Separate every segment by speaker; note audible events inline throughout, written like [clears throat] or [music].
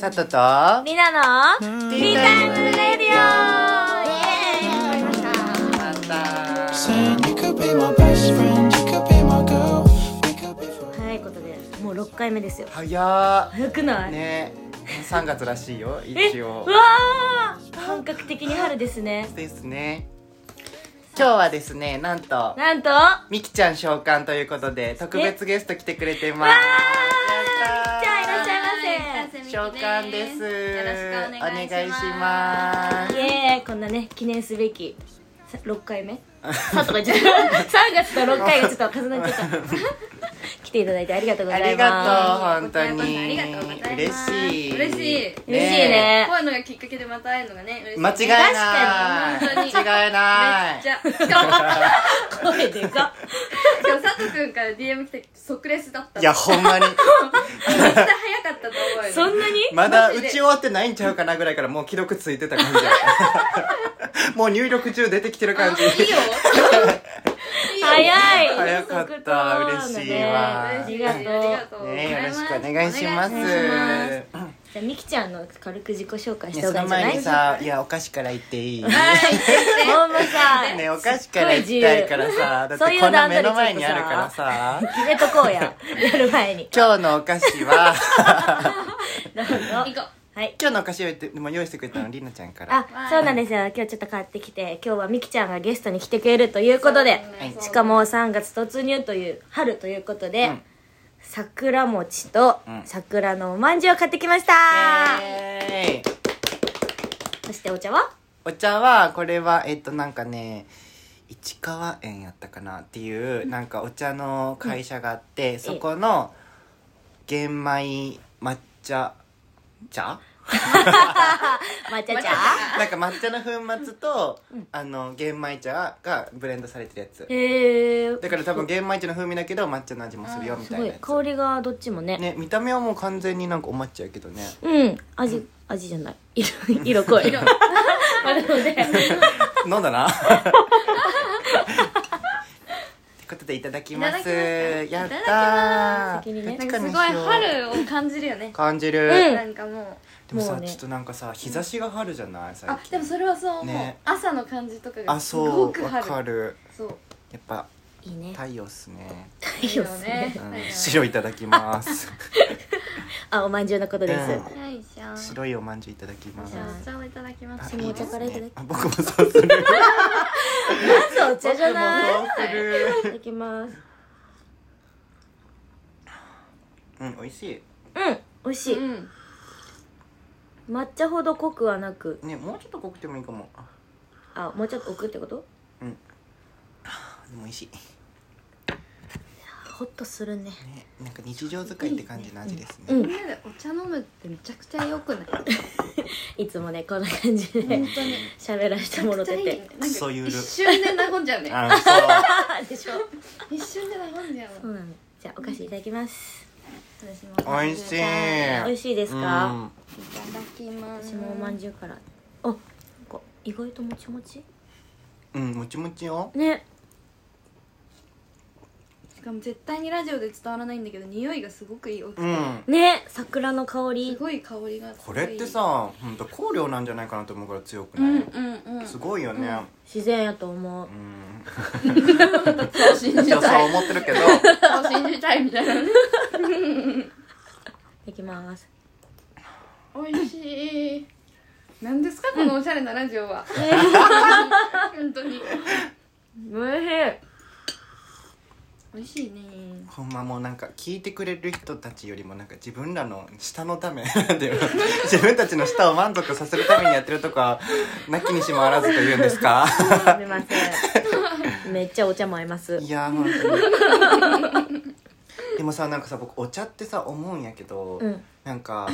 Speaker 1: 佐藤と
Speaker 2: みなの
Speaker 1: テ
Speaker 2: ティータイムレディオイエーイ早いことでもう六回目ですよ
Speaker 1: 早
Speaker 2: 早くな
Speaker 1: っ
Speaker 2: い、
Speaker 1: ね3月らしいよ一
Speaker 2: えう
Speaker 1: 応
Speaker 2: わー本格的に春ですね
Speaker 1: ですね今日はですねなんと
Speaker 2: なんとわ
Speaker 1: みきちゃん召喚ということで特別ゲスト来てくれてます
Speaker 2: ー
Speaker 1: やったー
Speaker 2: じゃあいらっしゃいま
Speaker 1: 召喚です
Speaker 3: よろしくお願いします
Speaker 1: ます
Speaker 2: せイエーイこんなね記念すべきさ六回目さとか言っちゃった3月
Speaker 1: [laughs]
Speaker 2: と六回がちょっと重なっちゃった来ていただいてありがとうござ
Speaker 1: あ
Speaker 2: い
Speaker 1: り
Speaker 2: ます
Speaker 1: がとう本当に
Speaker 3: ありがとうございます
Speaker 1: 嬉しい
Speaker 3: 嬉しい
Speaker 2: 嬉しいね
Speaker 3: こういうのがきっかけでまた会えるのがね嬉しい
Speaker 1: 間違いない
Speaker 3: 確かに
Speaker 1: 間違いない
Speaker 3: めっちゃしかも
Speaker 2: 声でかっ
Speaker 3: 今日佐藤君から DM 来て即レスだった
Speaker 1: いやほんまに
Speaker 3: めっちゃ早かったと思うよ
Speaker 2: そんなに
Speaker 1: [laughs] まだ
Speaker 3: マジ
Speaker 1: 打
Speaker 3: で
Speaker 1: ち終わってないんちゃうかなぐらいからもう既読ついてた感じだったもう入力中出てきてる感じ
Speaker 3: あいいよいいよ
Speaker 2: 早い
Speaker 1: 早かった嬉しいわ
Speaker 2: あり
Speaker 3: 嬉しい
Speaker 2: がとう
Speaker 1: ねよろしくお
Speaker 3: お
Speaker 1: 願いします
Speaker 3: 願い
Speaker 2: 願いじゃあみきちゃんの軽く自己紹介し
Speaker 1: ね
Speaker 2: た
Speaker 1: そ
Speaker 2: 方がい
Speaker 1: の
Speaker 2: いんじゃな
Speaker 1: 前
Speaker 2: い
Speaker 1: にさいやお菓子から言っていい
Speaker 2: ほんまさ
Speaker 1: ねお菓子から言いたいからさだっ
Speaker 2: そう
Speaker 1: て
Speaker 2: いう
Speaker 1: こんな
Speaker 2: 段取
Speaker 1: 目の前
Speaker 2: りちょっとさ
Speaker 1: にあるからさ
Speaker 2: 決めとこうややる
Speaker 1: [laughs]
Speaker 2: 前に
Speaker 1: 今日のお菓子は [laughs]
Speaker 2: どうぞ
Speaker 3: 行こう
Speaker 2: はい
Speaker 1: 今日のお菓子を言ってもう用意してくれたのりなちゃんから
Speaker 2: あそうなんですよ今日ちょっと買ってきて今日はみきちゃんがゲストに来てくれるということで
Speaker 3: そうね
Speaker 2: しかも3月突入という春ということで、
Speaker 1: うん
Speaker 2: 桜餅と
Speaker 1: うん
Speaker 2: 桜のおまんじゅうを買ってきました、
Speaker 1: イエーイ
Speaker 2: そしてお茶は
Speaker 1: お茶はこれはえっとなんかね市川園やったかなっていうなんかお茶の会社があって、そこの玄米抹茶茶
Speaker 2: 抹茶
Speaker 3: 抹
Speaker 2: 茶
Speaker 3: 茶
Speaker 1: なんか抹茶の粉末と、あの玄米茶がブレンドされてるやつ
Speaker 2: へえー、
Speaker 1: だから多分玄米茶の風味だけど抹茶の味もするよみ
Speaker 2: す
Speaker 1: たい
Speaker 2: ご
Speaker 1: ないやつ
Speaker 2: 香りがどっちもね
Speaker 1: ね見た目はもう完全になんかお抹茶やけどね
Speaker 2: うん味、味じゃない色色濃いまあでもね
Speaker 1: 飲んだなってことでいただきま
Speaker 3: い
Speaker 1: す
Speaker 3: ただき
Speaker 1: や
Speaker 3: ます
Speaker 1: った
Speaker 3: いただき
Speaker 1: ー
Speaker 2: 先にね
Speaker 1: どっ
Speaker 3: なん
Speaker 1: ち
Speaker 3: か
Speaker 1: か
Speaker 3: す
Speaker 1: に
Speaker 3: ごい
Speaker 1: しよう
Speaker 3: 春を感じるよね
Speaker 1: 感じる、
Speaker 2: うん
Speaker 3: なんかも
Speaker 1: でもさ
Speaker 2: もうね
Speaker 1: ちょっとなんかさ日差しが春じゃないう最
Speaker 3: あ
Speaker 1: 近
Speaker 3: でもそれはそう思う、
Speaker 1: ね
Speaker 3: 朝の感じとかが
Speaker 1: あ
Speaker 3: すご
Speaker 1: そ
Speaker 3: く
Speaker 1: うわ
Speaker 3: 春
Speaker 1: かる
Speaker 3: そう
Speaker 1: やっぱ
Speaker 2: いいね
Speaker 1: 太陽っすね、
Speaker 3: いいよね
Speaker 1: うん
Speaker 3: はいはい
Speaker 1: 白いただきます
Speaker 2: あおまんじゅうのことで
Speaker 1: う
Speaker 2: す、
Speaker 1: ん
Speaker 3: はいじゃん
Speaker 1: 白いおまんじゅういただきます
Speaker 3: じゃあお茶をいただきます
Speaker 1: あ
Speaker 2: もお
Speaker 1: で
Speaker 2: 茶
Speaker 1: す
Speaker 2: からいただき
Speaker 1: ねあ僕もそうする
Speaker 2: まずお茶じゃない
Speaker 1: 僕もそうする
Speaker 2: いただきます
Speaker 1: うん美味し
Speaker 2: うん美味し
Speaker 3: う
Speaker 2: い、
Speaker 3: ん
Speaker 2: 抹茶ほど濃くはなく
Speaker 1: いねもうちょっと濃くてもいいかも
Speaker 2: あもうちょっと置くってこと
Speaker 1: あでも美味しい
Speaker 2: ホッとするね
Speaker 1: ねなんか日常使いって感じの味ですね、
Speaker 2: うん
Speaker 3: みんなでお茶飲むってめちゃくちゃ良くない本
Speaker 2: いつもねこんな感じで
Speaker 3: 当に
Speaker 2: 喋らせてもろ
Speaker 3: めちゃくち
Speaker 2: て
Speaker 3: ゃいい
Speaker 2: て
Speaker 3: なん
Speaker 1: そう
Speaker 3: か
Speaker 1: いうル
Speaker 3: 一瞬で和んじゃうね
Speaker 1: あそう
Speaker 2: あ [laughs] でしょ
Speaker 3: 一瞬で和んじゃう
Speaker 2: そうなのじゃあお菓子いただきます
Speaker 3: 私も
Speaker 2: [laughs]
Speaker 1: 美味しい
Speaker 3: い
Speaker 2: 美味しいですか、
Speaker 3: ただきます
Speaker 2: 私もおまんじゅうからあなんか意外ともちもち
Speaker 1: うん、うん、もちもちよ
Speaker 2: ね
Speaker 3: しかも絶対にラジオで伝わらないんだけど匂いがすごくいいお茶
Speaker 1: うん
Speaker 2: ね桜の香
Speaker 3: す
Speaker 2: り
Speaker 3: ごい香りがす
Speaker 1: こ
Speaker 3: ごい
Speaker 1: れってさ本当香料なんじゃないかなと思うから強く
Speaker 3: う
Speaker 1: な
Speaker 3: んう
Speaker 1: い、
Speaker 3: んうん
Speaker 1: すごいよね
Speaker 2: 自然やと思う
Speaker 1: うん、
Speaker 3: そう信
Speaker 1: い
Speaker 3: じ
Speaker 1: や
Speaker 3: た
Speaker 1: そ [laughs]
Speaker 3: いう
Speaker 1: 思ってるけ
Speaker 2: [laughs]
Speaker 1: ど
Speaker 3: そう信じたいみたいなね
Speaker 2: いただきます
Speaker 3: 美味しい何ですかこのおしゃれなラジオ
Speaker 1: [laughs]
Speaker 3: は本当に
Speaker 2: おいしい
Speaker 3: 美味しいね
Speaker 1: ほんまもうなんか聞いてくれる人たちよりもなんか自分らの舌のため [laughs] なんていうの自分たちの舌を満足させるためにやってるとかなきにしもあらずというんですか
Speaker 2: すみませんめっちゃお茶も合います
Speaker 1: いやー本当に [laughs] でもさなんかさ僕お茶ってさ思うんやけど、
Speaker 2: うん
Speaker 1: なんか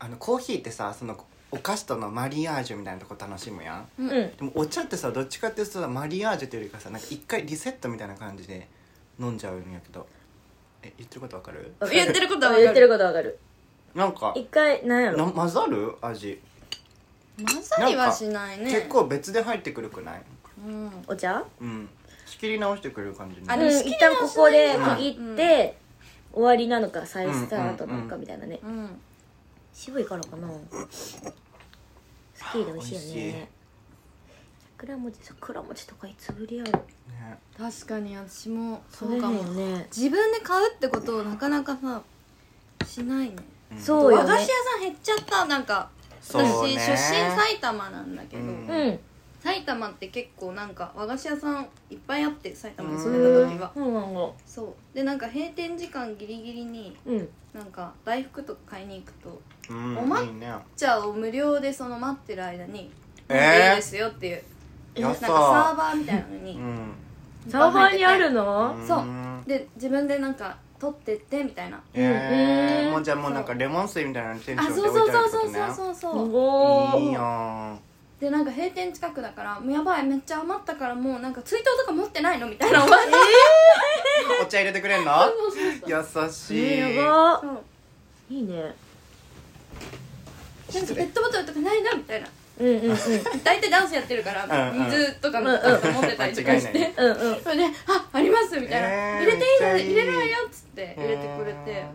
Speaker 1: あのコーヒーってさそのお菓子とのマリアージュみたいなとこ楽しむやん
Speaker 2: うんう
Speaker 1: で
Speaker 2: ん
Speaker 1: もお茶ってさどっちかっていうとさマリアージュというよりかさなんか一回リセットみたいな感じで飲んじゃうんやけどえ言ってることわかる
Speaker 3: [laughs] 言ってることは分かる
Speaker 2: 言ってることわかる
Speaker 1: なんか
Speaker 2: 一回なんや
Speaker 1: な
Speaker 2: ろ
Speaker 1: 混ざる味、
Speaker 3: 混ざりはしないね
Speaker 1: 結構別で入ってくるくない
Speaker 3: うん
Speaker 2: お茶
Speaker 1: うん仕切り直してくれる感じに
Speaker 3: あ
Speaker 2: う
Speaker 3: で
Speaker 2: ん
Speaker 3: も
Speaker 2: 一旦ここで
Speaker 1: うん
Speaker 2: 区切って終わりなのか再スタートなのかみたいなね
Speaker 3: うん
Speaker 2: 渋いからかなスキーで美味しいよ
Speaker 1: 美味しい
Speaker 2: ね桜餅桜餅とかいつぶりやろ
Speaker 1: ね
Speaker 3: 確かに私も
Speaker 2: そ
Speaker 3: そ
Speaker 2: う
Speaker 3: う
Speaker 2: だ
Speaker 3: か
Speaker 2: よ
Speaker 3: も、
Speaker 2: ね
Speaker 3: 自分で買うってことをなかなかさしないね
Speaker 1: うん
Speaker 2: そうよ
Speaker 3: 和
Speaker 2: ね
Speaker 3: 菓子屋さん減っちゃったなんか
Speaker 1: そうね
Speaker 3: 私出身埼玉なんだけど、
Speaker 1: うん
Speaker 2: うん
Speaker 3: 埼玉って結構なんか和菓子屋さんいっぱいあって埼玉に
Speaker 2: う
Speaker 3: 住んでた時
Speaker 2: ん
Speaker 3: は
Speaker 2: そうなんだ
Speaker 3: そうでなんか閉店時間ギリギリに
Speaker 2: うん
Speaker 3: なんか大福とか買いに行くと
Speaker 1: うん
Speaker 3: おま
Speaker 1: いいね
Speaker 3: 茶を無料でその待ってる間に「
Speaker 1: え
Speaker 3: 飲ん
Speaker 1: ー
Speaker 3: でいいですよ」っていう、
Speaker 1: や
Speaker 3: なん
Speaker 1: っ
Speaker 3: か
Speaker 1: た
Speaker 3: サーバーみたいなの
Speaker 1: う
Speaker 3: に
Speaker 1: ん
Speaker 2: サーファーにある
Speaker 1: う
Speaker 2: の
Speaker 1: ん
Speaker 3: そうんで自分でなんか取ってってみたいな
Speaker 1: え
Speaker 2: う
Speaker 1: ー
Speaker 2: ん
Speaker 1: もうじゃあもうなんかレモン水みたいなのテンシ
Speaker 3: あ
Speaker 1: ョン
Speaker 3: そ
Speaker 1: で
Speaker 3: う
Speaker 1: 置
Speaker 3: そ
Speaker 1: いうてある
Speaker 3: そう
Speaker 1: って
Speaker 3: そ
Speaker 1: こ
Speaker 3: う
Speaker 1: と
Speaker 3: そ
Speaker 2: すご
Speaker 3: うそうそう
Speaker 1: ねいい
Speaker 2: い
Speaker 1: よー
Speaker 3: でなんか閉店近くだからもうやばいめっちゃ余ったからもうなんか追悼とか持ってないのみたいなおば
Speaker 1: [laughs]
Speaker 3: あちゃ
Speaker 1: お
Speaker 3: ん
Speaker 1: 茶入れてくれんの
Speaker 3: [laughs] そうそうそう
Speaker 1: 優しい、
Speaker 2: ねやば
Speaker 3: そう
Speaker 2: いいね
Speaker 3: なんかペットボトルとかないなみたいな
Speaker 2: うんうんうんうん
Speaker 3: 大体ダンスやってるから
Speaker 1: うんうん
Speaker 3: 水とかのなんか持ってたりとかし
Speaker 1: 間違いな
Speaker 3: [laughs] て
Speaker 1: い
Speaker 2: うん
Speaker 3: それで「ああります」みたいな「
Speaker 1: えー
Speaker 3: 入れていいの
Speaker 1: めっちゃいい
Speaker 3: 入れないよ」っつって入れてくれて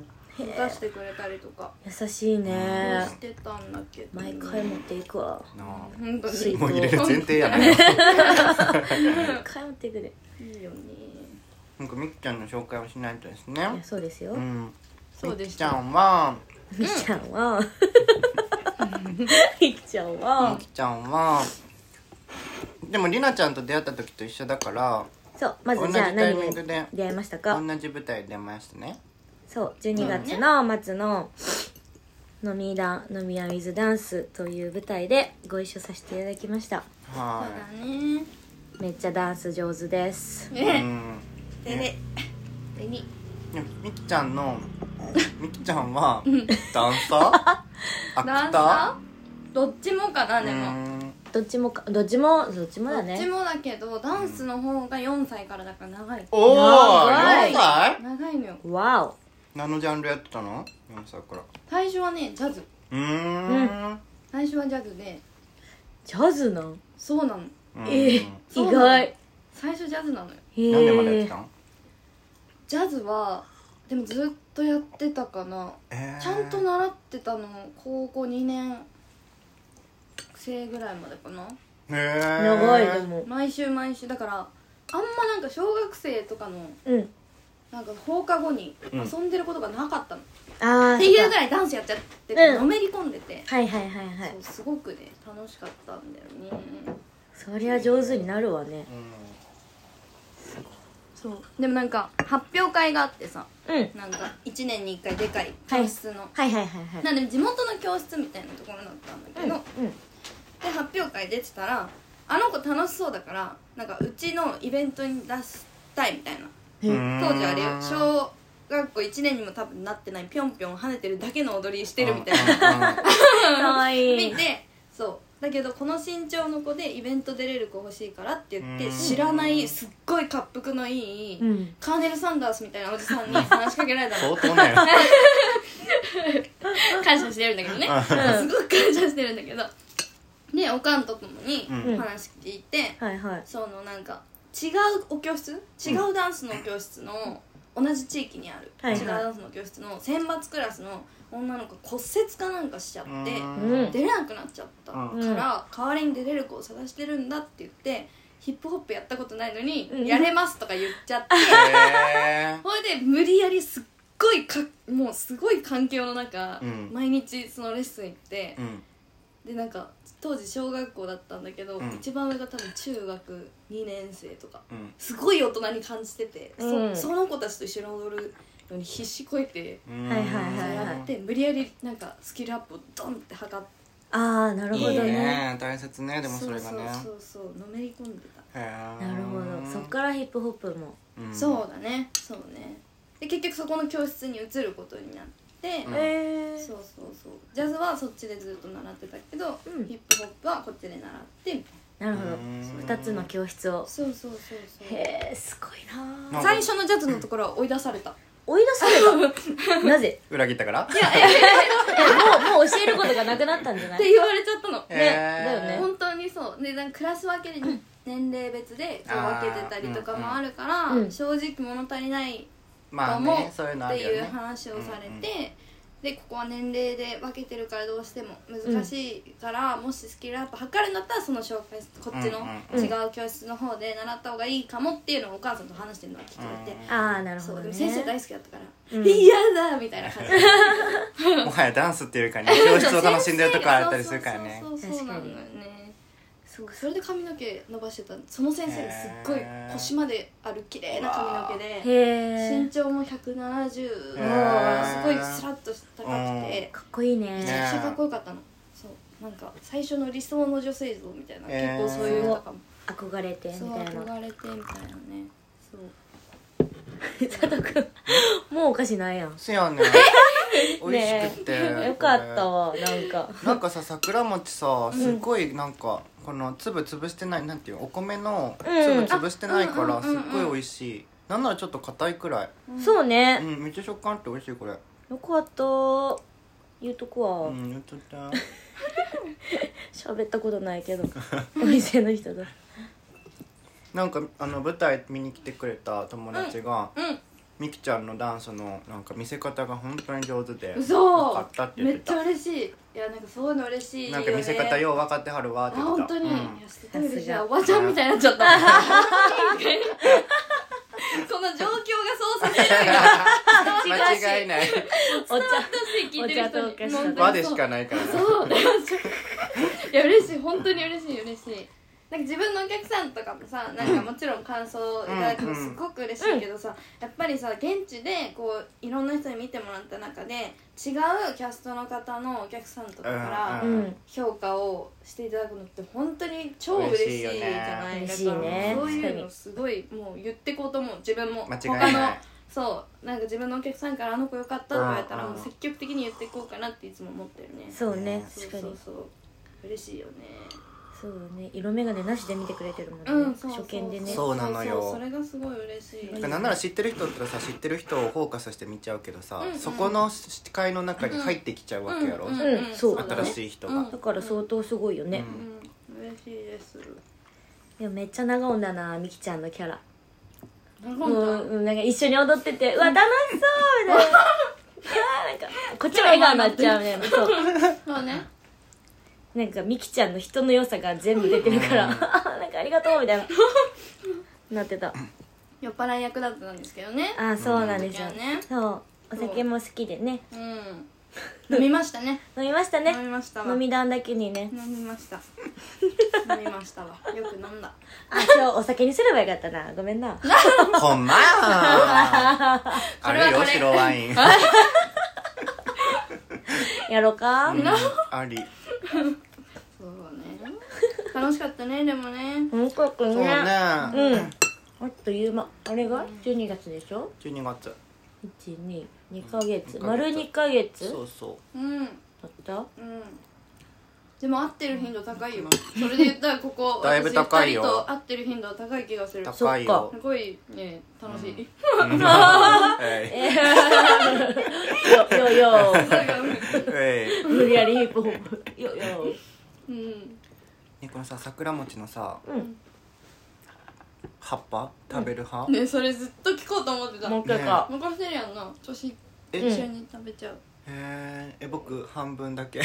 Speaker 1: へ
Speaker 3: 出してくれたりとか
Speaker 2: 優しいね
Speaker 3: してたんだけど
Speaker 2: 毎回持っていくわ
Speaker 1: なあ
Speaker 3: 本当
Speaker 2: 水
Speaker 3: に
Speaker 1: もう入れる前提やね
Speaker 2: 毎回持っていくで
Speaker 3: いいよね
Speaker 1: なんかみっちゃんの紹介をしないとです
Speaker 2: いや
Speaker 1: ね
Speaker 2: そうですよ
Speaker 1: うん
Speaker 3: そうでし
Speaker 1: ちゃ
Speaker 3: た
Speaker 1: んは
Speaker 2: みっちゃん
Speaker 1: [laughs]
Speaker 2: はみっちゃん
Speaker 1: み
Speaker 2: は
Speaker 1: きちゃんはでもりなちゃんと出会った時と一緒だから
Speaker 2: そうまずじゃ
Speaker 1: 同
Speaker 2: あ
Speaker 1: じタイ
Speaker 2: 何
Speaker 1: ミングで
Speaker 2: が出会いました
Speaker 1: 同
Speaker 2: か
Speaker 1: じ舞台出ましたね
Speaker 2: そう12月の末の「飲みだ飲み屋ウィズダンス」という舞台でご一緒させていただきました
Speaker 3: そう
Speaker 1: は
Speaker 3: だね
Speaker 2: めっちゃダンス上手です
Speaker 1: い、う
Speaker 3: ね
Speaker 1: ん
Speaker 3: でででに
Speaker 1: でもみきちゃんの
Speaker 2: [laughs]
Speaker 1: みきちゃんはダンサーアク
Speaker 3: ダン
Speaker 1: タ
Speaker 3: サーどっちもかな
Speaker 1: ー
Speaker 3: でも、
Speaker 1: うん
Speaker 2: どっちもかどっちもどっちも
Speaker 3: ど
Speaker 2: だ
Speaker 3: っち
Speaker 2: ね
Speaker 3: もだけどダンスの方が4歳からだから長い
Speaker 1: おお
Speaker 2: 長い
Speaker 1: 4歳
Speaker 3: 長いのよ
Speaker 2: わお
Speaker 1: 何のジャンルやってたの4歳から
Speaker 3: 最初はねジャズ
Speaker 1: うーん
Speaker 3: 最初はジャズで
Speaker 2: ジャズなん
Speaker 3: そうなの
Speaker 1: うん
Speaker 2: ええ
Speaker 3: そう
Speaker 2: 意
Speaker 3: なの
Speaker 2: 外
Speaker 3: 最初ジャズなのよ
Speaker 2: へ
Speaker 1: なんでまだやっ
Speaker 2: え
Speaker 1: てたの
Speaker 3: ジャズはでもずっとやってたかな
Speaker 1: えー
Speaker 3: ちゃんと習ってたの高校2年生ぐらいまでかな
Speaker 1: へー
Speaker 2: 長いでも
Speaker 3: 毎週毎週だからあんまなんか小学生とかの
Speaker 2: うん
Speaker 3: なんか放課後に
Speaker 1: うん
Speaker 3: 遊んでることがなかったの、
Speaker 2: ああ
Speaker 3: っていうぐらいダンスやっちゃってて、
Speaker 2: うん
Speaker 3: のめり込んでて、
Speaker 2: はいはいはいはい
Speaker 3: そうすごくね楽しかったんだよね
Speaker 2: そりゃ上手になるわね
Speaker 1: う
Speaker 3: そうでもなんか発表会があってさ
Speaker 2: うん
Speaker 3: なんか1年に1回でかい教室の、
Speaker 2: はいはいはいはい
Speaker 3: なんで地元の教室みたいなところだったんだけど、
Speaker 2: うんうん
Speaker 3: で発表会出てたらあの子楽しそうだからなんかうちのイベントに出したいみたいな
Speaker 1: うん
Speaker 3: 当時あれよ小学校1年にも多分なってないぴょんぴょん跳ねてるだけの踊りしてるみたい
Speaker 1: な
Speaker 3: な
Speaker 2: かわいい
Speaker 3: 見てそうだけどこの身長の子でイベント出れる子欲しいからって言っ
Speaker 1: う
Speaker 3: て
Speaker 1: ん
Speaker 3: 知らないすっごい恰幅のいい、
Speaker 2: うん
Speaker 3: カーネル・サンダースみたいなおじさんに話しかけられたの
Speaker 1: 相当ね
Speaker 2: [laughs]
Speaker 3: 感謝してるんだけどねすごく感謝してるんだけどでおかんとともに
Speaker 1: うん
Speaker 3: 話聞いて、
Speaker 2: はいはい
Speaker 3: そのなんか違うお教室違うダンスの教室の、同じ地域にある、
Speaker 2: はいはい
Speaker 3: 違うダンスの教室の選抜クラスの女の子骨折かなんかしちゃって、
Speaker 2: うん
Speaker 3: 出れなくなっちゃったから、
Speaker 1: うん
Speaker 3: 代わりに出れる子を探してるんだって言ってヒップホップやったことないのに、
Speaker 2: うん
Speaker 3: やれますとか言っち
Speaker 1: [laughs]
Speaker 3: ゃって
Speaker 1: へ
Speaker 3: ほいで無理やりすっごいかもうすごい環境の中、
Speaker 1: うん
Speaker 3: 毎日そのレッスン行って
Speaker 1: ーう、ん
Speaker 3: でなんか当時小学校だったんだけど、
Speaker 1: うん
Speaker 3: 一番上が多分中学2年生とか
Speaker 1: うん
Speaker 3: すごい大人に感じてて、そ
Speaker 2: うん
Speaker 3: その子たちと一緒に踊るのに必死こいて。
Speaker 1: うん
Speaker 2: はいはいはい
Speaker 3: やって無理やりなんかスキルアップをドンって測って
Speaker 2: ああなるほど
Speaker 1: いい
Speaker 2: ね
Speaker 1: ね大切ねでもそれがね
Speaker 3: そうそうそうそうのめり込んでた
Speaker 2: なるほどそっからヒップホップも
Speaker 3: そうだねそうねで結局そこの教室に移ることになって、
Speaker 1: うん
Speaker 2: え
Speaker 3: そうそうそうジャズはそっちでずっと習ってたけど、
Speaker 2: うん
Speaker 3: ヒップホップはこっちで習ってみたい
Speaker 2: なるほど
Speaker 1: うん
Speaker 2: 2つの教室を
Speaker 3: なそうそうそうそう
Speaker 2: へえすごいな
Speaker 1: な
Speaker 2: あ
Speaker 3: 最初のジャズのところは追い出され
Speaker 2: [laughs]
Speaker 3: た
Speaker 2: 追い出さ
Speaker 3: [laughs]
Speaker 2: れたなぜ
Speaker 1: 裏切ったから
Speaker 2: えもうもう教えることがなくなったんじゃな
Speaker 3: [laughs] っ
Speaker 2: い
Speaker 3: て言われちゃったの、
Speaker 1: へー
Speaker 2: だよね
Speaker 3: 本当にそうでなんかクラス分けで年齢別でこう
Speaker 1: あ
Speaker 3: 分
Speaker 1: ー
Speaker 3: けてたりとかもあるから、
Speaker 2: うんうん
Speaker 3: 正直物足りない
Speaker 1: まあ
Speaker 3: かも
Speaker 1: ねそういうの
Speaker 3: っ
Speaker 1: あ
Speaker 3: て
Speaker 1: るよ
Speaker 3: いう
Speaker 1: ね
Speaker 3: 話をされて、でここは年齢で分けてるからどうしても難しいから、もしスキルアップ測るんだったらその紹介こっちの
Speaker 1: うん
Speaker 2: うん
Speaker 3: 違う教室の方で習った方がいいかもっていうのをお母さんと話してるのは聞こえて、
Speaker 2: ああなるほ
Speaker 3: そう
Speaker 2: ど
Speaker 3: で
Speaker 2: ね
Speaker 3: も先生大好きだったから「
Speaker 2: うん
Speaker 3: 嫌だ!」みたいな感じで
Speaker 1: もはやダンスっていう
Speaker 3: [laughs]
Speaker 1: かね教室を楽しんでるとこあったりするからね
Speaker 3: そうそうそうそうなのよねそうそれで髪の毛伸ばしてたその先生がすっごい腰まである綺麗な髪の毛で
Speaker 2: へ
Speaker 3: 身
Speaker 2: え
Speaker 3: 長も170す
Speaker 1: へー
Speaker 3: ごいスラッと高くて
Speaker 2: かっこいい
Speaker 3: めちゃ
Speaker 2: ね
Speaker 3: くちゃかっこよかったのそうなんか最初の理想の女性像みたいな
Speaker 1: へー
Speaker 3: 結構そういうのとかも
Speaker 2: 憧れてみ
Speaker 3: そう
Speaker 2: たいな
Speaker 3: 憧れてみたいなねそう
Speaker 2: 佐藤君もうお菓子ないやん
Speaker 1: そう
Speaker 3: [laughs]
Speaker 1: やね美味しくて、
Speaker 2: ねえよかったわなんか
Speaker 1: なんかさ桜餅さすごいなんか、この粒潰してないなんていうのお米の粒潰してないか
Speaker 3: あ
Speaker 1: ら
Speaker 3: う
Speaker 1: す
Speaker 3: んうん
Speaker 1: っ
Speaker 3: うんうん
Speaker 1: ごい美味しいなんならちょっと硬いくらい
Speaker 2: そ
Speaker 1: う
Speaker 2: うね
Speaker 1: んめっちゃ食感あって美味しいこれ
Speaker 2: よかった言うと
Speaker 1: う
Speaker 2: こは
Speaker 1: ん言っとった
Speaker 2: 喋ったことないけど [laughs] お店の人だ
Speaker 1: なんかあの舞台見に来てくれた友達が、
Speaker 3: うん
Speaker 1: みきちゃんのダンスのなんか見せ方が本当に上手でよか
Speaker 3: 嘘
Speaker 1: ったって
Speaker 3: め
Speaker 1: 言っ
Speaker 3: ってちゃ
Speaker 1: た
Speaker 3: 嬉しいいやなんかそういうの嬉しいよ
Speaker 1: なん
Speaker 3: ね
Speaker 1: か見せ方よう分かってはるわって
Speaker 3: あ
Speaker 1: 言ってた
Speaker 3: 本当に、
Speaker 1: うん
Speaker 3: いやすごい嬉しい
Speaker 2: さすが
Speaker 3: おばちゃんみたいになっち
Speaker 1: [laughs]
Speaker 3: ゃった [laughs] この状況がそうさせるよ
Speaker 1: [laughs] 間違いない
Speaker 2: お茶
Speaker 3: 私聞いて
Speaker 2: お茶
Speaker 3: る人
Speaker 2: とお菓
Speaker 3: に
Speaker 2: 子と
Speaker 3: 本当
Speaker 1: 和
Speaker 3: に
Speaker 1: でしかないからね
Speaker 3: そうそういや嬉しい本当に嬉しい嬉しいなんか自分のお客さんとかもさなんかもちろん感想いただくのすごく嬉しいけどさ、やっぱりさ現地でこういろんな人に見てもらった中で違うキャストの方のお客さんとかから
Speaker 2: うんうん
Speaker 3: 評価をしていただくのって本当に超嬉しいじゃない
Speaker 2: 嬉しいよね
Speaker 3: だか
Speaker 2: 嬉
Speaker 3: らそう
Speaker 2: しいね
Speaker 3: いうのすごいもう言ってこうと思う自分も
Speaker 1: 間違いな
Speaker 3: 他の
Speaker 1: い
Speaker 3: そうなんか自分のお客さんから「あの子よかった」とか言われたら
Speaker 1: うん
Speaker 3: もう積極的に言っていこうかなっていつも思ってるね
Speaker 2: そうね
Speaker 3: そう
Speaker 2: 確か
Speaker 3: そう
Speaker 2: に
Speaker 3: そう嬉しいよね
Speaker 2: そうね色眼鏡なしで見てくれてるもんね、
Speaker 3: うんそうそう
Speaker 2: 初見でね
Speaker 1: そうなのよ
Speaker 3: そうそれがすごい嬉しい
Speaker 1: なんかなんなら知ってる人だったらさ知ってる人をフォーカスして見ちゃうけどさ、
Speaker 3: うんうん
Speaker 1: そこの視界の中に入ってきちゃうわけやろ、
Speaker 2: んうんそうだね
Speaker 1: 新しい人が、
Speaker 3: うん
Speaker 2: だから相当すごいよね、
Speaker 1: うん
Speaker 3: うん嬉しいです
Speaker 2: でもめっちゃ長女だなみきちゃんのキャラ
Speaker 3: なん
Speaker 2: も
Speaker 3: か
Speaker 2: ううんなんか一緒に踊っててうわ楽しそうみたいないやーなんかこっちも笑顔になっちゃうねそう
Speaker 3: そうね
Speaker 2: なんかみきちゃんの人の良さが全部出てるから [laughs] なんかありがとうみ
Speaker 3: [laughs]
Speaker 2: たいななってた
Speaker 3: 酔っ払い役だったんですけどね
Speaker 2: ああそうなんですよ、
Speaker 3: うんいやね
Speaker 2: そうお酒も好きでね
Speaker 3: うん飲みましたね
Speaker 2: 飲みましたね
Speaker 3: 飲みましたわ
Speaker 2: 飲みだんだけにね
Speaker 3: 飲みました飲みましたわよく飲んだ
Speaker 2: あ今日お酒にすればよかったなごめんな
Speaker 3: [laughs]
Speaker 1: ほんまやんあ
Speaker 3: れは
Speaker 1: る
Speaker 3: こ
Speaker 1: よ
Speaker 3: れ
Speaker 1: 白ワイン
Speaker 3: [laughs]
Speaker 2: やろうか、
Speaker 1: うんあり
Speaker 3: そうね楽しかったねでもね
Speaker 2: うん、こく
Speaker 1: そうね
Speaker 2: うん。あっという間。あれが12月でしょ
Speaker 1: 12月
Speaker 2: ?1、2、2ヶ月。
Speaker 1: うん
Speaker 2: 丸2ヶ月
Speaker 1: そうそう
Speaker 3: うん
Speaker 2: だった
Speaker 3: うんでも合ってる頻度高いよそれで言ったらここ
Speaker 1: だいぶ高いよ
Speaker 3: 私二人と合ってる頻度は高い気がするす
Speaker 1: 高いよ
Speaker 3: ごいね楽しい、
Speaker 1: えい
Speaker 2: [laughs] よ、よ、よ。
Speaker 1: [laughs] えい
Speaker 2: 無理やりヒップホップ。よ、よ。
Speaker 3: うん
Speaker 1: ねこのさ桜餅のさ
Speaker 2: うん。
Speaker 1: 葉っぱ食べる派、
Speaker 3: ねそれずっと聞こうと思ってた
Speaker 2: もう一回か。
Speaker 3: 任せるやんな年
Speaker 1: え
Speaker 3: 一緒に食べちゃう、
Speaker 1: えーえ僕半分だけ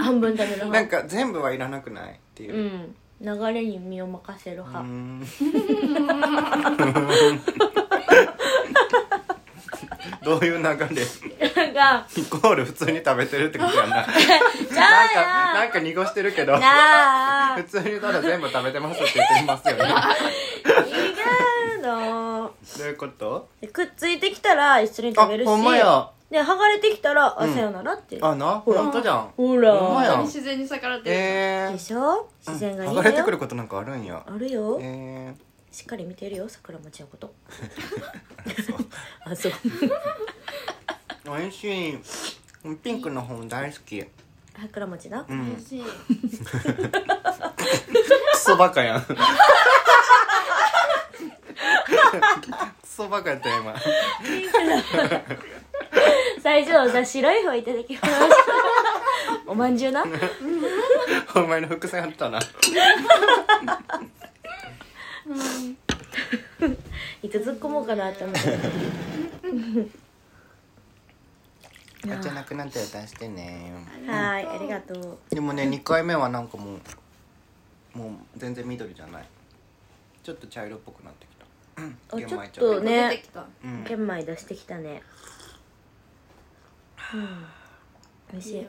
Speaker 2: 半分食べる
Speaker 1: なん
Speaker 2: 派。
Speaker 1: か全部はいらなくないっていうう、
Speaker 2: ん。流れに身を任せる
Speaker 1: う
Speaker 2: 派。
Speaker 1: んどういう流れ
Speaker 2: なんか、
Speaker 1: イコール普通に食べてるってことやんななんか
Speaker 2: じゃあ
Speaker 1: なんか濁してるけど
Speaker 2: なあ
Speaker 1: 普通にただ全部食べてます
Speaker 2: [laughs]
Speaker 1: って言ってますよね
Speaker 2: 違うの。
Speaker 1: どういうこと
Speaker 2: でくっついてきたら一緒に食べるし。
Speaker 1: あほんまや
Speaker 2: で、剥がれてきたら、あ、
Speaker 1: うん
Speaker 2: さよならって。
Speaker 1: あなほらんとじゃん
Speaker 2: ほら。
Speaker 1: ほんま
Speaker 3: 本
Speaker 1: や
Speaker 3: 当に自然に逆らってる、
Speaker 1: え
Speaker 2: で
Speaker 1: ー
Speaker 2: しょ自然がいいん
Speaker 1: 剥
Speaker 2: だ
Speaker 1: が
Speaker 2: よ
Speaker 1: れてくることなんかあるんや
Speaker 2: あるよ、
Speaker 1: え
Speaker 2: しっかり見てるよ桜餅のこと
Speaker 1: [laughs] ー、そう
Speaker 2: あそう
Speaker 1: 美味しいピンクの本大好き
Speaker 2: 桜餅な
Speaker 1: う
Speaker 3: 美
Speaker 1: ん
Speaker 3: 味しい
Speaker 1: クソバカやんクソバカやったよ今
Speaker 2: 最初はさ白い方いただきましたおまんじゅうな
Speaker 1: お前の伏線あったな
Speaker 2: いつ突っ込もうかなって思って
Speaker 1: 買っちゃなくなったら出してね
Speaker 2: はいありがとう
Speaker 1: でもね2回目はなんかもうもう全然緑じゃないちょっと茶色っぽくなってきた
Speaker 2: あ
Speaker 1: 玄
Speaker 2: ちょ
Speaker 1: 米
Speaker 2: っ
Speaker 1: 茶色
Speaker 2: とね
Speaker 3: 出てきた
Speaker 1: うん
Speaker 2: 玄米出してきたねうん美味し
Speaker 3: いい
Speaker 2: い
Speaker 3: よね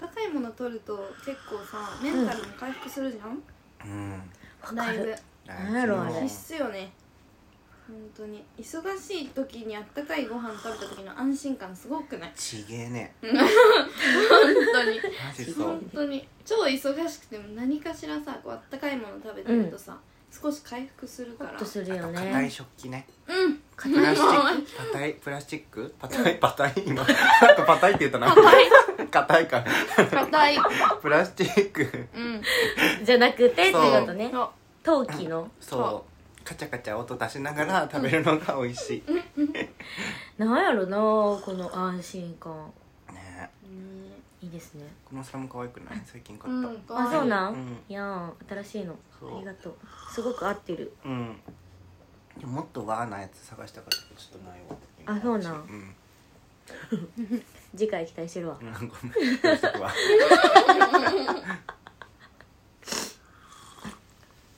Speaker 3: あったかいもの取ると結構さメンタルも回復するじゃん、
Speaker 1: うん
Speaker 2: わか
Speaker 3: だいぶ
Speaker 2: るなんやろあれ
Speaker 1: うん
Speaker 3: 必須よね本当に忙しい時にあったかいご飯食べた時の安心感すごくない
Speaker 1: ちげえね
Speaker 3: 本当に
Speaker 1: マジそう
Speaker 3: 本当に超忙しくても何かしらさこうあったかいもの食べてるとさ、少し回復するか
Speaker 2: ホ
Speaker 3: ら
Speaker 2: ッとする
Speaker 1: あ
Speaker 2: よ
Speaker 1: と硬い
Speaker 2: ね
Speaker 1: 食器ね
Speaker 3: うん
Speaker 1: プラスチック硬いプラスチックパタイパタイ今 [laughs] なんかパタイって言ったな硬いか
Speaker 3: 硬い
Speaker 1: らプラスチック
Speaker 3: うん
Speaker 2: じゃなくてっていうことね
Speaker 3: そう
Speaker 2: 陶器の
Speaker 1: そうカチャカチャ音出しながら食べるのが美味し
Speaker 2: なんやろなこの安心感
Speaker 1: いね
Speaker 3: ね
Speaker 2: いいですね
Speaker 1: このさも可愛くない最近買
Speaker 3: う
Speaker 1: った
Speaker 3: んか
Speaker 2: あそうなん、
Speaker 1: うん
Speaker 2: いやー新しいの
Speaker 1: そう
Speaker 2: ありがとうすごく合ってる
Speaker 1: うんでももっと和なやつ探したかったけどちょっとないわ
Speaker 2: あそうなん
Speaker 1: うん
Speaker 2: 次回期待してるわ
Speaker 1: うんごめんど
Speaker 3: [laughs]
Speaker 1: うしとくわ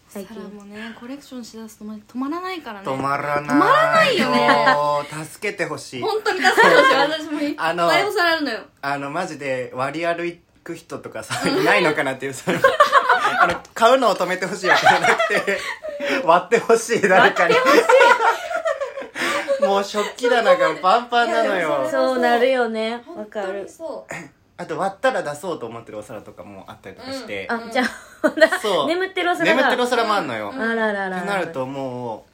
Speaker 2: 最近
Speaker 3: 皿もねコレクションしだすとま止まらないからね
Speaker 1: 止まらない
Speaker 3: 止まらないよね
Speaker 1: そう [laughs] 助けてほしい
Speaker 3: 本当に助かるし私もいっぱ
Speaker 1: あの
Speaker 3: いお皿あるのよ
Speaker 1: あのマジで割り歩く人とかさいないのかなっていうそのあの買うのを止めてほしいわけじゃなくて割ってほしい誰かにもう食器棚がパンパンなの
Speaker 3: いやでも
Speaker 1: よ
Speaker 3: れ
Speaker 2: そうなるよねわ
Speaker 3: 本
Speaker 2: か
Speaker 3: 当
Speaker 2: る
Speaker 3: にそう
Speaker 1: あと割ったら出そうと思ってるお皿とかもあったりとかして、
Speaker 2: あ
Speaker 3: うん
Speaker 2: じゃ
Speaker 1: そ
Speaker 2: あ
Speaker 1: う
Speaker 2: 眠ってるお皿
Speaker 1: 眠
Speaker 2: が
Speaker 1: ってるお皿もあんのよ、
Speaker 2: あらららら
Speaker 1: ってなるとも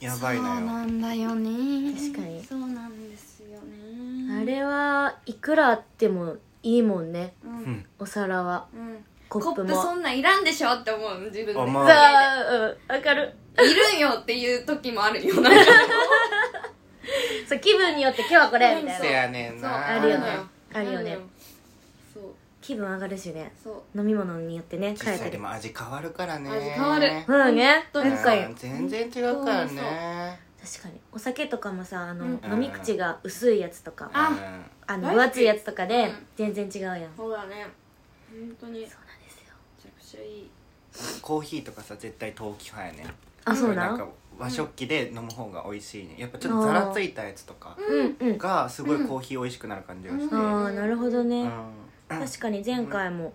Speaker 1: うやばいの
Speaker 3: そ
Speaker 1: よ
Speaker 3: うなんだよね
Speaker 2: 確かに
Speaker 3: そうなんですよね
Speaker 2: あれはいくらあってもいいもんね
Speaker 3: う、
Speaker 1: うんん
Speaker 2: お皿は
Speaker 3: うん、
Speaker 2: コップも
Speaker 3: そんなんいらんでしょって思うの自分で
Speaker 1: 思う
Speaker 2: さあうんわかる
Speaker 3: いるんよっていう時もあるよなんか
Speaker 2: そう気分によって今日はこれみたい
Speaker 1: せ
Speaker 2: な
Speaker 1: やねん
Speaker 3: そう
Speaker 1: な
Speaker 2: あるよね
Speaker 3: あるの
Speaker 2: あるよね
Speaker 3: そう
Speaker 2: 気分上がるしね
Speaker 3: そう
Speaker 2: 飲み物によってね変
Speaker 1: 実
Speaker 2: え
Speaker 1: 際
Speaker 2: た
Speaker 1: で
Speaker 2: り
Speaker 1: も味変わるからね
Speaker 3: 味変わる
Speaker 2: うんね
Speaker 3: 本当
Speaker 1: うん
Speaker 3: に
Speaker 2: 確かに
Speaker 1: 全然違うからね
Speaker 2: 確かにお酒とかもさあの、
Speaker 3: うん
Speaker 2: 飲み口が薄いやつとか
Speaker 3: あ
Speaker 1: うん
Speaker 2: あの
Speaker 3: 大好き
Speaker 2: 分厚いやつとか
Speaker 3: う
Speaker 2: で
Speaker 3: ん
Speaker 2: 全然違うやん、そう
Speaker 3: そうだね本当にめ
Speaker 2: なんで
Speaker 3: ち
Speaker 2: すよ
Speaker 3: ゃくちゃいい
Speaker 1: コーヒーとかさ絶対陶器派やね
Speaker 2: あそうな
Speaker 1: なん
Speaker 2: ん
Speaker 1: か和食器で飲む方が美味しいねやっぱちょっとざらついたやつとか
Speaker 2: うんうん
Speaker 1: がすごいコーヒー美味しくなる感じがして
Speaker 3: うん
Speaker 2: ああなるほどね、
Speaker 1: うん
Speaker 2: 確かに前回も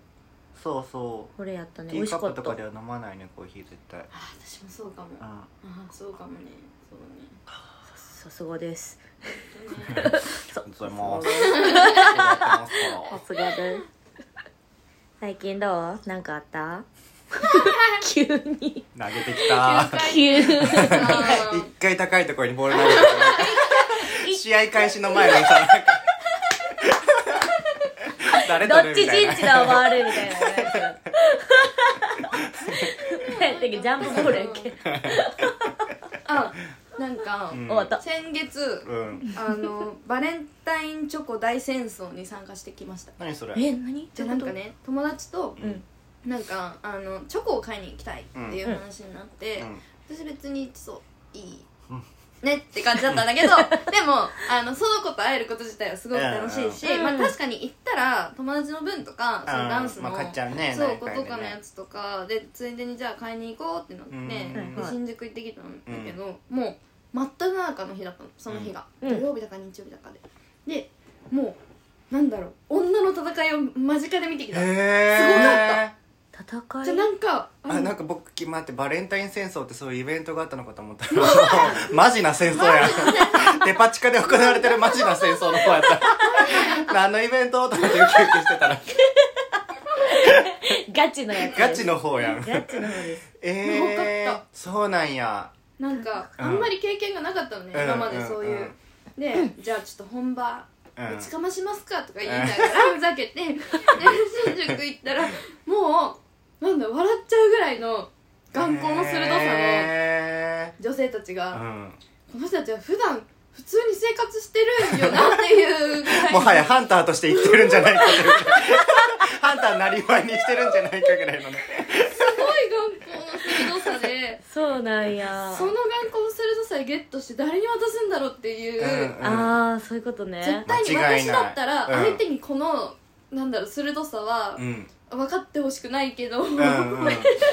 Speaker 1: そうそ
Speaker 2: これやった
Speaker 1: う
Speaker 2: ね
Speaker 1: ティ
Speaker 2: 美味
Speaker 1: ー
Speaker 2: し
Speaker 1: カ
Speaker 2: か
Speaker 1: ッ
Speaker 2: っ
Speaker 1: プと
Speaker 2: た
Speaker 1: かでは飲まないねコーヒー絶対
Speaker 3: あ私もそうかも
Speaker 1: う
Speaker 3: あ
Speaker 1: ん
Speaker 3: そうかもねそうだね
Speaker 2: さすがです
Speaker 3: 本当にね
Speaker 2: そう
Speaker 1: それも
Speaker 2: さ
Speaker 1: う
Speaker 2: すがです最近どうなんかあった [laughs] 急に
Speaker 1: 投げてきた
Speaker 2: [laughs] 急に
Speaker 3: あ
Speaker 1: 一回高いところにボール投げて試合開始の前のさなんか誰
Speaker 2: ど
Speaker 1: 取
Speaker 2: っ
Speaker 1: る
Speaker 2: ち
Speaker 1: みたい
Speaker 2: 陣
Speaker 1: な
Speaker 2: 地だ回るみたいななんかなんだっ
Speaker 3: [laughs]
Speaker 2: けジャンプボールやっけ、
Speaker 3: ーあなんか
Speaker 1: うん
Speaker 2: 終わった
Speaker 3: 先月
Speaker 1: うん
Speaker 3: あのバレンタインチョコ大戦争に参加してきました
Speaker 1: 何それ
Speaker 2: え何
Speaker 3: じゃあなんかね友達と
Speaker 2: うん
Speaker 3: なんかあのチョコを買いに行きたいっていう話になって、
Speaker 1: うん
Speaker 3: 私別にそういい
Speaker 1: うん
Speaker 3: ねって感じだったんだけど [laughs] でもあのその子と会えること自体はすごく楽しいし、
Speaker 2: うんうん
Speaker 3: まあ、確かに行ったら友達の分とかそのダンスの、
Speaker 1: まあ、買っちゃうね
Speaker 3: そう
Speaker 1: 何
Speaker 3: 子
Speaker 1: 回
Speaker 3: と
Speaker 1: で
Speaker 3: かのや
Speaker 1: ね
Speaker 3: つとかでついでにじゃあ買いに行こうってなって、
Speaker 1: うん
Speaker 3: で
Speaker 2: はい
Speaker 3: 新宿行ってきたんだけど、もう真っ只中の日だったのその日が、
Speaker 2: うん
Speaker 3: 土曜日だか日曜日だかででもうなんだろう女の戦いを間近で見てきたじ
Speaker 1: へえ
Speaker 2: 戦い
Speaker 3: ゃあなんかあの
Speaker 1: あなんか僕決まってバレンタイン戦争ってそういうイベントがあったのかと思ったら [laughs] マジな戦争やデパ地下で行われてるマジな戦争の方やった何のイベントと思ってウキウキしてたら
Speaker 2: ガチのやつ
Speaker 1: ガチの方やん
Speaker 2: ガチの方です
Speaker 1: ええ
Speaker 3: よかった
Speaker 1: そうなんや
Speaker 3: なんか
Speaker 1: うん
Speaker 3: あんまり経験がなかったのね、
Speaker 1: うん
Speaker 3: 今までそういう、でじゃあちょっと本場
Speaker 1: うん
Speaker 3: ぶちかましますかとか言いながらふざけてで新宿行ったらもうなんだ笑っちゃうぐらいの眼光の鋭さの
Speaker 1: へ
Speaker 3: 女性たち
Speaker 1: ー
Speaker 3: が、
Speaker 1: うん
Speaker 3: この人たちは普段普通に生活してるんよなっていうぐらい
Speaker 1: もはやハンターとして生きてるんじゃないかというハンターなりわいにしてるんじゃないかぐらいのね
Speaker 3: すごい眼光の鋭さで
Speaker 2: そうなんや
Speaker 3: その眼光の鋭さで現ゲットして誰に渡すんだろうっていう、
Speaker 1: うん
Speaker 2: ああそういうことね
Speaker 3: 絶対に
Speaker 1: 間違い
Speaker 3: 私
Speaker 1: ない
Speaker 3: だったら
Speaker 1: うん
Speaker 3: 相手にこの、なんだろう鋭さは
Speaker 1: うん
Speaker 3: 分かってほしくないけど、
Speaker 1: うんうん
Speaker 3: [laughs]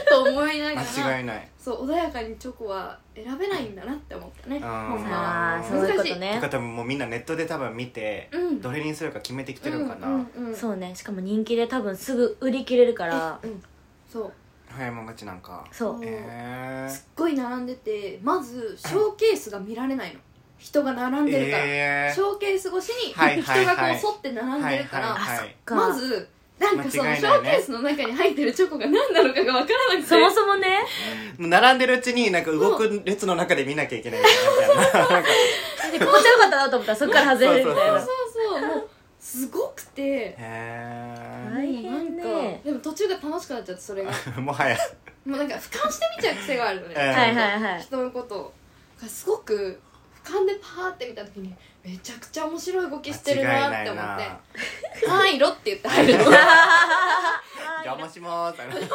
Speaker 3: と思いなが
Speaker 1: 間違
Speaker 3: ら
Speaker 1: いない
Speaker 3: そう穏やかにチョコは選べないんだなって思ったね、
Speaker 1: ん
Speaker 3: ほんま
Speaker 1: ー
Speaker 2: ああそういうこと
Speaker 1: て
Speaker 2: ね
Speaker 1: か多分もうみんなネットで多分見て
Speaker 3: うん
Speaker 1: どれにするか決めてきてるのか
Speaker 3: う
Speaker 1: なん
Speaker 3: うんうん、
Speaker 2: そうねしかも人気で多分すぐ売り切れるから
Speaker 3: うんそう
Speaker 1: 早いもん勝ちなんか
Speaker 2: そう
Speaker 1: えー
Speaker 3: すっごい並んでてまずショーケースが見られないの人が並んでるから、
Speaker 1: え
Speaker 3: ショーケース越しに
Speaker 1: はい
Speaker 3: 人
Speaker 1: はい
Speaker 3: がこ
Speaker 1: は
Speaker 3: う
Speaker 1: い
Speaker 3: 沿って並んでるから、
Speaker 1: はいはいはい
Speaker 2: か
Speaker 3: まずなんかその
Speaker 1: 間違い
Speaker 3: シ
Speaker 1: な
Speaker 3: ョ
Speaker 1: い
Speaker 3: ー
Speaker 1: ね
Speaker 3: ケースの中に入ってるチョコが何なのかが分からなくて
Speaker 2: そもそもね
Speaker 1: もう並んでるうちになんか動く列の中で見なきゃいけないみた
Speaker 3: [laughs]
Speaker 1: いななんか
Speaker 2: でこうちゃよかったなと思ったらそっから外れるみたい
Speaker 1: そ
Speaker 2: な
Speaker 3: そうそうもうすごくて
Speaker 1: へ
Speaker 2: 大
Speaker 3: もうなん
Speaker 2: 変
Speaker 3: か
Speaker 2: ね
Speaker 3: でも途中が楽しくなっちゃってそれが
Speaker 1: えもはや
Speaker 3: もうなんか俯瞰してみちゃう癖があるのね、
Speaker 1: ええ
Speaker 2: はいはいはい
Speaker 3: 人のことをだからすごく俯瞰でパーって見た時にめちゃくちゃ面白い動きしてるなーって思って「はいろ」って言って入るの
Speaker 1: 邪魔しまーす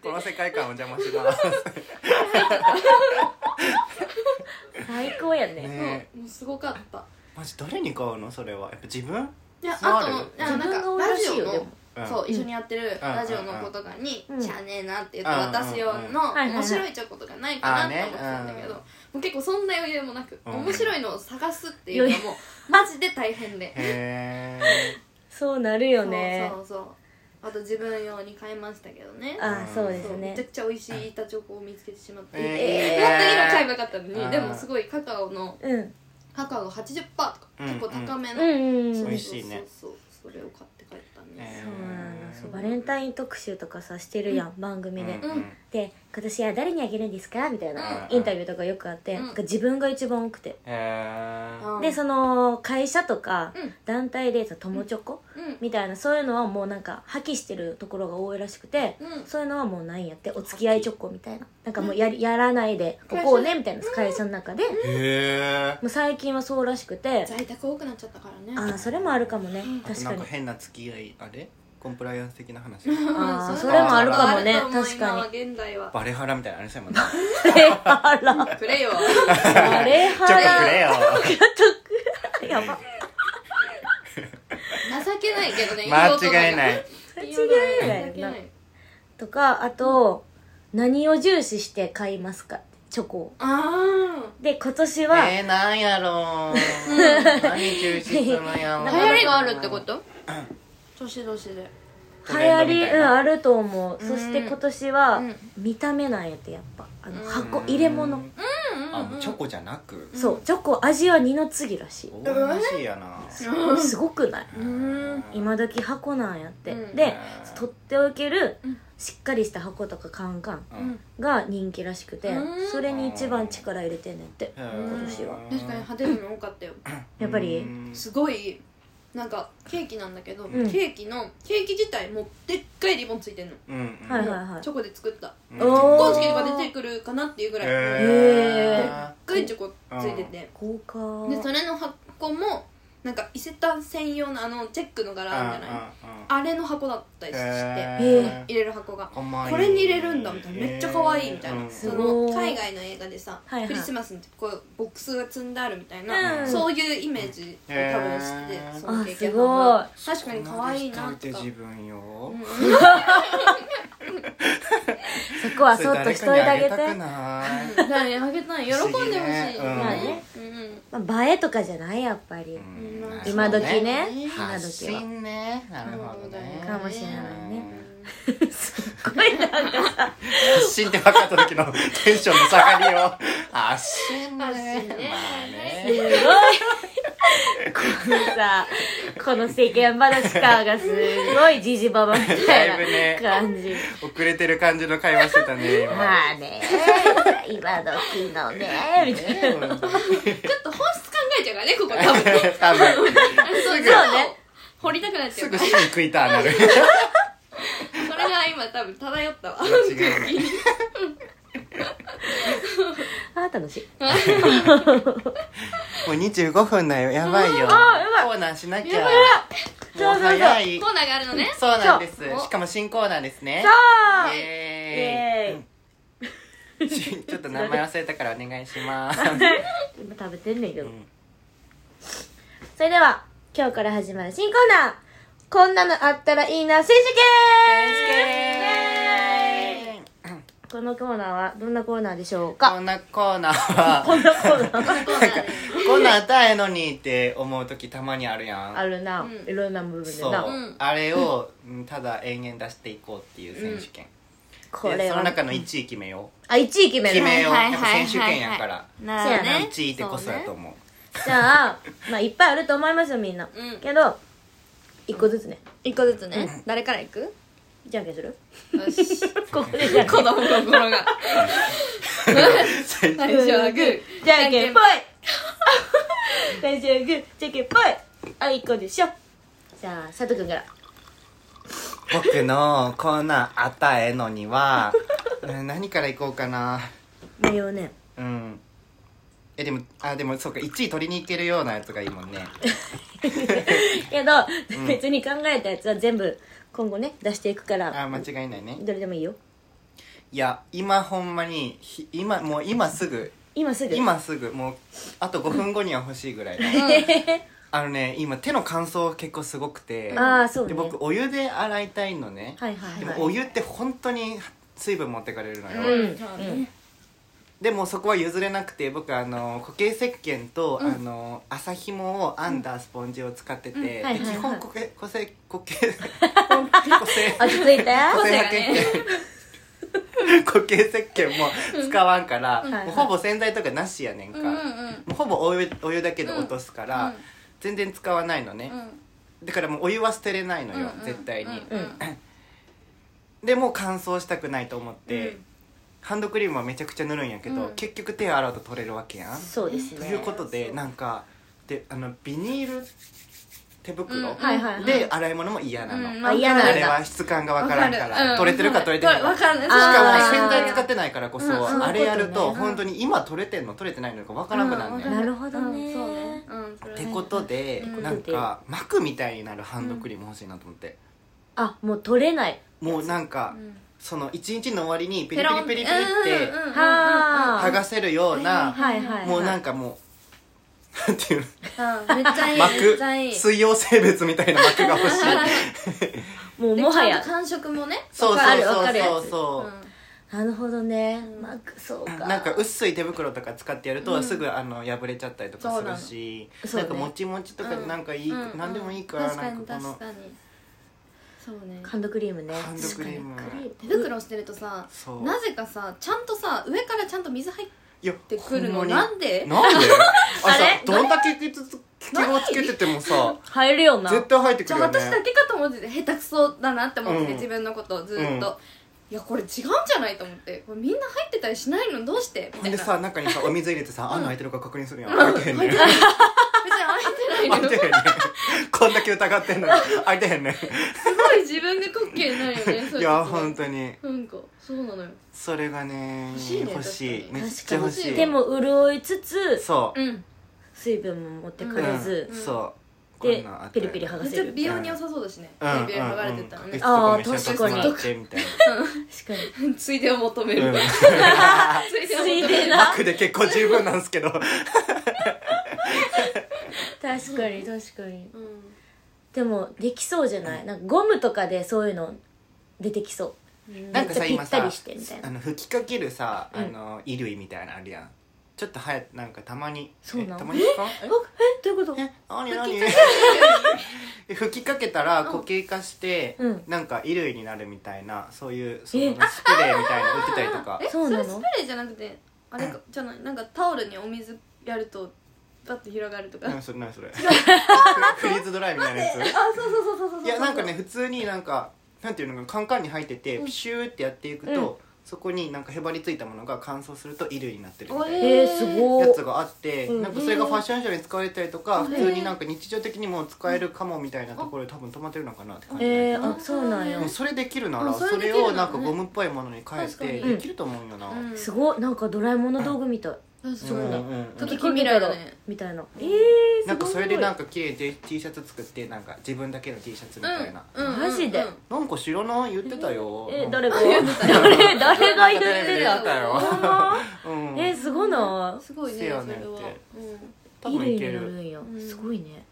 Speaker 1: この世界観を邪魔しまーす
Speaker 2: 最高やね
Speaker 1: ねえ
Speaker 3: もうすごかった
Speaker 1: マジ誰に買うのそれはやっぱ自分
Speaker 3: いや
Speaker 1: そう
Speaker 3: あ
Speaker 1: あ
Speaker 3: と
Speaker 1: る
Speaker 3: もいや
Speaker 2: 自
Speaker 3: なんか
Speaker 2: 分が
Speaker 3: ラ
Speaker 2: 嬉
Speaker 3: ジ
Speaker 2: しい
Speaker 3: オ
Speaker 2: よでも
Speaker 3: のそう、
Speaker 2: うん
Speaker 3: 一緒にやってる
Speaker 1: うん
Speaker 3: ラジオの子とかに「
Speaker 2: うん
Speaker 3: しゃあねえな」って言って渡す用
Speaker 2: う
Speaker 3: の
Speaker 2: んうんうん
Speaker 3: 面白いチョコとかないかなって思ってたん
Speaker 1: は
Speaker 3: だけど、
Speaker 1: いはいはいあーね
Speaker 3: もう結構そんな余裕もなく、
Speaker 1: うん
Speaker 3: 面白いのを探すっていうのはもうマジで大変で
Speaker 1: へ
Speaker 2: そうなるよね
Speaker 3: そうそうそうあと自分用に買いましたけどね
Speaker 2: ああそうで
Speaker 3: そ
Speaker 2: す
Speaker 3: う
Speaker 2: ね
Speaker 3: めちゃくちゃ美味しい板チョコを見つけてしまって、
Speaker 1: え
Speaker 2: ー
Speaker 3: もっといいの買えばよかったのに、
Speaker 1: うん
Speaker 3: でもすごいカカオの
Speaker 2: うん
Speaker 3: カカオが80%とか
Speaker 1: うん
Speaker 3: 結構高め
Speaker 2: う
Speaker 3: の、
Speaker 2: んうんうん
Speaker 3: そう
Speaker 1: 美味しいね
Speaker 3: そうそうそれを買って帰ったんです、
Speaker 1: え
Speaker 2: そうなのそうバレンタイン特集とかさしてるやん、番組で、
Speaker 1: ー
Speaker 3: うん
Speaker 2: で「今年は誰にあげるんですか?」みたいな、
Speaker 1: うん
Speaker 2: インタビューとかよくあって、
Speaker 3: うん
Speaker 2: なんか自分が一番多くて、
Speaker 1: へー
Speaker 3: うん
Speaker 2: でその会社とか
Speaker 3: うん
Speaker 2: 団体でさ友チョコ
Speaker 3: うん
Speaker 2: みたいなそういうのはもうなんか破棄してるところが多いらしくて、
Speaker 3: うん
Speaker 2: そういうのはもうないんやってお付き合いチョコみたいななんかもうやりやらないでおこうねみたいな会社の中で、も
Speaker 1: へえ
Speaker 2: う最近はそうらしくて、
Speaker 3: 在宅多くなっちゃったからね
Speaker 2: ああそれもあるかもね
Speaker 3: うん
Speaker 2: 確
Speaker 1: な
Speaker 2: か
Speaker 1: ん
Speaker 2: に
Speaker 1: か変な付き合いあれコンプライアンス的な話
Speaker 2: あー
Speaker 3: ん
Speaker 1: それもあるかも
Speaker 2: ね
Speaker 3: あると思う
Speaker 2: 確かに
Speaker 3: 今は現代は
Speaker 1: バレハラみたいなのありそうやもんね
Speaker 2: [laughs] あら
Speaker 3: くれよ
Speaker 2: あ
Speaker 1: ち
Speaker 2: れ
Speaker 1: ょっとく
Speaker 2: は
Speaker 1: れよ
Speaker 2: やば
Speaker 3: 情けないけどね
Speaker 1: [laughs]
Speaker 3: [laughs]
Speaker 1: 間違いないい
Speaker 2: 間違いないな
Speaker 3: 情けない
Speaker 2: とかあと、何を重視して買いますかチョコを
Speaker 3: あ
Speaker 2: で今年は、
Speaker 1: えー、なんやろう何中止するのや
Speaker 3: あ流行りがあるってこと年々で
Speaker 1: ト
Speaker 2: 流
Speaker 1: レンド
Speaker 2: 行り
Speaker 1: みたいな
Speaker 2: うんあると思う、
Speaker 3: うん
Speaker 2: そして今年は、
Speaker 3: うん
Speaker 2: 見た目なんやってやっぱあの
Speaker 3: うん
Speaker 2: 箱入れ物、
Speaker 1: あもうチョコじゃなく
Speaker 2: そうチョコ味は二の次らしい、
Speaker 1: 大話やな
Speaker 2: すごくない
Speaker 3: うん
Speaker 2: 今時箱なんやって、
Speaker 3: うん
Speaker 2: で取っておける、
Speaker 3: うん
Speaker 2: しっかりした箱とかカンカン
Speaker 1: うん
Speaker 2: が人気らしくて、
Speaker 3: うん
Speaker 2: それに一番力入れてんねんって、
Speaker 1: 今
Speaker 2: 年は
Speaker 3: 確かに派手なの多かったよ
Speaker 2: やっぱり
Speaker 3: すごいなんかケーキなんだけど、
Speaker 2: ん
Speaker 3: ケーキのケーキ自体もでっかいリボンついてんの、
Speaker 1: うん
Speaker 2: はいはいはい
Speaker 3: チョコで作った
Speaker 1: うん
Speaker 2: お
Speaker 3: コ
Speaker 2: ー
Speaker 3: ンチキとか出てくるかなっていうぐらい、でっ
Speaker 1: へ
Speaker 2: へ
Speaker 1: ー
Speaker 3: かいチョコついてて、
Speaker 2: 豪華
Speaker 3: でそれの箱もなんか伊勢丹専用のあのチェックの柄あるじゃないあれの箱だったりして、
Speaker 1: へー
Speaker 3: 入れる箱が
Speaker 1: 甘い
Speaker 3: これに入れるんだみたいなめっちゃ可愛いみたいな、
Speaker 1: うん
Speaker 3: そ
Speaker 2: すご
Speaker 3: の
Speaker 2: い
Speaker 3: 海外の映画でさ、
Speaker 2: はいはい
Speaker 3: クリスマスの時こうボックスが積んであるみたいな、
Speaker 2: うん
Speaker 3: そういうイメージを多分してて、
Speaker 1: へー
Speaker 3: その経験
Speaker 2: あ
Speaker 3: 確かに可愛いな
Speaker 1: そん
Speaker 3: と
Speaker 1: でし
Speaker 3: か
Speaker 1: といて自分よ
Speaker 3: うん
Speaker 2: そこはそっとしといてあげて
Speaker 1: それ誰かにあげたくない
Speaker 3: だからあげたい喜んでほしいよね
Speaker 1: 不思議ねうん
Speaker 2: まあね
Speaker 3: うんうん
Speaker 2: まあ映えとかじゃないやっぱり、
Speaker 1: うん
Speaker 3: うん
Speaker 2: 今時ね
Speaker 3: なるほどね
Speaker 2: 今
Speaker 1: 発
Speaker 2: 時は
Speaker 1: 信ねなるほどね
Speaker 2: かもしれないね
Speaker 1: うん
Speaker 2: すごいなんかさ
Speaker 1: 発信って分かった時の [laughs] テンションの下がりを発信ね
Speaker 3: 発信
Speaker 1: ま
Speaker 3: ね
Speaker 1: あ
Speaker 2: すご
Speaker 1: ね
Speaker 2: いこのさこの世間話感がすごいジジババみた
Speaker 1: だいぶ
Speaker 2: い
Speaker 1: ね
Speaker 2: な感じ、
Speaker 1: 遅れてる感じの会話してたね今
Speaker 2: まあね今時のねみた
Speaker 1: ね
Speaker 2: いな
Speaker 3: ちょっと本質考えちゃうからねここ
Speaker 1: [laughs]
Speaker 3: 多分
Speaker 1: 多分
Speaker 3: そう
Speaker 2: そうね
Speaker 3: 掘りたくなっちゃ
Speaker 1: す
Speaker 3: うか
Speaker 1: ぐ
Speaker 3: ら
Speaker 1: 死に食いた
Speaker 2: [laughs]
Speaker 1: なる
Speaker 3: それが今多分漂ったわ
Speaker 1: 間違いない
Speaker 2: あー楽しい
Speaker 1: もう25分だよやばいよ
Speaker 2: あやばい
Speaker 1: コーナーしなきゃ
Speaker 3: やば
Speaker 1: もう早い
Speaker 3: コーナーがあるのね
Speaker 1: そうなんで
Speaker 3: そう
Speaker 1: すしかも新コーナーですね
Speaker 2: あ
Speaker 1: イ
Speaker 2: ーイ
Speaker 1: エーイ
Speaker 2: エーイ
Speaker 1: しちょっと名前忘れたからお願いします、
Speaker 2: 今食べてんねんけ
Speaker 1: う
Speaker 2: ど、
Speaker 1: ん
Speaker 2: それでは今日から始まる新コーナーこんなのあったらいいな選手権イエーイこのコーナーはどんなコーナーでしょうか
Speaker 1: [laughs] こんなコーナーは
Speaker 2: こんなコーナー
Speaker 1: こんなんあったらええのにって思う時たまにあるやん
Speaker 2: あるな、
Speaker 3: うん
Speaker 2: いろんな部分で
Speaker 1: そう、
Speaker 2: な
Speaker 3: うん
Speaker 1: あれをうんただ延々出していこうっていう選手権、
Speaker 2: これ
Speaker 1: で
Speaker 2: は
Speaker 1: その中の1位決めよう、
Speaker 2: あ1位決める
Speaker 1: 決めよう、
Speaker 3: はいはい
Speaker 1: やっぱ
Speaker 3: はいはい
Speaker 1: 選手権やから、
Speaker 3: な
Speaker 2: そうやな
Speaker 1: 1位ってこそやと思う
Speaker 2: じゃあまあいっぱいあると思いますよみんな、
Speaker 3: うん
Speaker 2: けど1個ずつね
Speaker 3: 一個ずつね誰から行く
Speaker 2: じゃんけんす
Speaker 3: [laughs]
Speaker 2: る
Speaker 3: よし子
Speaker 2: ここでじゃんけん
Speaker 3: 供の心が
Speaker 1: [laughs]
Speaker 3: 最初はグー
Speaker 2: じゃんけん
Speaker 3: [laughs]
Speaker 2: ぽい
Speaker 3: い
Speaker 2: 大丈夫じゃんけんぽいあ一個でしょじゃあ佐藤君から
Speaker 1: 僕の「こんなんあったらええのには」うん何からいこうかな
Speaker 2: 迷うね
Speaker 1: うんえでもあでもそうか1位取りに行けるようなやつがいいもんね
Speaker 2: けど、別に考えたやつは全部今後ね出していくから
Speaker 1: あ間違いないね
Speaker 2: どれでもいいよ
Speaker 1: いや今ほんまにひ今もう今すぐ
Speaker 2: 今すぐ [laughs]
Speaker 1: 今すぐもうあと5分後には欲しいぐらいあのね今手の乾燥結構すごくて
Speaker 2: あーそう
Speaker 1: で
Speaker 2: ね
Speaker 1: 僕お湯で洗いたいのね、
Speaker 2: はいはいはい
Speaker 1: でもお湯って本当に水分持ってかれるのよ、
Speaker 2: うん
Speaker 1: でもそこは譲れなくて僕あの固形石鹸と、あの朝ひもを編んだスポンジを使ってて、
Speaker 2: はいはい
Speaker 1: で
Speaker 2: はい
Speaker 1: 基本固形固形固形固形
Speaker 2: 落ち
Speaker 1: [laughs]
Speaker 2: 着い
Speaker 1: 固
Speaker 2: て
Speaker 3: 性
Speaker 1: 形
Speaker 3: がね
Speaker 1: 石鹸固形石鹸も使わんから、
Speaker 2: んはい
Speaker 1: もうほぼ洗剤とかなしやねんか、
Speaker 3: うんうん
Speaker 1: もうほぼお湯お湯だけで落とすから、
Speaker 3: うん
Speaker 1: 全然使わないのね、だからもうお湯は捨てれないのよ、
Speaker 3: うんうん
Speaker 1: 絶対に、
Speaker 3: うん
Speaker 1: でもう乾燥したくないと思って、
Speaker 3: うん
Speaker 1: ハンドクリームはめちゃくちゃ塗るんやけど、
Speaker 3: うん
Speaker 1: 結局手洗うと取れるわけやん
Speaker 2: そうです
Speaker 1: と
Speaker 2: ね
Speaker 1: いうことでなんかであのビニール手袋、
Speaker 3: うん
Speaker 2: はいはいはい
Speaker 1: で洗い物も嫌なの、
Speaker 3: うん
Speaker 2: あ嫌なん
Speaker 1: あ
Speaker 2: だ
Speaker 1: れは質感がわからんか
Speaker 3: わかるう
Speaker 1: ら
Speaker 3: ん
Speaker 1: 取れてるか取れてないか
Speaker 3: わかんない
Speaker 1: し
Speaker 2: あー
Speaker 1: かも洗剤使ってないからこそ、
Speaker 3: うんうん
Speaker 1: あれやる
Speaker 2: そういう
Speaker 1: と
Speaker 2: ことね
Speaker 1: 本当に今取れてんの取れてないのかわからんくなるね、
Speaker 2: うんなるほどね
Speaker 3: そうねうんそれ
Speaker 1: っ
Speaker 3: は
Speaker 1: て
Speaker 3: ね
Speaker 1: ことで、
Speaker 3: うん
Speaker 1: なんか膜みたいになるハンドクリーム欲しいなと思って、
Speaker 2: あもう取れない
Speaker 1: もうなんか、
Speaker 3: うん
Speaker 1: その一日の終わりにペリペ
Speaker 3: ペロ
Speaker 1: リ
Speaker 3: ン
Speaker 1: ペリペリって
Speaker 3: うんうんうんうん
Speaker 2: は
Speaker 1: 剥がせるような、
Speaker 2: はいはい、はい、
Speaker 1: もうなん
Speaker 2: か
Speaker 1: かもうなんていうの
Speaker 3: うんめっちゃいいめっちゃい
Speaker 1: 膜
Speaker 3: い
Speaker 1: 水溶性別みたいな膜が
Speaker 3: [laughs]
Speaker 1: 欲しい
Speaker 2: もう
Speaker 3: で
Speaker 2: もはや
Speaker 3: ちゃんと感触もね
Speaker 1: そう
Speaker 3: わ
Speaker 1: そ
Speaker 3: か
Speaker 1: う
Speaker 3: る
Speaker 2: わ
Speaker 1: そ
Speaker 2: か
Speaker 1: う
Speaker 2: る
Speaker 1: そ
Speaker 2: や
Speaker 1: う
Speaker 2: つ
Speaker 1: そう
Speaker 2: なるほどねまあそうか
Speaker 1: なんか薄い手袋とか使ってやるとすぐあの破れちゃったりとかするし
Speaker 2: そう
Speaker 1: な
Speaker 2: なの
Speaker 1: んか
Speaker 2: そうね
Speaker 1: もちもちとか
Speaker 3: うん
Speaker 1: なんかいい
Speaker 3: うん
Speaker 1: なんでもいいから
Speaker 3: 確か
Speaker 1: なん
Speaker 3: に
Speaker 1: かこの
Speaker 3: 確かにそうね
Speaker 2: ハンドクリームね
Speaker 1: ハンドクリーム
Speaker 2: 確かに
Speaker 3: 手袋してるとさ
Speaker 1: そう
Speaker 3: なぜかさちゃんとさ上からちゃんと水入っ
Speaker 1: いや
Speaker 3: てく
Speaker 1: ほ
Speaker 3: るの
Speaker 1: んまに
Speaker 3: なんで [laughs]
Speaker 1: なんであ
Speaker 2: あれ
Speaker 1: さどんだけ傷つ傷をつけててもさ
Speaker 2: 入るよな
Speaker 1: 絶対入ってく
Speaker 3: じゃ
Speaker 1: る
Speaker 3: あ
Speaker 1: よ
Speaker 3: 私だ
Speaker 1: ね
Speaker 3: けかと思ってて下手くそだなって思ってて、
Speaker 1: うん
Speaker 3: 自分のことをずっ
Speaker 1: うん
Speaker 3: と、いやこれ違うんじゃないと思ってこれみんな入ってたりしないのどうしてみ
Speaker 1: ほん
Speaker 3: たい
Speaker 1: で
Speaker 3: な
Speaker 1: さ中にさお水入れてさ穴開いてるか確認するやん開いてへんねん
Speaker 3: 別に開いてな
Speaker 1: [laughs] 開
Speaker 3: い
Speaker 1: い
Speaker 3: の
Speaker 1: てへんねん [laughs] こんだけ疑ってん
Speaker 3: [laughs]
Speaker 1: のに開いてへんねん
Speaker 3: すごい自分で滑稽になるよねそう
Speaker 1: いうや
Speaker 3: とこ
Speaker 1: 本当に
Speaker 3: なんかそうなのよ
Speaker 1: それがね
Speaker 3: 欲しいね
Speaker 1: 欲しい
Speaker 3: 確か
Speaker 1: め
Speaker 3: に
Speaker 1: っちゃ欲しい
Speaker 2: 手も潤いつつ
Speaker 1: そう
Speaker 3: うん
Speaker 2: 水分も持ってくれず
Speaker 1: うん、そうこん
Speaker 2: で
Speaker 1: なんあった
Speaker 2: ピ
Speaker 1: よ
Speaker 2: リピリ剥が
Speaker 3: めっ
Speaker 2: せ
Speaker 3: ちゃ
Speaker 2: る
Speaker 3: 美容に良さそうだしね
Speaker 1: うんうんうん
Speaker 3: ビビ剥がれてったらね
Speaker 1: 靴とかめっちゃ
Speaker 2: あー
Speaker 1: 安くもらってみたい
Speaker 2: 確かに
Speaker 3: ついでを求め
Speaker 2: [laughs]
Speaker 3: る、
Speaker 1: な
Speaker 3: ついで
Speaker 1: [laughs]
Speaker 3: を
Speaker 2: つい
Speaker 3: 求め
Speaker 2: で
Speaker 3: る
Speaker 2: な
Speaker 1: 楽で結構十分なんですけど
Speaker 2: 確かに確かに
Speaker 3: うん
Speaker 2: でもできそうじゃないなんかゴムとかでそういうの出てきそう
Speaker 1: なんかさ
Speaker 2: めっちゃ
Speaker 1: 今
Speaker 2: ぴった
Speaker 1: さ
Speaker 2: りしてみたいな
Speaker 1: あの吹きかけるさ
Speaker 2: うん
Speaker 1: あの衣類みたいなのあるやんちょっとはやなんかたまに
Speaker 2: そうなの
Speaker 1: えたまに使う
Speaker 2: ええどういうこと
Speaker 1: え何何吹きかけたら固形化して、
Speaker 2: うん
Speaker 1: なんか衣類になるみたいなそういうそのスプレーみたいなの売ってたりとか
Speaker 3: え
Speaker 2: そう
Speaker 3: そ
Speaker 2: なの
Speaker 3: れスプレーじゃなくてあれかじゃないなんかタオルにお水やるとバッて広がるとか、
Speaker 1: 何それ何
Speaker 3: [laughs]
Speaker 1: それフリーズドライみたいなやつ
Speaker 3: あそうそうそうそうそうそう
Speaker 1: いやなんかね普通になんかなんていうのかなカンカンに入っててピシューってやっていくと、
Speaker 2: うん
Speaker 1: そこになんかへばりついたものが乾燥すると衣類になってるみ
Speaker 3: お
Speaker 1: たいな
Speaker 2: えー、すご
Speaker 1: や
Speaker 2: い
Speaker 1: つがあって、
Speaker 2: うん
Speaker 1: なんかそれがファッションショーに使われたりとか、
Speaker 3: うん
Speaker 1: 普通になんか日常的にも使えるかもみたいなところで多分止まってるのかなって感じなん
Speaker 2: え
Speaker 1: やけど
Speaker 2: ー、あそうなんや
Speaker 1: でもそれできるなら
Speaker 3: あ
Speaker 1: それ
Speaker 3: それできるのね
Speaker 1: をなんかゴムっぽいものに変え
Speaker 3: 確か
Speaker 1: て
Speaker 3: に
Speaker 1: できると思うよな、
Speaker 3: うん
Speaker 2: すごいなんかドラえもんの道具みたい
Speaker 1: う
Speaker 4: そ
Speaker 1: ん
Speaker 4: う
Speaker 1: う
Speaker 4: だ
Speaker 1: んうん
Speaker 4: 時々未来だね
Speaker 2: みたいなえー、
Speaker 1: なんかそれでなん
Speaker 2: か
Speaker 1: か綺麗で T シャツ作ってなんか自分だけの T シャツみたいな、
Speaker 4: うんうん
Speaker 2: マジで
Speaker 1: なんか知らない言ってたよ
Speaker 2: え誰が
Speaker 1: か
Speaker 2: 誰 [laughs] 誰が言っ
Speaker 1: テレビ
Speaker 2: て
Speaker 1: で言って
Speaker 2: た
Speaker 1: たよ
Speaker 2: ほんま
Speaker 1: うん
Speaker 2: えー、すごな
Speaker 3: すごいねそ
Speaker 1: せ
Speaker 3: れ
Speaker 1: や
Speaker 3: は
Speaker 1: ねんて多分
Speaker 2: 衣類
Speaker 1: いけ
Speaker 2: になる
Speaker 1: る
Speaker 2: んや
Speaker 3: うん
Speaker 2: すごいね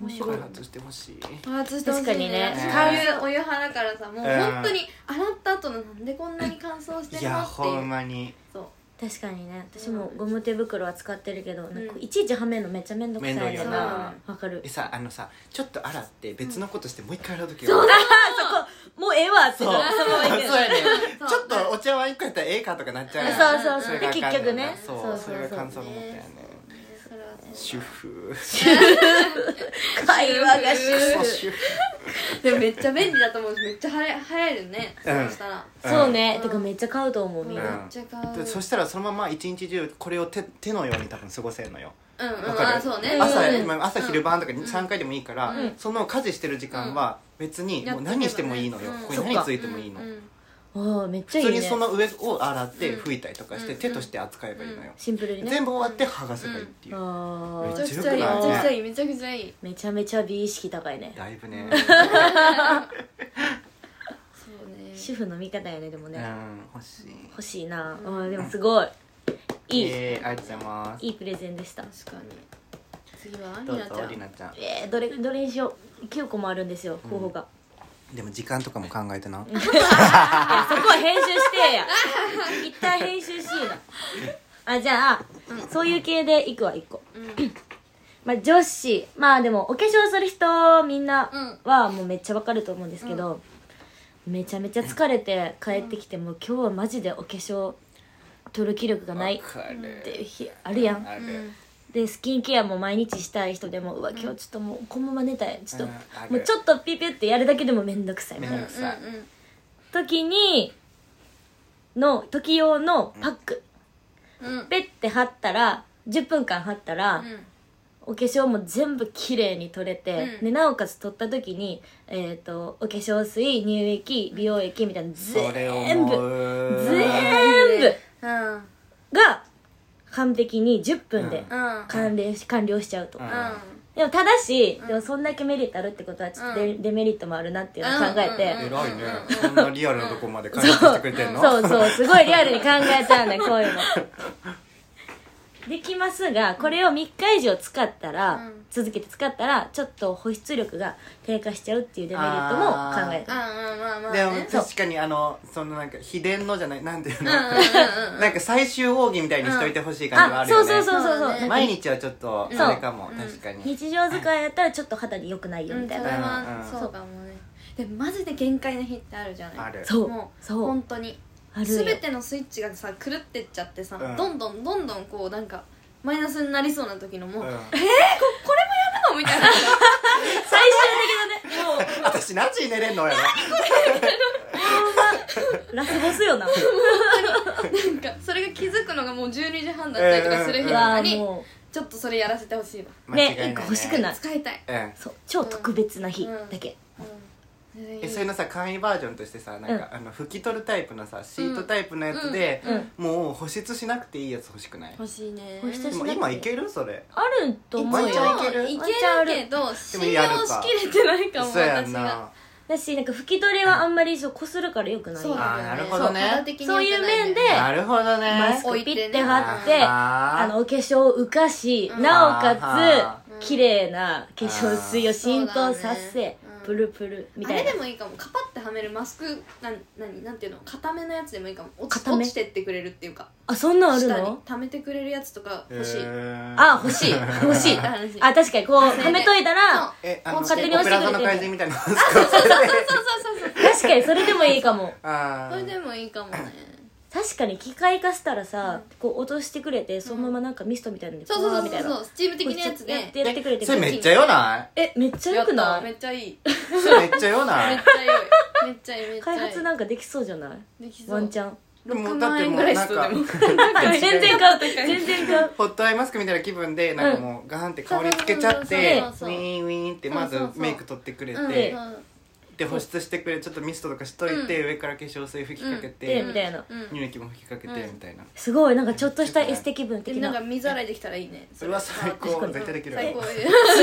Speaker 2: 面白い
Speaker 1: 開発してほしい
Speaker 3: うん私
Speaker 2: 確かにね
Speaker 3: ああいうお湯派だからさも
Speaker 1: う
Speaker 3: う
Speaker 1: ん
Speaker 3: 本当に洗った後のなんでこんなに乾燥して
Speaker 1: い
Speaker 3: るの
Speaker 1: や
Speaker 3: って
Speaker 1: ほん
Speaker 3: いう
Speaker 1: まに
Speaker 3: そう
Speaker 2: 確かにね私もゴム手袋は使ってるけど、なんか
Speaker 3: うん
Speaker 2: いちいちはめんのめっちゃめんどくさい
Speaker 1: 面
Speaker 2: よ
Speaker 1: 倒
Speaker 3: よ
Speaker 2: な
Speaker 3: な
Speaker 2: わかる
Speaker 1: えさあのさちょっと洗って別のことしてもう一回洗う時
Speaker 2: そう
Speaker 1: が
Speaker 2: だそこもうええわって
Speaker 1: そう
Speaker 2: なるそのままいける
Speaker 1: そうやね
Speaker 3: そ
Speaker 1: ん
Speaker 3: う
Speaker 1: ちょっとお茶碗一個やったらええかとかなっちゃうやん
Speaker 2: そうそう
Speaker 1: そ
Speaker 2: そう
Speaker 1: れ
Speaker 2: で
Speaker 1: があ
Speaker 2: 結
Speaker 1: かんね
Speaker 2: 局
Speaker 1: んな
Speaker 2: ね
Speaker 1: そうそれが感想のもったよね
Speaker 3: それは
Speaker 1: 主婦
Speaker 2: 会話がし
Speaker 1: [laughs]
Speaker 3: 主
Speaker 1: そう主婦
Speaker 3: でもめっちゃ便利だと思うしめっちゃはや流行るね、
Speaker 1: うん
Speaker 3: そうしたら、
Speaker 2: そうね、
Speaker 3: うん
Speaker 2: てかめっちゃ買うと思うみん
Speaker 3: めっ
Speaker 2: な、
Speaker 3: ちゃ買う
Speaker 1: でそしたらそのまま一日中これを手手のように多分過ごせるのよ
Speaker 3: うんうん
Speaker 1: わかる
Speaker 3: あそうね
Speaker 1: 朝
Speaker 3: うん
Speaker 1: 今朝昼晩とかに3回でもいいから、
Speaker 3: うん
Speaker 1: その家事してる時間は別にもう何してもいいのよ、
Speaker 3: うん
Speaker 1: これ何ついてもいいの、
Speaker 3: うんうん
Speaker 2: ああめっちゃ
Speaker 1: 普
Speaker 2: い
Speaker 1: 通
Speaker 2: いね
Speaker 1: にその上を洗って拭いたりとかして、
Speaker 3: うん
Speaker 1: 手として扱えばいいのよ、
Speaker 2: シンプルにね
Speaker 1: 全部終わって剥がせばいいっていう、
Speaker 2: あ
Speaker 1: め
Speaker 3: め
Speaker 1: っ
Speaker 2: あ
Speaker 3: ちゃくちゃいい
Speaker 1: 強くな
Speaker 3: め
Speaker 1: い
Speaker 3: ちゃくちゃいいめ
Speaker 2: めち
Speaker 3: ちゃくちゃいい
Speaker 2: ゃめちゃ美意識高いね
Speaker 1: だいぶね、
Speaker 3: そうね
Speaker 2: 主婦の味方やねでも
Speaker 1: う
Speaker 2: ね、
Speaker 1: ん、欲しい
Speaker 2: 欲しいな、あーでもすごいいい、
Speaker 1: えー、ありがとうございます
Speaker 2: いいプレゼンでした
Speaker 3: 確かに次は
Speaker 1: どうぞ
Speaker 3: ひなちゃん
Speaker 1: りなちゃん
Speaker 2: えー、どれどれにしよう9個もあるんですよ候補が、
Speaker 1: でも時間とかも考えてな
Speaker 2: いやそこは編集してや一旦編集しいなあじゃあ、そういう系でいくわ1個、まあ女子まあでもお化粧する人みんなはもうめっちゃわかると思うんですけど、めちゃめちゃ疲れて帰ってきてもう今日はマジでお化粧取る気力がない
Speaker 1: わかる
Speaker 2: っていう日あるやん
Speaker 1: ある、
Speaker 2: でスキンケアも毎日したい人でもうわ今日ちょっともうこのまま寝たいちょっと、
Speaker 1: うんある
Speaker 2: もうちょっとピュピュってやるだけでもめんどくさいみたいな
Speaker 1: めんどくさい、
Speaker 3: うんうん
Speaker 2: 時にの時用のパック、
Speaker 3: うん
Speaker 2: ペッて貼ったら10分間貼ったら、
Speaker 3: うん
Speaker 2: お化粧も全部綺麗に取れて、
Speaker 3: うん
Speaker 2: でなおかつ取った時に、えー、とお化粧水乳液美容液みたいな
Speaker 1: それを
Speaker 2: 全
Speaker 1: 思
Speaker 2: 部
Speaker 1: う
Speaker 2: 全部
Speaker 3: うんうん
Speaker 2: が完璧に10分で
Speaker 3: うん
Speaker 2: 完了し完了しちゃうと、
Speaker 1: うん
Speaker 2: でもただし、でもそんだけメリットあるってことはちょっとデ,、デメリットもあるなっていうのを考えて、
Speaker 3: うん
Speaker 1: 偉いねそんなリアルなとこまで解説してくれてんの
Speaker 2: そうそうすごいリアルに考えちゃうんだこういうのできますがこれを3日以上使ったら、
Speaker 3: うん
Speaker 2: 続けて使ったらちょっと保湿力が低下しちゃうっていうデメリットも考え
Speaker 3: うん
Speaker 2: た
Speaker 3: まあまあ
Speaker 1: で
Speaker 3: ね
Speaker 1: も
Speaker 3: そう
Speaker 1: 確かにあのそのなんか秘伝のじゃないなんていうの、
Speaker 3: うんうんう
Speaker 1: [laughs]
Speaker 3: ん
Speaker 1: なんか最終奥義みたいにしといてほしい感じは
Speaker 2: あ
Speaker 1: ある
Speaker 2: そ
Speaker 1: よ
Speaker 2: う
Speaker 1: ね
Speaker 2: そうそうそうそう
Speaker 3: そうだね
Speaker 1: 毎日はちょっと
Speaker 2: ん
Speaker 1: あれかも、
Speaker 3: うん
Speaker 1: 確かに、
Speaker 2: 日常使いやったらちょっと肌に良くないよ
Speaker 3: うん
Speaker 2: み
Speaker 3: そ
Speaker 2: た
Speaker 3: れ
Speaker 2: いな、
Speaker 3: は
Speaker 1: うん
Speaker 3: そうかもねでもマジで限界の日ってあるじゃない
Speaker 1: ある
Speaker 2: そう
Speaker 3: もう
Speaker 2: そう
Speaker 3: 本当に
Speaker 2: あるよ
Speaker 3: 全てのスイッチがさ狂ってっちゃってさ、
Speaker 1: うん
Speaker 3: どんどんどんどんこうなんかマイナスになりそうな時のもう、
Speaker 1: うん
Speaker 3: えー、ここれもやるのみたいな
Speaker 2: 最終的なねもう
Speaker 1: 私何時に寝れんのやろ
Speaker 2: ラスボスよな
Speaker 3: なんかそれが気づくのがもう12時半だったりとかする
Speaker 2: う
Speaker 3: 日と
Speaker 2: わ
Speaker 3: か
Speaker 2: ー
Speaker 3: に、
Speaker 2: も
Speaker 3: ちょっとそれやらせてほしいわ
Speaker 2: う
Speaker 1: 間違いない
Speaker 2: ね一個欲しくない
Speaker 3: 使いたい、
Speaker 1: うん
Speaker 2: そう超特別な日だけ、
Speaker 3: うん、
Speaker 1: えそれのさ簡易バージョンとしてさなんか、あの拭き取るタイプのさシートタイプのやつで、
Speaker 2: うん
Speaker 1: もう保湿しなくていいやつ欲しくない、
Speaker 3: 欲しいね
Speaker 2: 保湿
Speaker 1: でも今いけるそれ
Speaker 2: あると思うよ
Speaker 1: 一応いける
Speaker 3: いけるけど
Speaker 1: でも
Speaker 3: 信
Speaker 1: やる
Speaker 3: 用し
Speaker 1: か
Speaker 3: きれてないかも
Speaker 1: そうやん
Speaker 3: 私
Speaker 1: な
Speaker 3: が
Speaker 2: だしなんか拭き取りはあんまりそうこするからよくない
Speaker 3: そう
Speaker 1: あーなる
Speaker 3: だよね
Speaker 1: ほどね
Speaker 3: そう肌的に
Speaker 2: そういう面で
Speaker 3: 良くないね
Speaker 1: なるほど
Speaker 2: マ
Speaker 1: ね
Speaker 2: スクピッて貼って、
Speaker 1: 置いてね
Speaker 2: あのお化粧を浮かし、なおか
Speaker 3: うん
Speaker 2: つ綺麗な化粧水を浸透させ、
Speaker 3: うん
Speaker 2: プルプルみ
Speaker 3: あ
Speaker 2: た
Speaker 3: れ
Speaker 2: いな
Speaker 3: でもいいかもカパってはめるマスクなん何なんていうの固めのやつでもいいかも落ち
Speaker 2: 固め
Speaker 3: 落ちてってくれるっていうか
Speaker 2: あそんなんある
Speaker 3: 下に
Speaker 2: の
Speaker 3: 溜めてくれるやつとか欲しい、
Speaker 1: えー
Speaker 2: あ欲しい欲しい
Speaker 3: [laughs] 欲しい
Speaker 2: あ確かにこうはめといたら
Speaker 1: えあの
Speaker 2: 勝手に
Speaker 1: オペ
Speaker 2: 押してくれ
Speaker 1: ラ
Speaker 2: て
Speaker 1: 座の怪
Speaker 2: る
Speaker 1: 人みたいなそう
Speaker 3: そうそうそうそう
Speaker 2: 確かにそれでもいいか
Speaker 3: [laughs]
Speaker 2: も
Speaker 1: あ
Speaker 3: それでもいいかもね
Speaker 2: 確かに機械化したらさ、こう落としてくれてそのままなんかミストみたいなんで
Speaker 3: そうそう
Speaker 2: わー
Speaker 3: そう
Speaker 2: みた
Speaker 3: そ
Speaker 2: い
Speaker 3: うそ
Speaker 2: な
Speaker 3: うスチーム的なやつで
Speaker 2: やってやってくれて
Speaker 1: それめっちゃよな
Speaker 2: えめっちゃよく
Speaker 3: やった
Speaker 2: な
Speaker 3: め
Speaker 2: い
Speaker 3: っちゃいい
Speaker 1: いそれめっちゃよ
Speaker 3: め
Speaker 1: な
Speaker 3: っ
Speaker 1: い
Speaker 3: [laughs] ちゃ良いめっちゃいいめっちゃい
Speaker 2: 開
Speaker 3: い
Speaker 2: 発なんかできそうじゃない
Speaker 3: できそう
Speaker 2: ワンチャン
Speaker 1: でも
Speaker 3: 6
Speaker 1: だっ
Speaker 3: 万
Speaker 1: て
Speaker 3: 円
Speaker 1: も
Speaker 3: ぐ
Speaker 1: う
Speaker 3: らい
Speaker 1: なん
Speaker 3: しそう
Speaker 1: か
Speaker 3: でも
Speaker 2: 全然
Speaker 3: [laughs]
Speaker 2: 買う全然買う
Speaker 1: ホットアイマスクみたいな気分でなんかもううガーンって香りつけちゃってウ
Speaker 3: そうそうそうそう
Speaker 1: ィーンウィーンってまず
Speaker 3: そうそうそう
Speaker 1: メイク取ってくれ
Speaker 3: うん
Speaker 1: て
Speaker 3: うん
Speaker 1: って保湿してくれちょっとミストとかしといて、
Speaker 3: う
Speaker 1: 上から化粧水吹きかけ
Speaker 2: で
Speaker 1: て、
Speaker 2: みたいな
Speaker 3: うん
Speaker 1: 乳液も吹きかけてみたいな、
Speaker 2: すごいなんかちょっとしたエステ気分
Speaker 3: で
Speaker 2: 的
Speaker 3: な
Speaker 2: なん
Speaker 3: か水洗いできたらいいね
Speaker 1: [laughs] それは最高絶対できる
Speaker 3: 最
Speaker 1: [laughs]
Speaker 3: 高
Speaker 2: す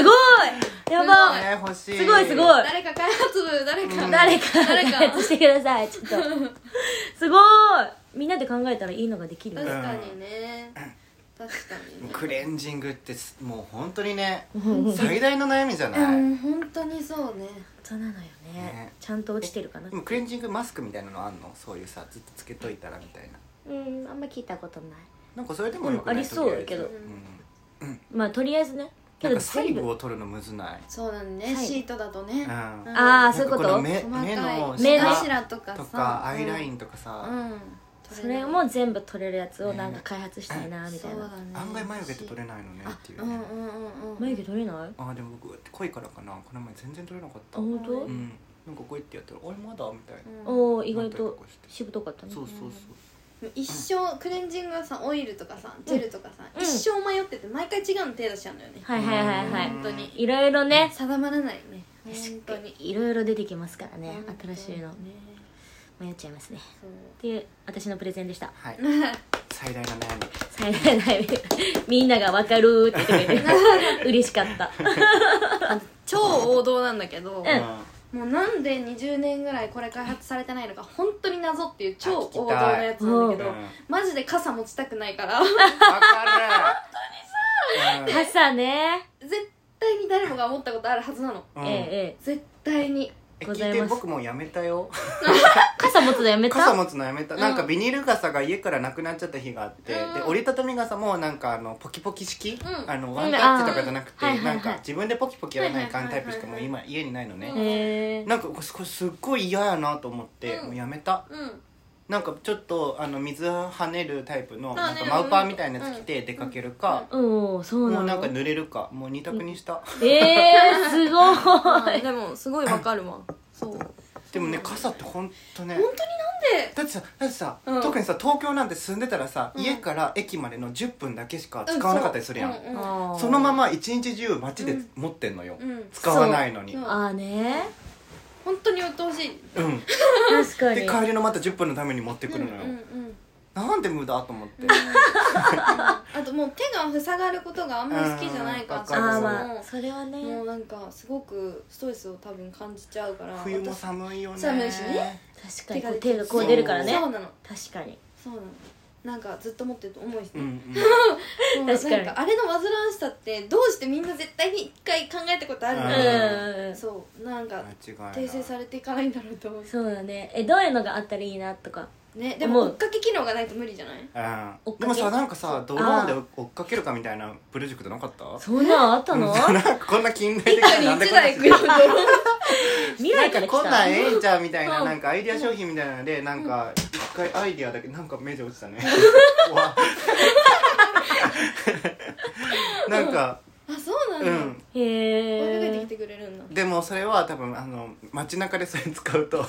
Speaker 2: ごいやば
Speaker 1: ね欲しい
Speaker 2: すごいすごい
Speaker 3: 誰か開発部誰
Speaker 2: 誰
Speaker 3: か
Speaker 1: [laughs]
Speaker 2: か
Speaker 3: 誰か
Speaker 2: 開発してくださいちょっ
Speaker 3: [laughs]
Speaker 2: とすごいみんなで考えたらいいのができる
Speaker 3: 確
Speaker 2: ね
Speaker 3: かにね確かにね
Speaker 1: クレンジングってすもう本当にね最大の悩みじゃない、
Speaker 3: うん本当にそうね
Speaker 2: そうなのよね
Speaker 1: ね
Speaker 2: ちゃんと落ちてるかな
Speaker 1: でもクレンジングマスクみたいなのあんのそういうさずっとつけといたらみたいな
Speaker 2: うんあんま聞いたことない
Speaker 1: なんかそれでもよくない、
Speaker 2: うんありそうだけど
Speaker 1: とりあえず
Speaker 2: まあとりあえずね
Speaker 1: うん、
Speaker 2: け
Speaker 1: なん
Speaker 2: ど
Speaker 1: か細
Speaker 2: 全
Speaker 1: 部
Speaker 2: 部
Speaker 1: を取るのむずない、
Speaker 3: そうだね
Speaker 2: はい
Speaker 3: シートだとね
Speaker 1: うん
Speaker 3: うん
Speaker 2: ああ
Speaker 1: な
Speaker 2: そ
Speaker 1: ん
Speaker 2: ういう
Speaker 1: か
Speaker 2: こ
Speaker 1: ことの目
Speaker 3: 細かい
Speaker 1: 目の
Speaker 2: 目の
Speaker 1: 下
Speaker 3: 頭とか
Speaker 1: と
Speaker 3: さ
Speaker 1: かアイラインとかさ、
Speaker 3: うん
Speaker 2: それも全部取れるやつをなんか開発したいなみたい
Speaker 3: そう
Speaker 2: な
Speaker 3: だね
Speaker 1: 案外眉毛って取れないのねっていう
Speaker 3: うんう
Speaker 1: ね、
Speaker 3: んうんうん
Speaker 2: 眉毛取れないあ
Speaker 1: ああでも僕濃いからかなこの前全然取れなかった、うん
Speaker 2: 本当
Speaker 1: なんかこうやってやったら「おいまだ」みたいな、
Speaker 3: うん
Speaker 2: おお意外としぶとかったね
Speaker 1: そうそうそう
Speaker 3: 一生クレンジングはさオイルとかさジェルとかさ、
Speaker 2: うん
Speaker 3: 一生迷ってて毎回違うの手出しちゃうんだよね、
Speaker 2: はいはいはいはい
Speaker 3: 本当に
Speaker 2: いろいろね
Speaker 3: 定まらないよね本当に
Speaker 2: いろいろ出てきますからね
Speaker 3: 本当
Speaker 2: 新
Speaker 3: に
Speaker 2: しいの迷っちゃいますね
Speaker 3: そう
Speaker 2: っていう私のプレゼンでした
Speaker 1: はい
Speaker 3: [laughs]
Speaker 1: 最大の悩み
Speaker 2: 最大の悩みみんなが分かるって言って
Speaker 1: [laughs]
Speaker 2: くれて嬉しかった
Speaker 3: 超王道なんだけど、
Speaker 1: うん
Speaker 3: もうなんで20年ぐらいこれ開発されてないのか本当に謎っていう超王道のやつなんだけ
Speaker 1: あ聞きたい
Speaker 3: ど、
Speaker 1: うん
Speaker 3: マジで傘持ちたくないから [laughs]
Speaker 1: わかる
Speaker 2: 傘ね
Speaker 3: 絶対に誰もが思ったことあるはずなの
Speaker 1: う
Speaker 2: え
Speaker 1: んうん
Speaker 2: えええ
Speaker 3: 絶対に
Speaker 1: え
Speaker 2: ござ
Speaker 1: 聞い
Speaker 2: い
Speaker 1: て
Speaker 2: ます
Speaker 1: 僕もうやめたよ
Speaker 2: 傘持つのやめた
Speaker 1: 傘持つのやめた、
Speaker 3: うん
Speaker 1: なんかビニール傘が家からなくなっちゃった日があって、
Speaker 3: うん
Speaker 1: で折りたたみ傘もなんかあのポキポキ式、
Speaker 3: うん
Speaker 1: あのワンタッチとかじゃなくて、
Speaker 2: うんあーはいはいは
Speaker 1: ないんか自分でポキポキやらないかんタイプしかもう
Speaker 3: はいは
Speaker 1: 今家にないのね、
Speaker 3: うん
Speaker 2: へえ
Speaker 1: なんかこれこれすっごい嫌やなと思って、
Speaker 3: うん
Speaker 1: もうやめた
Speaker 3: うん
Speaker 1: なんかちょっとあの水跳ねるタイプの
Speaker 3: あ
Speaker 1: なん
Speaker 3: ね
Speaker 1: かマウパーみたいなやつ着て出かけるか、
Speaker 2: おおそう
Speaker 1: も
Speaker 2: な
Speaker 1: うなん
Speaker 2: の
Speaker 1: か濡れるかもう二択にした、
Speaker 2: ええすごい
Speaker 3: でもすごいわかるわそう
Speaker 1: でもね傘ってほんとね
Speaker 3: 本当になんで
Speaker 1: だってさだってさ、
Speaker 3: うん
Speaker 1: 特にさ東京なんて住んでたらさ、
Speaker 3: うん
Speaker 1: 家から駅までの10分だけしか使わなかったりするやん、
Speaker 3: うんそううんうん
Speaker 2: あ
Speaker 1: [laughs]
Speaker 2: ー
Speaker 1: そのまま一日中街で持ってんのよ、
Speaker 3: うん
Speaker 1: 使わないのに、
Speaker 3: そううん
Speaker 2: あ
Speaker 1: [laughs]
Speaker 2: あね
Speaker 3: 本当に鬱陶しい
Speaker 2: 確か
Speaker 1: で
Speaker 2: に
Speaker 1: 帰りのまた10分のために持ってくるのよ、
Speaker 3: うんうんうん
Speaker 1: なんで無駄と思って、
Speaker 3: あともう手が塞がることがあんまり好きじゃないか
Speaker 1: う
Speaker 3: ら
Speaker 1: ん
Speaker 2: あ
Speaker 1: わか
Speaker 2: あ
Speaker 1: る
Speaker 2: まあ
Speaker 3: も
Speaker 2: それは
Speaker 3: う
Speaker 2: ね
Speaker 3: もうなんかすごくストレスを多分感じちゃうから
Speaker 1: 冬も寒いよね
Speaker 3: 寒いしね
Speaker 2: 確かに
Speaker 3: 私手
Speaker 2: こ
Speaker 3: が
Speaker 2: う手がこう出るからね
Speaker 3: そうなの
Speaker 2: 確かに
Speaker 3: そうなのなんかずっと持ってると重いし
Speaker 1: うん
Speaker 3: ね、もう
Speaker 2: 確かに
Speaker 3: なんかあれの煩わしさってどうしてみんな絶対に一回考えたことある
Speaker 2: う
Speaker 3: の
Speaker 1: うん
Speaker 3: に、
Speaker 2: ん
Speaker 3: そうなんか
Speaker 1: うん間違いない
Speaker 3: 訂正されていかないんだろうと思う
Speaker 2: そうだねえどういうのがあったらいいなとか
Speaker 3: ねでも
Speaker 2: 思う
Speaker 3: 追っかけ機能がないと無理じゃない
Speaker 1: うん
Speaker 2: 追っか
Speaker 1: で
Speaker 2: け
Speaker 1: もさなんかさドローンで追っかけるかみたいなプロジェクトなかった
Speaker 2: そんなんあったの
Speaker 1: [laughs] うんなんかこんな近代
Speaker 3: 一
Speaker 1: 的
Speaker 3: 家に
Speaker 1: なんで
Speaker 3: 一
Speaker 1: こんな
Speaker 3: 台行くよ
Speaker 2: 未
Speaker 1: なん
Speaker 2: 来か
Speaker 1: から
Speaker 2: 来
Speaker 1: こんなん
Speaker 2: た
Speaker 1: ええんちゃうみたいな
Speaker 3: うん
Speaker 1: なんかアイディア商品みたいなのでなんか一回アイディアだけなんか目で落ちたねわなんか
Speaker 3: あそうなん
Speaker 1: う
Speaker 3: だ、
Speaker 1: ん
Speaker 2: へ
Speaker 3: 追いかけてき
Speaker 2: え
Speaker 3: てくれるんだ
Speaker 1: でもそれは多分あの街中でそれ使うと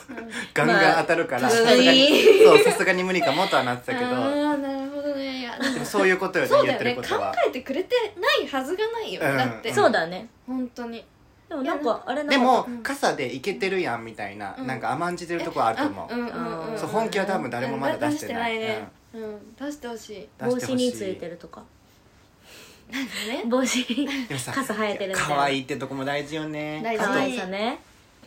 Speaker 1: ガンガン当たるから、
Speaker 2: まあ
Speaker 1: さす
Speaker 2: 確か
Speaker 1: が
Speaker 2: に
Speaker 1: にそうさすがに無理かもとはなってたけど
Speaker 3: ああなるほどねいやでも
Speaker 1: でもそういうことよね
Speaker 3: そう
Speaker 1: 言っ
Speaker 3: だよ
Speaker 1: てる
Speaker 3: ね考
Speaker 1: ことは
Speaker 3: えてくれてないはずがないよ、
Speaker 1: うん
Speaker 3: だって
Speaker 1: うん
Speaker 2: そうだね
Speaker 3: 本当に
Speaker 2: でもなんかあれな
Speaker 1: でも
Speaker 3: うん
Speaker 1: 傘でいけてるやんみたいな、
Speaker 3: うん
Speaker 1: なんか甘んじてるとこはあると思う、
Speaker 3: んうんうん
Speaker 1: そう本気は多分誰もまだ出してない
Speaker 3: うん出してね、うん出してほしい
Speaker 2: 帽子について
Speaker 1: る
Speaker 2: るとか
Speaker 3: ね
Speaker 2: 帽子に
Speaker 1: でもさ
Speaker 2: 傘生えてるみたいな
Speaker 1: 可愛いってとこも大事よね
Speaker 3: 大事
Speaker 2: 可愛さね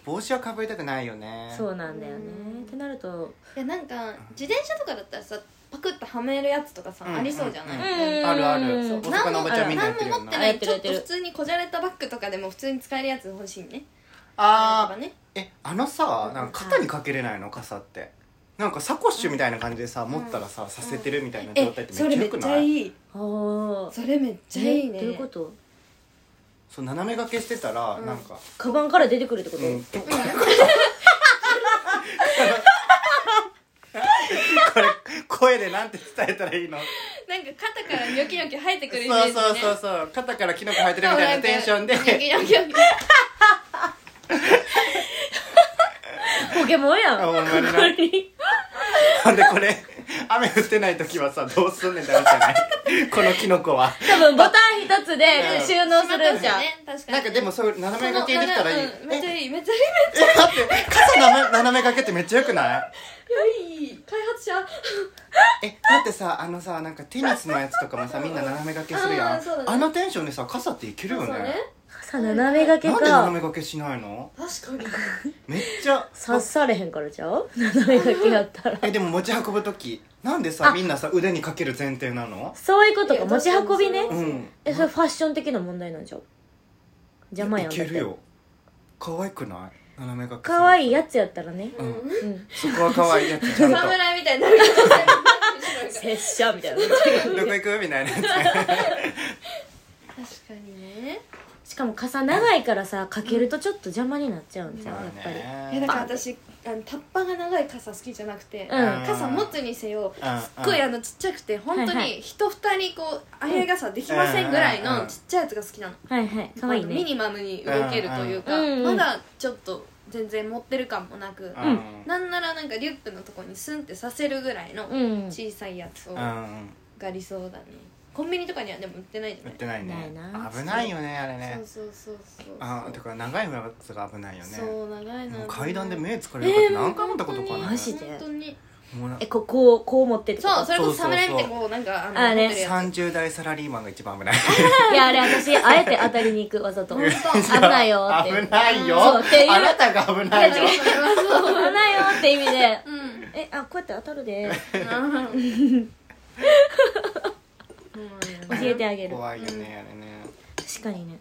Speaker 1: 帽子はかぶりたくないよね
Speaker 2: そうなんだよね
Speaker 3: うん
Speaker 2: ってなると
Speaker 3: いやなんか自転車とかだったらさパクッとはめるやつとかさ、
Speaker 1: うん
Speaker 3: ありそうじゃない、
Speaker 2: うんうん
Speaker 1: あるある
Speaker 2: そう
Speaker 1: 大阪のおばちゃんみんなや
Speaker 3: 何
Speaker 1: ってる
Speaker 3: も
Speaker 1: よ
Speaker 3: 持っ
Speaker 1: な
Speaker 3: て
Speaker 2: あ
Speaker 3: な
Speaker 2: やっ
Speaker 3: い
Speaker 2: て
Speaker 3: ち
Speaker 2: る
Speaker 3: ょ
Speaker 2: やっ
Speaker 3: ってと
Speaker 2: る
Speaker 3: 普通にこじゃれたバッグとかでも普通に使えるやつ欲しいね
Speaker 1: あ
Speaker 3: とか
Speaker 1: ー
Speaker 3: ね
Speaker 1: えあのさなんか肩にかけれないの傘ってなんかサコッシュみたいな感じでさ持ったらささせてるみたいな状態
Speaker 3: え
Speaker 1: って
Speaker 3: そ
Speaker 1: めっちゃ
Speaker 3: れめ
Speaker 1: よく
Speaker 3: っち
Speaker 1: な
Speaker 3: ゃ
Speaker 1: い
Speaker 3: いい
Speaker 2: ああ
Speaker 3: それめっちゃいいね
Speaker 2: どういうこと
Speaker 1: そう斜め掛けしてたら
Speaker 3: うん
Speaker 1: なんか
Speaker 2: カバンから出てくるってこ
Speaker 1: う
Speaker 2: と
Speaker 1: んどっかこれ声でなんて伝えたらいいの
Speaker 3: なんか肩からニョキニョキ生えてくるイメー
Speaker 1: そ
Speaker 3: ジ、
Speaker 1: う
Speaker 3: ね、
Speaker 1: そうそうそう肩からキノコ生えてるみたいなテンションで
Speaker 3: そうなんかニョキニョキニョキ
Speaker 2: ポケモンや
Speaker 1: あ
Speaker 2: ん
Speaker 1: ほんまにな
Speaker 2: これ
Speaker 1: ほんでこれ雨降ってない時はさどうすんねんってあるじゃない [laughs] このキノコは
Speaker 2: 多分ボタン一つで
Speaker 1: うん
Speaker 2: 収納するんじゃん。
Speaker 3: ね確かに
Speaker 1: なんかでもそういう斜め掛けできたらいい
Speaker 3: うんめっちゃ
Speaker 1: え
Speaker 3: いいめっちゃい
Speaker 1: え待って傘斜め斜め掛けってめっちゃよくない
Speaker 3: いめっちゃいい開発者
Speaker 1: えだってさあのさなんかテニスのやつとかもさみんな斜め掛けするや
Speaker 3: あーそうだね
Speaker 1: んあのテンションでさ傘っていけるよ
Speaker 3: そう
Speaker 1: ね
Speaker 3: ね
Speaker 2: 傘斜め掛け
Speaker 1: なんで斜め
Speaker 2: か。
Speaker 1: 掛けしないの
Speaker 3: 確かに
Speaker 1: めっちゃ
Speaker 2: 刺されへんからちゃう斜め掛けやったら。
Speaker 1: えでも持ち運ぶ時なんで
Speaker 2: あ
Speaker 1: さみんなさ腕にかける前提なの
Speaker 2: そういうことか、持ち運びね
Speaker 3: い。や
Speaker 1: うん
Speaker 2: え、それファッション的な問題なんじゃん。邪魔やん。
Speaker 1: いけるよ可愛くない斜め掛け
Speaker 2: 可愛いやつやったらね。
Speaker 1: うん
Speaker 2: うん。
Speaker 1: そこは可愛いやつちゃんと
Speaker 3: 侍みたいになる [laughs] かもしれない
Speaker 2: 拙者みたいな。
Speaker 1: どこ行くみたいなやつ
Speaker 3: 確かにね
Speaker 2: しかも傘長いからさ、かけるとちょっと邪魔になっちゃうんじゃん、やっぱり。
Speaker 3: えだから私あのタッパが長い傘好きじゃなくて、
Speaker 2: うん
Speaker 3: 傘持つにせよ
Speaker 1: うん
Speaker 3: すっごいあのちっちゃくて本当
Speaker 2: はいはい
Speaker 3: に人二人こう上げ傘できませんぐらいのちっちゃいやつが好きなの
Speaker 2: はいはい。可愛い
Speaker 3: あのミ
Speaker 2: ね。
Speaker 3: ニマムに動けるというか、
Speaker 2: うんうん
Speaker 3: まだちょっと全然持ってる感もなく、
Speaker 1: うん
Speaker 3: なんならなんかリュックのとこにスンってさせるぐらいの
Speaker 2: うん。
Speaker 3: 小さいやつを
Speaker 1: うんうん
Speaker 3: が理想だねコンビニとかにはでも売ってないじ
Speaker 1: 売
Speaker 3: ゃな
Speaker 1: っ
Speaker 3: い
Speaker 1: てないね
Speaker 2: ないな
Speaker 1: 危ないよねあれね
Speaker 3: そうそうそうそう
Speaker 1: あだから長いやつが危ないよね
Speaker 3: そう長いな
Speaker 1: もう階段で目疲れるかって何回もったことか
Speaker 2: えー
Speaker 1: な
Speaker 2: マ
Speaker 1: い
Speaker 2: ジで
Speaker 3: 本当に
Speaker 1: もうな
Speaker 2: え、ここをこう持ってってこと
Speaker 3: そうそれこそ侍見て
Speaker 1: そう
Speaker 3: こうなんかあの
Speaker 2: あーね
Speaker 3: 持ってるや
Speaker 1: 30代サラリーマンが一番危ない
Speaker 2: いや、あれ私、あえて当たりに行く、わざと。危ないよーって。
Speaker 1: 危ないよ
Speaker 2: そうっていう
Speaker 1: あなたが危ないよ
Speaker 3: つそれはそう
Speaker 2: 危ないよーって意味で。
Speaker 3: うん
Speaker 2: え、あ、こうやって当たるで。教えてあげる。
Speaker 1: 怖いよねあれね
Speaker 2: 確かにね。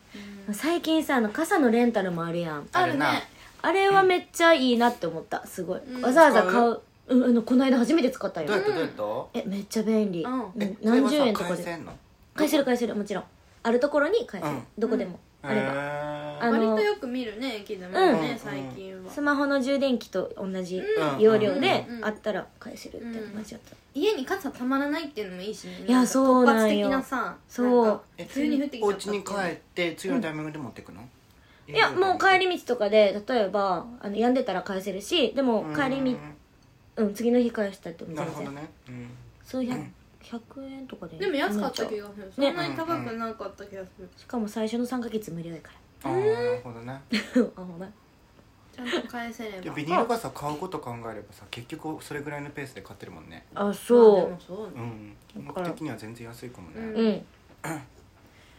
Speaker 2: 最近さ、あの、傘のレンタルもあるやん。
Speaker 3: あ
Speaker 1: あ
Speaker 3: る
Speaker 1: る
Speaker 3: ね
Speaker 1: な
Speaker 2: あれはめっちゃいいなって思った。すごい。
Speaker 3: うん
Speaker 2: わざわざ買う。うん、あの、この間初めて使ったよ
Speaker 1: どう。やってどうやっ
Speaker 2: え、めっちゃ便利。
Speaker 3: うん
Speaker 2: うん
Speaker 1: てえ
Speaker 2: 何十円
Speaker 1: そ
Speaker 2: と
Speaker 1: れはさ返
Speaker 2: かで。
Speaker 1: せんの
Speaker 2: 返せる返せる、もちろん。あるところに返せる
Speaker 1: うん。
Speaker 2: どこでも。あれば。
Speaker 1: へ
Speaker 2: あ
Speaker 1: ー
Speaker 2: の
Speaker 3: 割とよく見るね駅でもね、
Speaker 1: うん
Speaker 3: 最近は、
Speaker 2: スマホの充電器と同じ
Speaker 1: うん
Speaker 2: 容量で
Speaker 3: うん
Speaker 2: あったら返せるって感じだった、
Speaker 3: 家に傘たまらないっていうのもいいしね
Speaker 2: いやそうなんよ
Speaker 3: 突発的なさ
Speaker 2: そう
Speaker 3: なんか
Speaker 1: え
Speaker 3: 急に降ってきちゃ
Speaker 1: お
Speaker 3: ったっ
Speaker 1: 家に帰って次のタイミングで持ってくの
Speaker 2: いやもう帰り道とかで例えばあの病んでたら返せるしでも帰り道うん、次の日返したっても
Speaker 1: な
Speaker 2: 全
Speaker 1: るほど
Speaker 2: 然、
Speaker 1: ねうん
Speaker 2: そう100
Speaker 1: うん
Speaker 2: 100円とかで
Speaker 3: でも安かった
Speaker 2: け
Speaker 3: 気
Speaker 2: ど
Speaker 3: がするそんなに高くなかった気がする、
Speaker 2: しかも最初の3ヶ月無料やか
Speaker 1: ああなるほどね
Speaker 2: ら [laughs] あほら
Speaker 3: ちゃんと返せれ
Speaker 1: で
Speaker 3: ば
Speaker 1: ビニール傘買うこと考えればさ結局それぐらいのペースで買ってるもんね
Speaker 2: あ
Speaker 3: まあ
Speaker 2: そ
Speaker 3: でもそう
Speaker 1: う
Speaker 3: ね
Speaker 1: ん
Speaker 2: だ
Speaker 1: 僕
Speaker 2: から
Speaker 1: 的には全然安いかも
Speaker 2: う、
Speaker 1: ね
Speaker 2: うん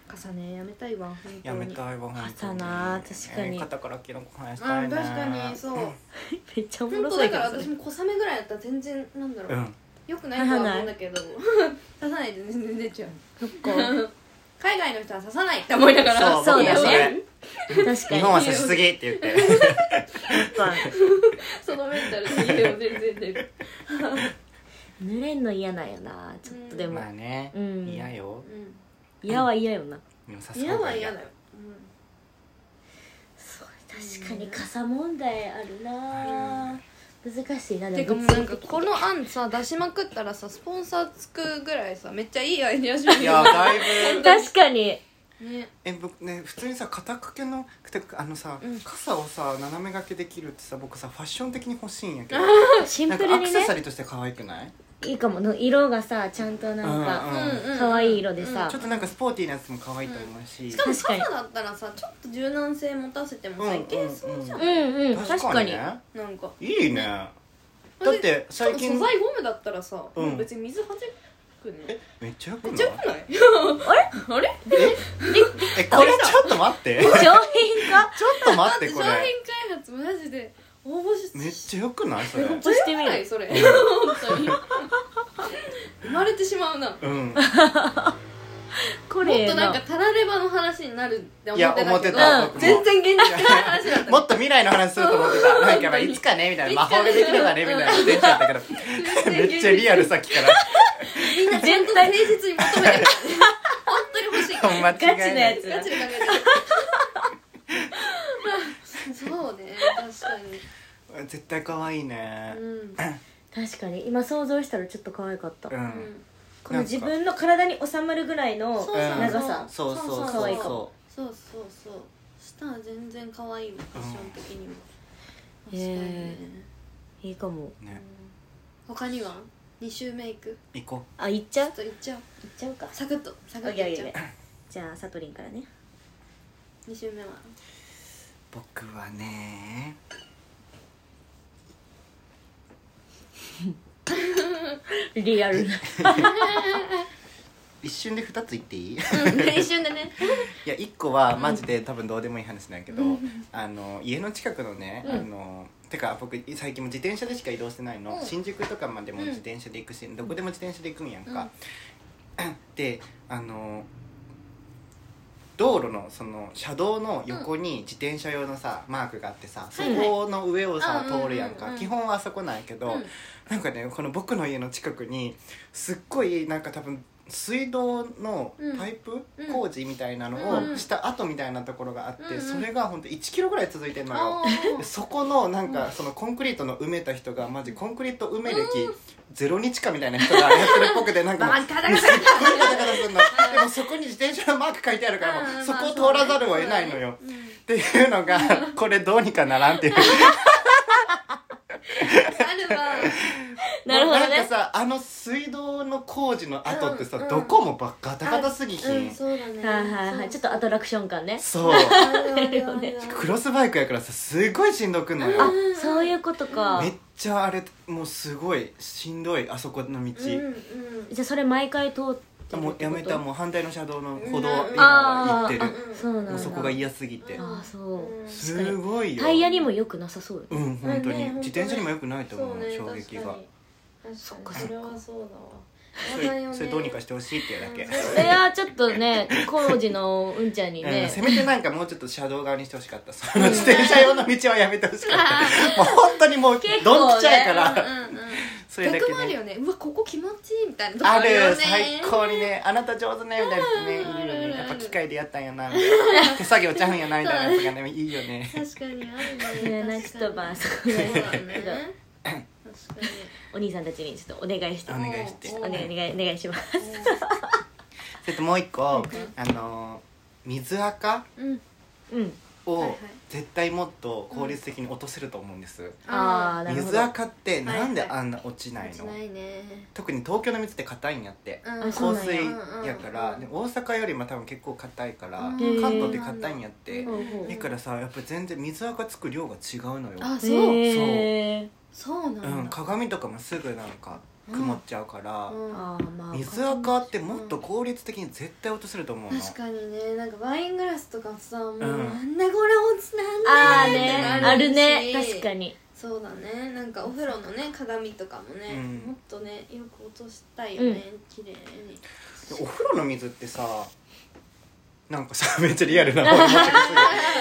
Speaker 3: 傘ねやめたいわ本当に
Speaker 1: やめたいわ本当
Speaker 2: 傘な確かに
Speaker 1: えー肩からキノコ生やし
Speaker 3: あ
Speaker 1: たい
Speaker 3: 確
Speaker 1: ね
Speaker 3: かにそう本
Speaker 2: めっちゃおもろ
Speaker 3: 当
Speaker 2: そう
Speaker 3: だ
Speaker 2: やけ
Speaker 3: から
Speaker 2: ど
Speaker 3: 私
Speaker 2: それ
Speaker 3: も小雨ぐらいだったら全然なんだろう、
Speaker 1: うん
Speaker 3: よくないとは思うんだけど [laughs] 刺さないで全然出ちゃう
Speaker 2: そっか
Speaker 3: 海外の人は刺さないって思いながら
Speaker 1: そう
Speaker 2: そうだ
Speaker 1: 僕もそれ
Speaker 2: ね [laughs] 確かに
Speaker 1: 日本は差しすぎって言って
Speaker 3: そのメンタルで家を全然出る
Speaker 2: [laughs] 濡れんの嫌なんよなちょっとでも
Speaker 1: まあね
Speaker 2: うん
Speaker 1: 嫌よ
Speaker 3: うん
Speaker 2: 嫌は嫌よな
Speaker 1: でも刺す
Speaker 3: 嫌
Speaker 1: 方
Speaker 3: は
Speaker 1: が
Speaker 3: 嫌
Speaker 1: 嫌
Speaker 3: だよ、
Speaker 2: 確かに傘問題あるなあ難しいな
Speaker 3: て
Speaker 2: で
Speaker 3: か
Speaker 2: も
Speaker 3: もうなんかこの案さ出しまくったらさスポンサーつくぐらいさめっちゃいいアイディアしま
Speaker 1: い
Speaker 3: す
Speaker 1: や
Speaker 3: よ
Speaker 1: だいぶ
Speaker 2: 確かに
Speaker 3: ね
Speaker 1: え僕ね普通にさ肩掛けのてかあのさ、
Speaker 3: うん
Speaker 1: 傘をさ斜め掛けできるってさ僕さファッション的に欲しいんやけ
Speaker 3: [laughs]
Speaker 1: ど
Speaker 2: シン
Speaker 1: な
Speaker 2: プ
Speaker 1: んかア
Speaker 2: ル
Speaker 1: ク
Speaker 2: に
Speaker 1: セ
Speaker 2: ね
Speaker 1: サリーとして可愛くない
Speaker 2: いいかもの色がさちゃんとなん
Speaker 1: う
Speaker 2: か
Speaker 1: ん
Speaker 3: うんうん
Speaker 2: 可愛い色でさ
Speaker 1: ちょっとなんかスポーティーなやつも可愛いと思うし、
Speaker 3: しかも
Speaker 2: 確かに
Speaker 3: 傘だったらさちょっと柔軟性持たせてもさ
Speaker 1: うん
Speaker 3: いけそうじゃん、
Speaker 1: う
Speaker 2: うんうん確かに
Speaker 1: ね
Speaker 3: なんか
Speaker 1: いいねだって最近
Speaker 3: 素材ゴムだったらさ、
Speaker 1: うん
Speaker 3: 別に水はじくね
Speaker 1: えめっちゃよく
Speaker 3: めっ
Speaker 1: ない
Speaker 3: ちゃよくないあれ
Speaker 1: えこれちょっと待
Speaker 3: [laughs]
Speaker 1: ってちょっ
Speaker 2: 商品化
Speaker 1: と待
Speaker 3: あ
Speaker 1: っ
Speaker 3: れ
Speaker 1: て
Speaker 3: だ
Speaker 1: こ
Speaker 3: って商
Speaker 1: れ
Speaker 3: 品開発マジで応募し
Speaker 1: めっちゃよくないそれ
Speaker 2: ほんとしてみ
Speaker 3: ゃない
Speaker 2: る
Speaker 3: それ本当に [laughs] 生まれてしまうな
Speaker 1: うん
Speaker 2: こ
Speaker 3: [laughs] も
Speaker 2: れ
Speaker 3: っとなん
Speaker 2: な
Speaker 3: かタラレバの話になるって思っ
Speaker 1: いや
Speaker 3: て
Speaker 1: 思
Speaker 3: た
Speaker 1: って
Speaker 3: けど
Speaker 1: た、
Speaker 2: うん
Speaker 1: 僕
Speaker 3: 全
Speaker 1: も
Speaker 3: 然現実的な話だったね
Speaker 1: もっと未来の話すると思ってたなんかやっぱいつかねみたいな魔法でできればねみたいな出ちゃったけど [laughs] めっちゃリアルさっきから
Speaker 3: みんなちゃんと誠実に求めてる本当に欲し
Speaker 1: [laughs]
Speaker 3: いから
Speaker 1: 間違いない
Speaker 2: ガチなやつ
Speaker 1: [laughs]
Speaker 3: ガチで考えてるそうね確か
Speaker 1: 絶対可愛いね
Speaker 3: にうん
Speaker 2: 確かに今想像したらちょっと可愛かった
Speaker 1: うん、
Speaker 3: うん
Speaker 2: この自分の体に収まるぐらいの
Speaker 3: そうそう
Speaker 2: 長さ
Speaker 1: そうそうそう
Speaker 2: 可愛いか
Speaker 1: そ
Speaker 2: も
Speaker 3: そうそうそうしたら全然可愛いわファッション的に
Speaker 2: う
Speaker 3: も、
Speaker 2: ん
Speaker 3: 確かにね
Speaker 2: いいかも
Speaker 1: うね
Speaker 3: 他には2週目行く
Speaker 1: 行こ
Speaker 2: あ行っちゃう
Speaker 3: ちょっと行っちゃおう
Speaker 2: 行っちゃうか
Speaker 3: サクッとサ
Speaker 2: オ
Speaker 3: ク
Speaker 2: ッ
Speaker 3: ッと
Speaker 2: ケーオ
Speaker 3: 行
Speaker 2: ッ
Speaker 3: っ
Speaker 2: ケ
Speaker 3: ち
Speaker 2: ー
Speaker 3: ゃ
Speaker 2: オッケーじゃ
Speaker 3: おう
Speaker 2: あさとりんからね
Speaker 3: 2週目は
Speaker 1: う僕はね
Speaker 2: リアルな
Speaker 1: 一瞬で2つ言っていいい
Speaker 2: [laughs] 一瞬でね
Speaker 1: [laughs] や1個はマジで多分どうでもいい話なんやけど、あの家の近くのね、
Speaker 2: うん
Speaker 1: あのてか僕最近も自転車でしか移動してないの、
Speaker 3: うん
Speaker 1: 新宿とかまでも自転車で行くし、どこでも自転車で行くんやんか、 [clears throat] であの道路のその車道の横に自転車用のさ、マークがあってさそ
Speaker 3: はいはい
Speaker 1: この上をさ、
Speaker 3: うんうんうんうん
Speaker 1: 通るやんか、基本はあそこなんやけど、
Speaker 3: うん
Speaker 1: なんかねこの僕の家の近くにすっごいなんか多分水道のパイプ、
Speaker 3: うん
Speaker 1: 工事みたいなのをした後みたいなところがあって、
Speaker 3: うんうん
Speaker 1: それが本当1キロぐらい続いてんのよ。
Speaker 3: あー
Speaker 1: そこのなんかそのコンクリートの埋めた人がマジコンクリート埋め歴ゼロ日かみたいな人がやってるっぽくてなんかもう
Speaker 3: バカだから
Speaker 1: すっごいガタガタすんのでもそこに自転車のマーク書いてあるからもうそこを通らざるを得ないのよ
Speaker 3: うん
Speaker 1: っていうのがこれどうにかならんっていう
Speaker 3: あるわ
Speaker 2: なるほど
Speaker 1: んか
Speaker 2: ね
Speaker 1: さあの水道の工事の後ってさ、
Speaker 3: うんうん
Speaker 1: どこもばガタガタすぎひん、
Speaker 3: うんそうだね
Speaker 2: はいはいはいちょっとアトラクション感ね
Speaker 1: そう
Speaker 3: あるあるあるある
Speaker 1: クロスバイクやからさすごいしんどくんの
Speaker 2: あ
Speaker 1: よ
Speaker 2: そういうことか
Speaker 1: めっちゃあれもうすごいしんどいあそこの道、
Speaker 3: うんうん
Speaker 2: じゃあそれ毎回通ってるってこと
Speaker 1: もうやめたもう反対の車道の歩道
Speaker 3: うん
Speaker 1: 今は行
Speaker 2: あ
Speaker 1: って
Speaker 2: ー
Speaker 1: る
Speaker 2: あそうなんだ
Speaker 1: もうそこが嫌すぎて
Speaker 3: うん
Speaker 2: あーそう
Speaker 3: うん
Speaker 1: すごいよ
Speaker 2: タイヤにも良くなさそうよね
Speaker 1: うん本当に
Speaker 3: ね本当ね
Speaker 1: 自転車にも良くないと
Speaker 3: そ
Speaker 1: 思
Speaker 3: う
Speaker 1: う
Speaker 3: ね
Speaker 1: 衝撃が
Speaker 3: そ
Speaker 2: っか
Speaker 3: それはそうだわ
Speaker 1: そ
Speaker 3: やだよ
Speaker 1: れ
Speaker 3: ね
Speaker 1: それどうにかしてほしいっていうだけ
Speaker 3: うん
Speaker 2: それはちょっとね工事のうんちゃんに
Speaker 1: うん
Speaker 2: ね
Speaker 1: せめてなんかもうちょっと車道側にしてほしかったその自転車用の道はやめてほしかったもう本当にもう
Speaker 2: 結構ね
Speaker 1: ドンピシャやから、
Speaker 3: うんうんうん
Speaker 1: [laughs] それだ
Speaker 3: 逆もあ
Speaker 1: け
Speaker 3: る
Speaker 1: ね
Speaker 3: よねうわここ気持ちいいみたいなとこ
Speaker 1: あ
Speaker 3: あるよ
Speaker 1: る
Speaker 3: ね
Speaker 1: 最高にねあなた上手ねみたいなねいい
Speaker 3: うん
Speaker 1: よ
Speaker 3: あるあ
Speaker 1: ね
Speaker 3: る
Speaker 1: やっぱ機械でやったんや
Speaker 3: [laughs]
Speaker 1: なみたいな手作業ちゃうんやなみたいなやつがねいいよね
Speaker 3: 確かにあるね
Speaker 2: ねなんか
Speaker 3: 確
Speaker 2: ち
Speaker 3: か
Speaker 2: ょっと
Speaker 3: に
Speaker 2: まあそこ
Speaker 1: [laughs]
Speaker 3: そうだ
Speaker 2: ね
Speaker 3: ね
Speaker 2: ちょっと
Speaker 3: 確かに
Speaker 2: お兄さんたちにちょっとお願いして
Speaker 1: お願いして
Speaker 2: お願いお願いお願いします
Speaker 1: それともう一個あの水垢
Speaker 3: うん
Speaker 2: うん
Speaker 1: を
Speaker 3: はいはい
Speaker 1: 絶対もっと効率的に落とせると思うんです、
Speaker 2: ああなるほ
Speaker 1: 水
Speaker 2: ど
Speaker 1: 垢ってなんであんな落ちない
Speaker 3: し
Speaker 1: の、
Speaker 3: ないね
Speaker 1: 特に東京の水って硬いんやって、
Speaker 3: うん
Speaker 2: そう
Speaker 1: 香
Speaker 2: なん
Speaker 1: 水
Speaker 2: や
Speaker 1: やから、
Speaker 3: うん
Speaker 1: で大阪よりも多分結構硬いから、
Speaker 3: うん
Speaker 1: 関東って硬いんやって、
Speaker 2: ほうほ
Speaker 1: だ
Speaker 2: う
Speaker 1: からさやっぱ全然水垢つく量が違うのよ
Speaker 3: あそう
Speaker 2: へー
Speaker 3: そうな
Speaker 1: うんん、
Speaker 3: だ
Speaker 1: 鏡とかもすぐなんか曇っちゃうから、
Speaker 3: うん
Speaker 2: あーまあ
Speaker 1: 水垢ってもっと効率的に絶対落とせると思うの
Speaker 3: 確かにねなんかワイングラスとかさもうなん
Speaker 1: ん
Speaker 3: だこれ落ちなんだ
Speaker 2: あーね
Speaker 1: うん
Speaker 2: あるね
Speaker 3: うん
Speaker 2: 確かに
Speaker 3: そうだねなんかお風呂のね鏡とかもね、
Speaker 1: うん
Speaker 3: もっとねよく落としたいよね、綺麗に
Speaker 1: でお風呂の水ってさなんかさ [laughs] めっちゃリアルな思い
Speaker 3: [laughs]
Speaker 1: 出して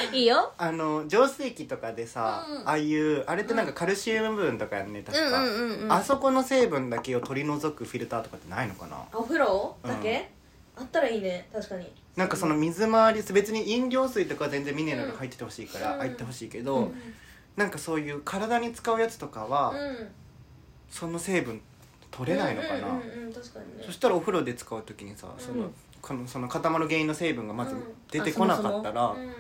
Speaker 1: くる
Speaker 2: いいよ
Speaker 1: あの浄水器とかでさ、
Speaker 3: うん
Speaker 1: ああいうあれってなんかカルシウム分とかやんね確か、
Speaker 3: うんうんうん
Speaker 1: あそこの成分だけを取り除くフィルターとかってないのかな
Speaker 2: お風呂
Speaker 1: だけ、
Speaker 2: あったらいいね確かに
Speaker 1: なんかその水回り別に飲料水とかは全然ミネラル入っててほしいから、
Speaker 3: うん
Speaker 1: 入ってほしいけど、なんかそういう体に使うやつとかは、
Speaker 3: うん
Speaker 1: その成分取れないのかな、
Speaker 3: うんうんうん、確かにね
Speaker 1: そしたらお風呂で使う時にさその,、
Speaker 2: うん
Speaker 1: このその固まる原因の成分がまず
Speaker 3: うん
Speaker 1: 出てこなかったら、
Speaker 3: うん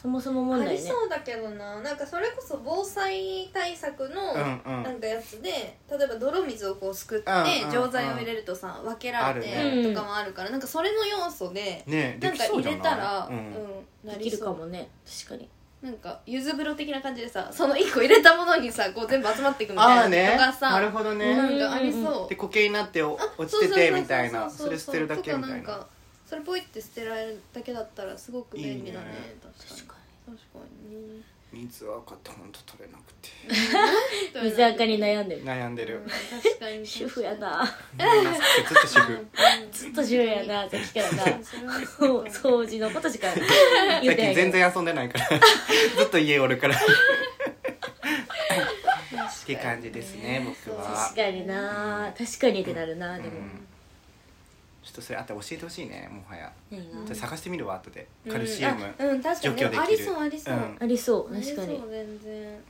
Speaker 2: そもそも問
Speaker 3: あ
Speaker 2: 題
Speaker 3: り
Speaker 2: ね
Speaker 3: そうだけどななんかそれこそ防災対策の
Speaker 1: うんうん
Speaker 3: なんかやつで例えば泥水をこうすくって
Speaker 1: うんうん
Speaker 3: 錠剤を入れるとさ分けられ
Speaker 1: あ
Speaker 2: る
Speaker 3: て
Speaker 2: ね
Speaker 3: とかもあるからなんかそれの要素で
Speaker 1: ねで
Speaker 3: なん
Speaker 1: き
Speaker 3: か
Speaker 1: そう
Speaker 3: 入
Speaker 1: じゃ
Speaker 3: れ
Speaker 1: ない
Speaker 3: たら
Speaker 1: うん
Speaker 3: うんな
Speaker 2: で
Speaker 3: り
Speaker 2: きる
Speaker 3: そ
Speaker 2: か
Speaker 3: う
Speaker 2: もね確かに
Speaker 3: なんかゆず風呂的な感じでさその1個入れたものにさこう全部集まっていくみ
Speaker 1: あ
Speaker 3: た
Speaker 1: あ
Speaker 3: い
Speaker 1: ね
Speaker 3: なとかさ
Speaker 1: なるほどね、
Speaker 3: なんかありそう
Speaker 1: で固形になってお
Speaker 3: あ
Speaker 1: 落ちててみたいな
Speaker 3: そう
Speaker 1: そ
Speaker 3: そう
Speaker 1: れ
Speaker 3: そ
Speaker 1: 捨
Speaker 3: う
Speaker 1: てるだ
Speaker 3: と
Speaker 1: け
Speaker 3: か
Speaker 1: み
Speaker 3: な
Speaker 1: た
Speaker 3: ん
Speaker 1: いな
Speaker 3: かそれポイって捨てられるだけだったらすごく便利だね
Speaker 1: いいね
Speaker 3: 確か
Speaker 2: か
Speaker 3: に確かに
Speaker 1: 水は赤ってほんと取れなくて
Speaker 3: [laughs]
Speaker 2: に水垢に悩んでる
Speaker 1: 悩んでる
Speaker 3: うん確かに
Speaker 2: 主婦やな
Speaker 1: ずっと主婦
Speaker 2: ずっと主婦やなさっきからな
Speaker 3: それは
Speaker 2: そう掃除のことしか言
Speaker 1: 最
Speaker 2: ってな
Speaker 1: 近
Speaker 2: いけ
Speaker 1: 全
Speaker 2: ど
Speaker 1: 然遊んでないからずっと家おるからって感じですね僕は
Speaker 2: 確かにな確かにってなるなでも
Speaker 1: うんちょっとそれあったら教えてほしいねもはや
Speaker 2: 何が
Speaker 1: じゃあ探してみるわ後でカルシウム
Speaker 3: うんあうん確かに
Speaker 1: 除去できる
Speaker 3: ありそうありそう、
Speaker 1: うん
Speaker 2: ありそう
Speaker 3: あり
Speaker 2: 確
Speaker 3: そ
Speaker 2: か
Speaker 3: う
Speaker 2: に
Speaker 3: 全然そうね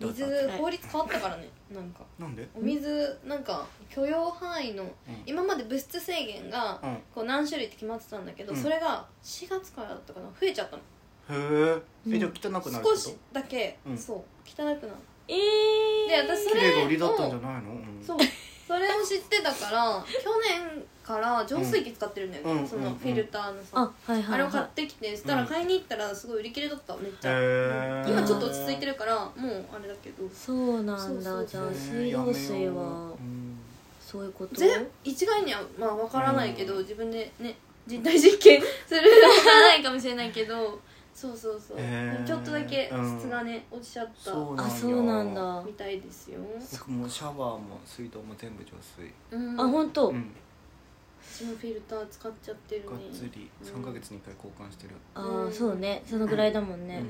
Speaker 1: どうぞ
Speaker 3: 水法律変わったからねなんか
Speaker 1: なんで
Speaker 3: お水なんか許容範囲の、今まで物質制限が
Speaker 1: うん
Speaker 3: こう何種類って決まってたんだけど、
Speaker 1: うん
Speaker 3: それが4月からだったかな増えちゃったの
Speaker 1: へえ
Speaker 2: うん
Speaker 1: えじゃあ汚くなるってこ
Speaker 3: 少
Speaker 1: と
Speaker 3: しだけ、
Speaker 1: うん
Speaker 3: そう汚くなる
Speaker 2: え
Speaker 3: で私そ
Speaker 1: 綺
Speaker 3: れ
Speaker 1: 麗が売りだったんじゃ
Speaker 3: を
Speaker 1: ないの、うん
Speaker 3: そうそれを知ってた
Speaker 1: [laughs]
Speaker 3: から去年から浄水器使ってるんだよね、
Speaker 1: うん
Speaker 3: そのフィルターのさ、
Speaker 2: あはいはい、はい、
Speaker 3: あれを買ってきてそしたら買いに行ったらすごい売り切れだっためっちゃ、
Speaker 1: へー
Speaker 3: 今ちょっと落ち着いてるからもうあれだけど
Speaker 2: そうなんだ
Speaker 3: そうそう
Speaker 2: じゃあ
Speaker 1: ね
Speaker 2: 水道水
Speaker 1: やめ
Speaker 2: は
Speaker 1: よううん
Speaker 2: そういうこと
Speaker 3: 全一概にはまあ分からないけど、自分でね人体実験するのはないかもしれないけどそうそうそう、
Speaker 1: へー
Speaker 3: ちょっとだけ
Speaker 1: うん
Speaker 3: 質がね、落ちちゃった
Speaker 1: そうなん
Speaker 2: あ
Speaker 1: よ
Speaker 2: そうなんだ
Speaker 3: みたいですよ
Speaker 1: 僕もシャワーも水道も全部浄水
Speaker 3: うん
Speaker 2: あ本当、
Speaker 1: うん
Speaker 3: 私もフィルター使っちゃってるね
Speaker 1: がっつり
Speaker 3: うん
Speaker 1: 3ヶ月に1回交換してる
Speaker 2: あーそうねそのぐらいだもんね、
Speaker 1: う
Speaker 3: うんん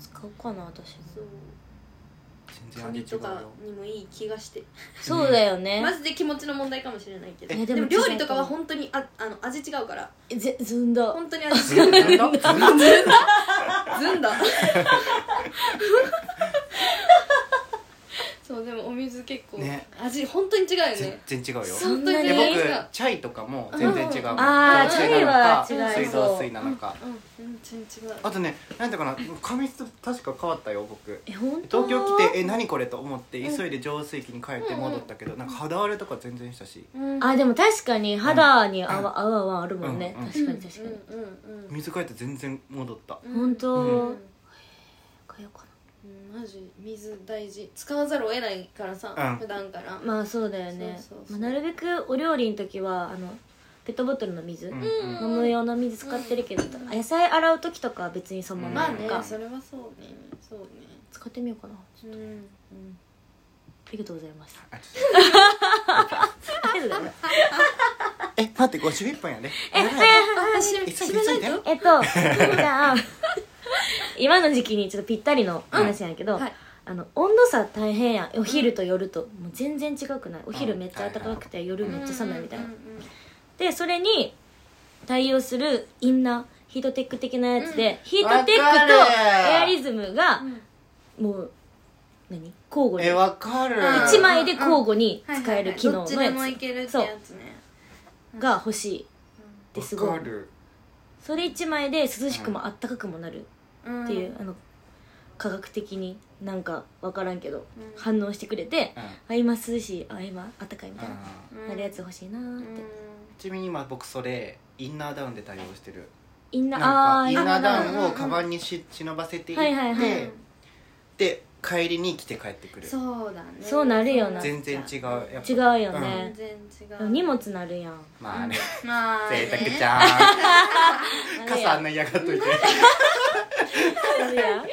Speaker 2: 使おうかな私も
Speaker 3: そう
Speaker 1: 全然味違
Speaker 3: 髪
Speaker 1: う
Speaker 3: とか
Speaker 1: よ
Speaker 3: にもいい気がして
Speaker 2: そうだよね
Speaker 3: マジで気持ちの問題かもしれないけど
Speaker 2: えで
Speaker 3: で
Speaker 2: も
Speaker 3: も料理とかは
Speaker 2: 違うと
Speaker 3: 本当にああの味違うから
Speaker 2: ぜずんだ
Speaker 3: 本当に味
Speaker 1: ず
Speaker 3: 違うから
Speaker 1: んだずんだ
Speaker 3: ずんだ [laughs] そうでもお水結構、
Speaker 1: ね
Speaker 3: 味本当に違うよね
Speaker 1: 全然違うよ
Speaker 2: そん
Speaker 3: 本当
Speaker 2: な
Speaker 3: に
Speaker 1: え
Speaker 2: に
Speaker 3: ね
Speaker 1: 僕チャイとかも全然違うもん
Speaker 3: うん
Speaker 2: あ
Speaker 3: ー
Speaker 1: 浄水
Speaker 3: チャイ
Speaker 2: は
Speaker 1: なのか
Speaker 3: 違い
Speaker 1: 水
Speaker 2: そう
Speaker 1: 道水なのか
Speaker 3: うん全然違う
Speaker 1: あとねなんだかな髪質確か変わったよ僕
Speaker 2: え本当
Speaker 1: 東京来てえ何これと思って急いで浄水器に変えて戻ったけどなんか肌荒れとか全然したし
Speaker 3: うん
Speaker 2: あでも確かに肌に合わ合う合わあるもんね
Speaker 1: うん
Speaker 2: 確かに確かに
Speaker 3: うんうんうん
Speaker 1: 水変えて全然戻った
Speaker 3: うん
Speaker 2: 本当
Speaker 1: う
Speaker 2: 変えようか
Speaker 3: うんマジ水大事使わざるを得ないからさ、
Speaker 1: うん
Speaker 3: 普段から、
Speaker 2: なまあそうだよね
Speaker 3: そうそう
Speaker 2: ま
Speaker 3: そ
Speaker 2: あ
Speaker 3: う
Speaker 2: なるべくお料理の時はあのペットボトルの水
Speaker 1: うん
Speaker 2: 飲
Speaker 1: うん
Speaker 3: うん
Speaker 2: む用の水使ってるけど
Speaker 3: うん
Speaker 2: あ野菜洗う時とかは別にそのま
Speaker 3: ま
Speaker 2: ま
Speaker 3: あ
Speaker 2: と
Speaker 3: ね
Speaker 2: か
Speaker 3: それはそうねそうね
Speaker 2: 使ってみようかな
Speaker 3: うん
Speaker 2: ありがとうございます
Speaker 1: あちょっ
Speaker 2: ありがとうございます
Speaker 1: とえ待って51分やで
Speaker 3: 私
Speaker 1: 急いで
Speaker 3: 閉めない
Speaker 1: 急いで
Speaker 3: と
Speaker 2: えっと [laughs] じゃあ今の時期にちょっとぴったりの話なんやけど、
Speaker 3: うんはい
Speaker 2: あの温度差大変やんお昼と夜と、もう全然違くないお昼
Speaker 1: うん
Speaker 2: めっちゃ暖かくて、夜めっちゃ寒いみたいな、
Speaker 3: うんうんうん
Speaker 2: でそれに対応するインナーヒートテック的なやつで、ヒートテック
Speaker 1: わかる
Speaker 2: とエアリズムが
Speaker 3: うん
Speaker 2: もう何交互
Speaker 1: え
Speaker 2: に
Speaker 1: わかる
Speaker 3: うん
Speaker 2: 1枚で交互に使える機能
Speaker 3: どっ
Speaker 2: の
Speaker 3: ちで
Speaker 2: や
Speaker 3: もい
Speaker 2: つ
Speaker 3: けるってやつね
Speaker 2: が欲しいってすご
Speaker 1: わ
Speaker 2: い
Speaker 1: かる
Speaker 2: それ1枚で涼しくもあったかくもなる
Speaker 3: うん
Speaker 2: っていう、あの科学的になんか分からんけど、
Speaker 3: うん
Speaker 2: 反応してくれて
Speaker 1: うん
Speaker 2: あ今涼しいあ今あったかいみたいな、
Speaker 1: ち
Speaker 3: うん
Speaker 2: なるやつ欲しいなーって、
Speaker 1: なみに今僕それインナーダウンで対応してる
Speaker 2: インナーあ
Speaker 1: なんか
Speaker 2: あー
Speaker 1: インナーダウン
Speaker 3: う
Speaker 1: を
Speaker 3: ん
Speaker 1: カバンにし忍ばせてい
Speaker 2: はいはい
Speaker 1: っ
Speaker 2: は
Speaker 1: て
Speaker 2: い
Speaker 1: で帰りに来て帰ってく
Speaker 3: うん
Speaker 1: る
Speaker 3: そうだね
Speaker 2: そうなるよな
Speaker 1: 全然違う
Speaker 3: や
Speaker 1: やっぱ
Speaker 2: 違うよね
Speaker 3: 全、然
Speaker 2: で
Speaker 3: 違
Speaker 2: も
Speaker 3: う
Speaker 2: 荷物なるやん
Speaker 1: まあね
Speaker 3: まあね
Speaker 1: 贅沢じゃん
Speaker 2: なる
Speaker 1: 傘
Speaker 2: や
Speaker 1: あ
Speaker 2: ん
Speaker 1: んな嫌がっといて
Speaker 2: なる
Speaker 1: [laughs]
Speaker 2: やん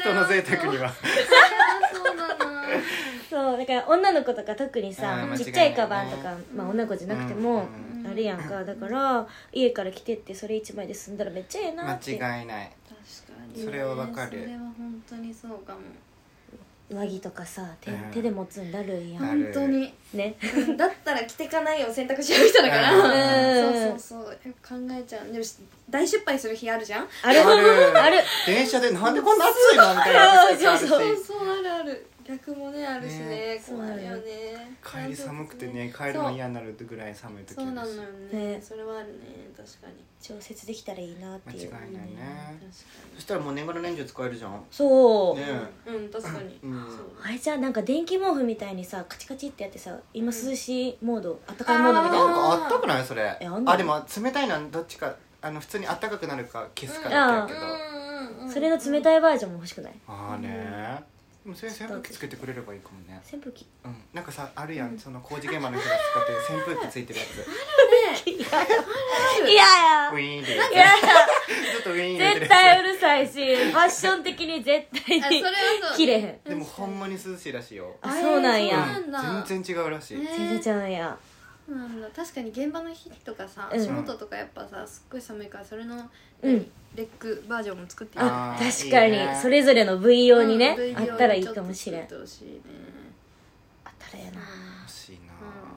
Speaker 1: 人の贅沢には
Speaker 3: それはそうだな
Speaker 2: そうだから女の子とか特にさ
Speaker 1: うん間違いないね
Speaker 2: ちっちゃいカバンとか、まあ、女の子じゃなくても、
Speaker 1: うん
Speaker 3: うん
Speaker 2: あるやんかだから家から来てってそれ1枚で済んだらめっちゃええなって
Speaker 1: 間違いない
Speaker 3: 確かにね
Speaker 1: それはわかる
Speaker 3: それは本当にそうかも
Speaker 2: 上着とかさ手
Speaker 1: うん
Speaker 2: 手で持つんだるやん、
Speaker 1: なる
Speaker 3: 本当に
Speaker 2: ね
Speaker 3: うんだったら着てかないよ選択肢の人だから
Speaker 2: うん
Speaker 3: そうそうそうよく考えちゃうでもし大失敗する日あるじゃん
Speaker 2: あれあ
Speaker 1: あ
Speaker 2: る
Speaker 1: 電車でなんでこんな暑いのみたいな時あるし
Speaker 2: そう
Speaker 3: そうそうあるある逆もねあるしね
Speaker 1: ね
Speaker 3: 困るよね
Speaker 1: 帰り寒くてね帰るの嫌になるぐらい寒い時
Speaker 3: そうそうな
Speaker 1: あ
Speaker 3: の
Speaker 1: る
Speaker 3: よ
Speaker 1: し
Speaker 3: ね
Speaker 2: ね
Speaker 3: それはあるね確かに
Speaker 2: 調節できたらいいなっていう
Speaker 1: 間違いない
Speaker 3: 確
Speaker 1: ね
Speaker 3: か
Speaker 1: そしたらもう年がら年中使えるじゃんね
Speaker 2: そう、
Speaker 3: にうん確かに
Speaker 1: うん
Speaker 3: そう
Speaker 2: あれじゃあなんか電気毛布みたいにさカチカチってやってさ今涼しいモードあったかいモードみたい
Speaker 1: なん
Speaker 2: な
Speaker 1: かあったくないそれ
Speaker 2: えあんの
Speaker 1: あでも冷たいのはどっちかあの普通にあったかくなるか消すかだ
Speaker 2: あ
Speaker 1: けやけど
Speaker 3: うんうんうん
Speaker 2: それの冷たいバージョンも欲しくない
Speaker 1: ああねでもそれ扇風機つけてくれればいいかもね
Speaker 2: 扇風機
Speaker 1: うんなんかさあるやんその工事現場の人が使ってる扇風機ついてるやつ
Speaker 3: ね
Speaker 2: いや
Speaker 1: ウィーンで
Speaker 2: いや
Speaker 1: ずっとウィーンで
Speaker 2: 絶対うるさいしファッション的に絶対
Speaker 3: あそれ
Speaker 2: に
Speaker 3: はそう
Speaker 2: 切れへん
Speaker 1: でもほんまに涼しいらしいよ
Speaker 2: あそうなん
Speaker 3: えー
Speaker 2: や
Speaker 3: そうなんだ
Speaker 1: 全然違うらしい、
Speaker 3: ね
Speaker 2: 全然ちゃうんや
Speaker 3: そうなんだ確かに現場の日とかさ、
Speaker 2: うん
Speaker 3: 仕事とかやっぱさすっごい寒いからそれの、
Speaker 2: うん
Speaker 3: レックバージョンも作って
Speaker 2: あ
Speaker 1: あー
Speaker 2: 確か
Speaker 1: いい
Speaker 2: に
Speaker 1: ね
Speaker 2: それぞれの部位用にね
Speaker 3: うん
Speaker 2: あったらいいかもしれんあっ
Speaker 3: ちょっと作ってほしいね
Speaker 2: たらやな
Speaker 1: 欲しいな、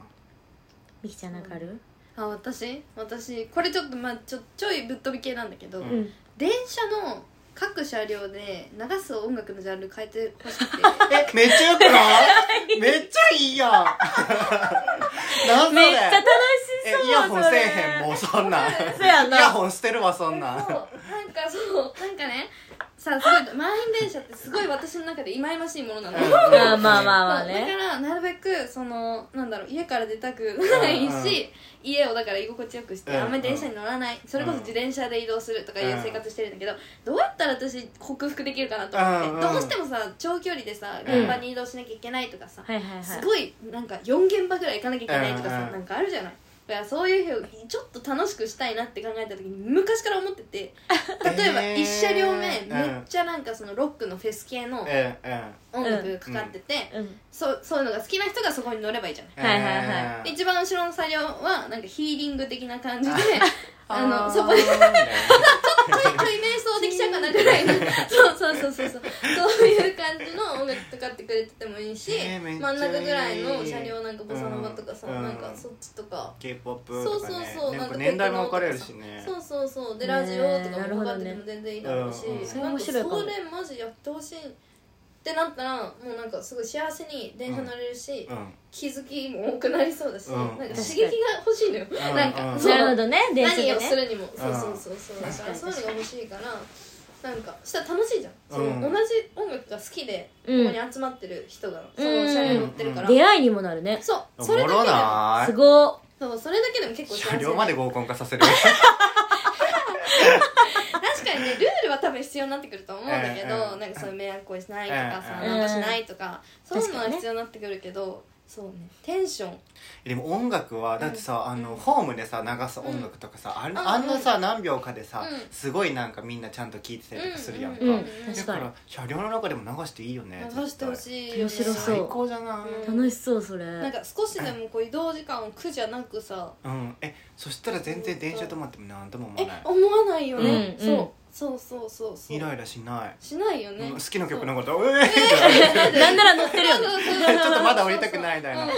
Speaker 2: みきちゃんなんかある
Speaker 3: あ私私これちょっとまあちょちょいぶっ飛び系なんだけど、
Speaker 1: うん
Speaker 2: うん
Speaker 3: 電車の各車両で流す音楽のジャンル変えてほしくて
Speaker 1: えめっちゃよく
Speaker 2: [laughs]
Speaker 1: ないめっちゃいいやんなんそれ
Speaker 2: めっちゃ楽しそう
Speaker 1: えイヤホンせえへん
Speaker 2: ん
Speaker 1: もうそんなん
Speaker 2: そうや
Speaker 1: イ
Speaker 2: な
Speaker 1: ヤホン捨てるわそん
Speaker 3: そう
Speaker 1: な
Speaker 3: なん
Speaker 1: ん
Speaker 3: かそうなんかねさすごい満員電車ってすごい私の中で忌々しいものなの、
Speaker 1: うん
Speaker 2: あーまあまあまあ
Speaker 3: だか
Speaker 2: ね
Speaker 3: らなるべくそのなんだろう家から出たくな
Speaker 1: う
Speaker 3: いし、
Speaker 1: んうん
Speaker 3: 家をだから居心地よくして、
Speaker 1: うんうん
Speaker 3: あんまり電車に乗らないそれこそ自転車で移動するとかいう生活してるんだけど、どうやったら私克服できるかなと思って、
Speaker 1: うんうん
Speaker 3: どうしてもさ長距離でさ
Speaker 1: うん
Speaker 3: 現場に移動しなきゃいけないとかさ、
Speaker 2: はいはいはい
Speaker 3: すごいなんか4現場ぐらい行かなきゃいけないとかさ、
Speaker 1: うんうん
Speaker 3: なんかあるじゃないだからそういうふうにちょっと楽しくしたいなって考えた時に昔から思ってて例えば
Speaker 1: えー
Speaker 3: 一車両目
Speaker 1: うん
Speaker 3: めっちゃなんかそのロックのフェス系の
Speaker 1: うんうん
Speaker 3: 音楽かかってて、
Speaker 2: うん
Speaker 3: そうそういうのが好きな人がそこに乗ればいいじゃな
Speaker 2: は
Speaker 3: い
Speaker 2: いはいは
Speaker 3: 一番後ろの車両はなんかヒーリング的な感じであのそこ
Speaker 1: で
Speaker 3: でちょっと一回瞑想できちゃうかなぐらい
Speaker 1: [laughs]
Speaker 3: のそうそうそうそうそうそういう感じの音楽かかってくれててもいいし
Speaker 1: えーめっちゃ
Speaker 3: 真
Speaker 1: いい
Speaker 3: ん中ぐらいの車両なんかボサノバとかさ、
Speaker 1: うん
Speaker 3: なんかそっちとか。
Speaker 1: K-POP
Speaker 3: そう
Speaker 1: と
Speaker 3: そう
Speaker 1: かね
Speaker 3: そう、
Speaker 1: や
Speaker 3: な
Speaker 1: っ
Speaker 3: ん
Speaker 1: ぱ
Speaker 3: か
Speaker 1: 年代も分かれるしね
Speaker 3: そうそうそうで
Speaker 2: ね
Speaker 3: ラジオとか
Speaker 2: なる
Speaker 3: も
Speaker 2: ほ
Speaker 3: か
Speaker 2: ど
Speaker 3: っ
Speaker 2: ね
Speaker 3: てても全然いいだろうし、
Speaker 1: うんうん
Speaker 2: それ
Speaker 3: なん
Speaker 2: 面
Speaker 3: かそ
Speaker 2: 白い
Speaker 3: れ
Speaker 2: かも
Speaker 3: マジやってほしいってなったらもうなんかすごい幸せに電車乗れるし、
Speaker 1: うん
Speaker 3: 気づきも多くなりそうだし、
Speaker 1: うん
Speaker 3: なんか刺激が欲しいのよ、
Speaker 1: ん
Speaker 3: なんか、
Speaker 1: うん
Speaker 3: そう
Speaker 2: なるほどね電車で
Speaker 3: 何をす
Speaker 2: ね
Speaker 3: るにも、そうそうそうそうだから
Speaker 2: 確
Speaker 3: そ
Speaker 2: かに
Speaker 3: ういうのが欲しいからなんかしたら楽しいじゃん、その
Speaker 1: うん
Speaker 3: 同じ音楽が好きでこ
Speaker 2: う
Speaker 3: こ
Speaker 2: ん
Speaker 3: に集まってる人が、その車両に乗ってるから、
Speaker 2: 出会いにもなるね
Speaker 3: そうそ
Speaker 1: お
Speaker 3: れ
Speaker 1: もろ
Speaker 3: だけでも
Speaker 1: な
Speaker 2: す
Speaker 1: ーい
Speaker 2: ご
Speaker 3: そうそれだけでも結構幸せ
Speaker 1: 車両まで合コン化させる [laughs]
Speaker 3: 確かにねルールは多分必要になってくると思うんだけど、
Speaker 1: うんうん
Speaker 3: なんかそういう迷惑をしないとかさ、
Speaker 1: うん
Speaker 2: うん
Speaker 3: なんかしないとか、そういうのは
Speaker 2: 確かにね
Speaker 3: 必要になってくるけどそうねテンション
Speaker 1: でも音楽はだってさ、あのホームでさ流す音楽とかさ、あん、あんなさ何秒かでさ、
Speaker 3: うん
Speaker 1: すごいなんかみんなちゃんと聴いてたりとかするやんか、
Speaker 2: うんう
Speaker 1: だ
Speaker 2: ん確
Speaker 1: か
Speaker 2: かに
Speaker 1: ら車両の中でも流していいよね
Speaker 3: 流してほしいよね
Speaker 2: 面
Speaker 1: 絶
Speaker 2: 白
Speaker 1: 対
Speaker 2: そう
Speaker 1: 最高じゃない、
Speaker 2: い楽しそうそれ
Speaker 3: なんか少しでもこう移動時間を苦じゃなくさ
Speaker 1: うん、えそしたら全然電車止まっても何とも
Speaker 3: え
Speaker 1: 思わない
Speaker 3: 思わないよね、
Speaker 2: うんうん
Speaker 3: そうそうそうそうそう
Speaker 1: イライラしない、
Speaker 3: しないよね、
Speaker 1: うん、好
Speaker 3: そ
Speaker 1: きな曲のこと「うえー!」って
Speaker 2: なんなら乗ってるよね
Speaker 3: うそう
Speaker 1: [laughs] ちょっとまだ降りたくないみたいな [laughs] な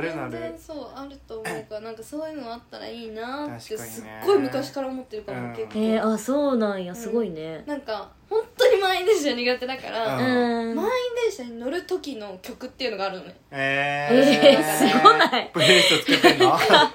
Speaker 1: るな
Speaker 3: 全然
Speaker 1: る
Speaker 3: そうあると思うからなんかそういうのあったらいいなっ
Speaker 1: 確か
Speaker 3: て
Speaker 1: にね
Speaker 3: すっごい昔から思ってるから、
Speaker 1: うん
Speaker 3: 結構、
Speaker 2: えー、あそうなんやすごいね
Speaker 3: なんか本当に満員電車苦手だから、
Speaker 1: う
Speaker 2: うんん
Speaker 3: 満員電車に乗る時の曲っていうのがあるのね
Speaker 1: え
Speaker 2: えーすごない
Speaker 1: プレイストつけてん
Speaker 3: [laughs]
Speaker 1: の
Speaker 2: 戦い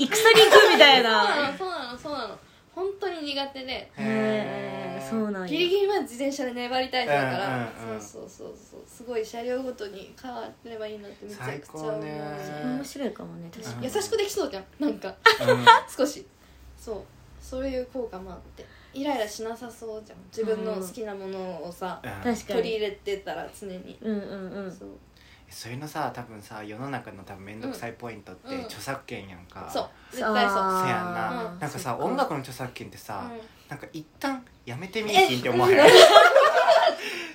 Speaker 2: 戦に行くみたい
Speaker 3: [laughs] そうな
Speaker 2: な
Speaker 3: のそうなのそうなの本当に苦手で
Speaker 2: へえそうなん
Speaker 3: ギリ
Speaker 2: や
Speaker 3: ギリまで自転車で粘りたい人だから、
Speaker 1: うんうんうん
Speaker 3: そうそうそうそうすごい車両ごとに変わってればいいなってめちゃくちゃ思
Speaker 1: 最
Speaker 3: う、
Speaker 1: 高ね
Speaker 2: 面白いかもね確か
Speaker 1: うん
Speaker 2: に
Speaker 3: 優しくできそうじゃんなんか
Speaker 1: うん
Speaker 3: 少しそうそういう効果もあってイライラしなさそうじゃん自分の好きなものをさ、
Speaker 1: うん
Speaker 2: 確か
Speaker 3: 取り
Speaker 2: に
Speaker 3: 入れてたら常に、
Speaker 2: うんうんうん
Speaker 3: そう
Speaker 1: そういうのさ多分さ世の中の多分面倒くさいポイントって、
Speaker 3: うん
Speaker 1: 著作権やんか
Speaker 3: そう絶対そう
Speaker 1: そ
Speaker 2: あー
Speaker 1: やんな、
Speaker 3: うん
Speaker 1: なんかさ音楽の著作権ってさ、
Speaker 3: うん
Speaker 1: なんか一旦やめてみいひんって思わへん [laughs]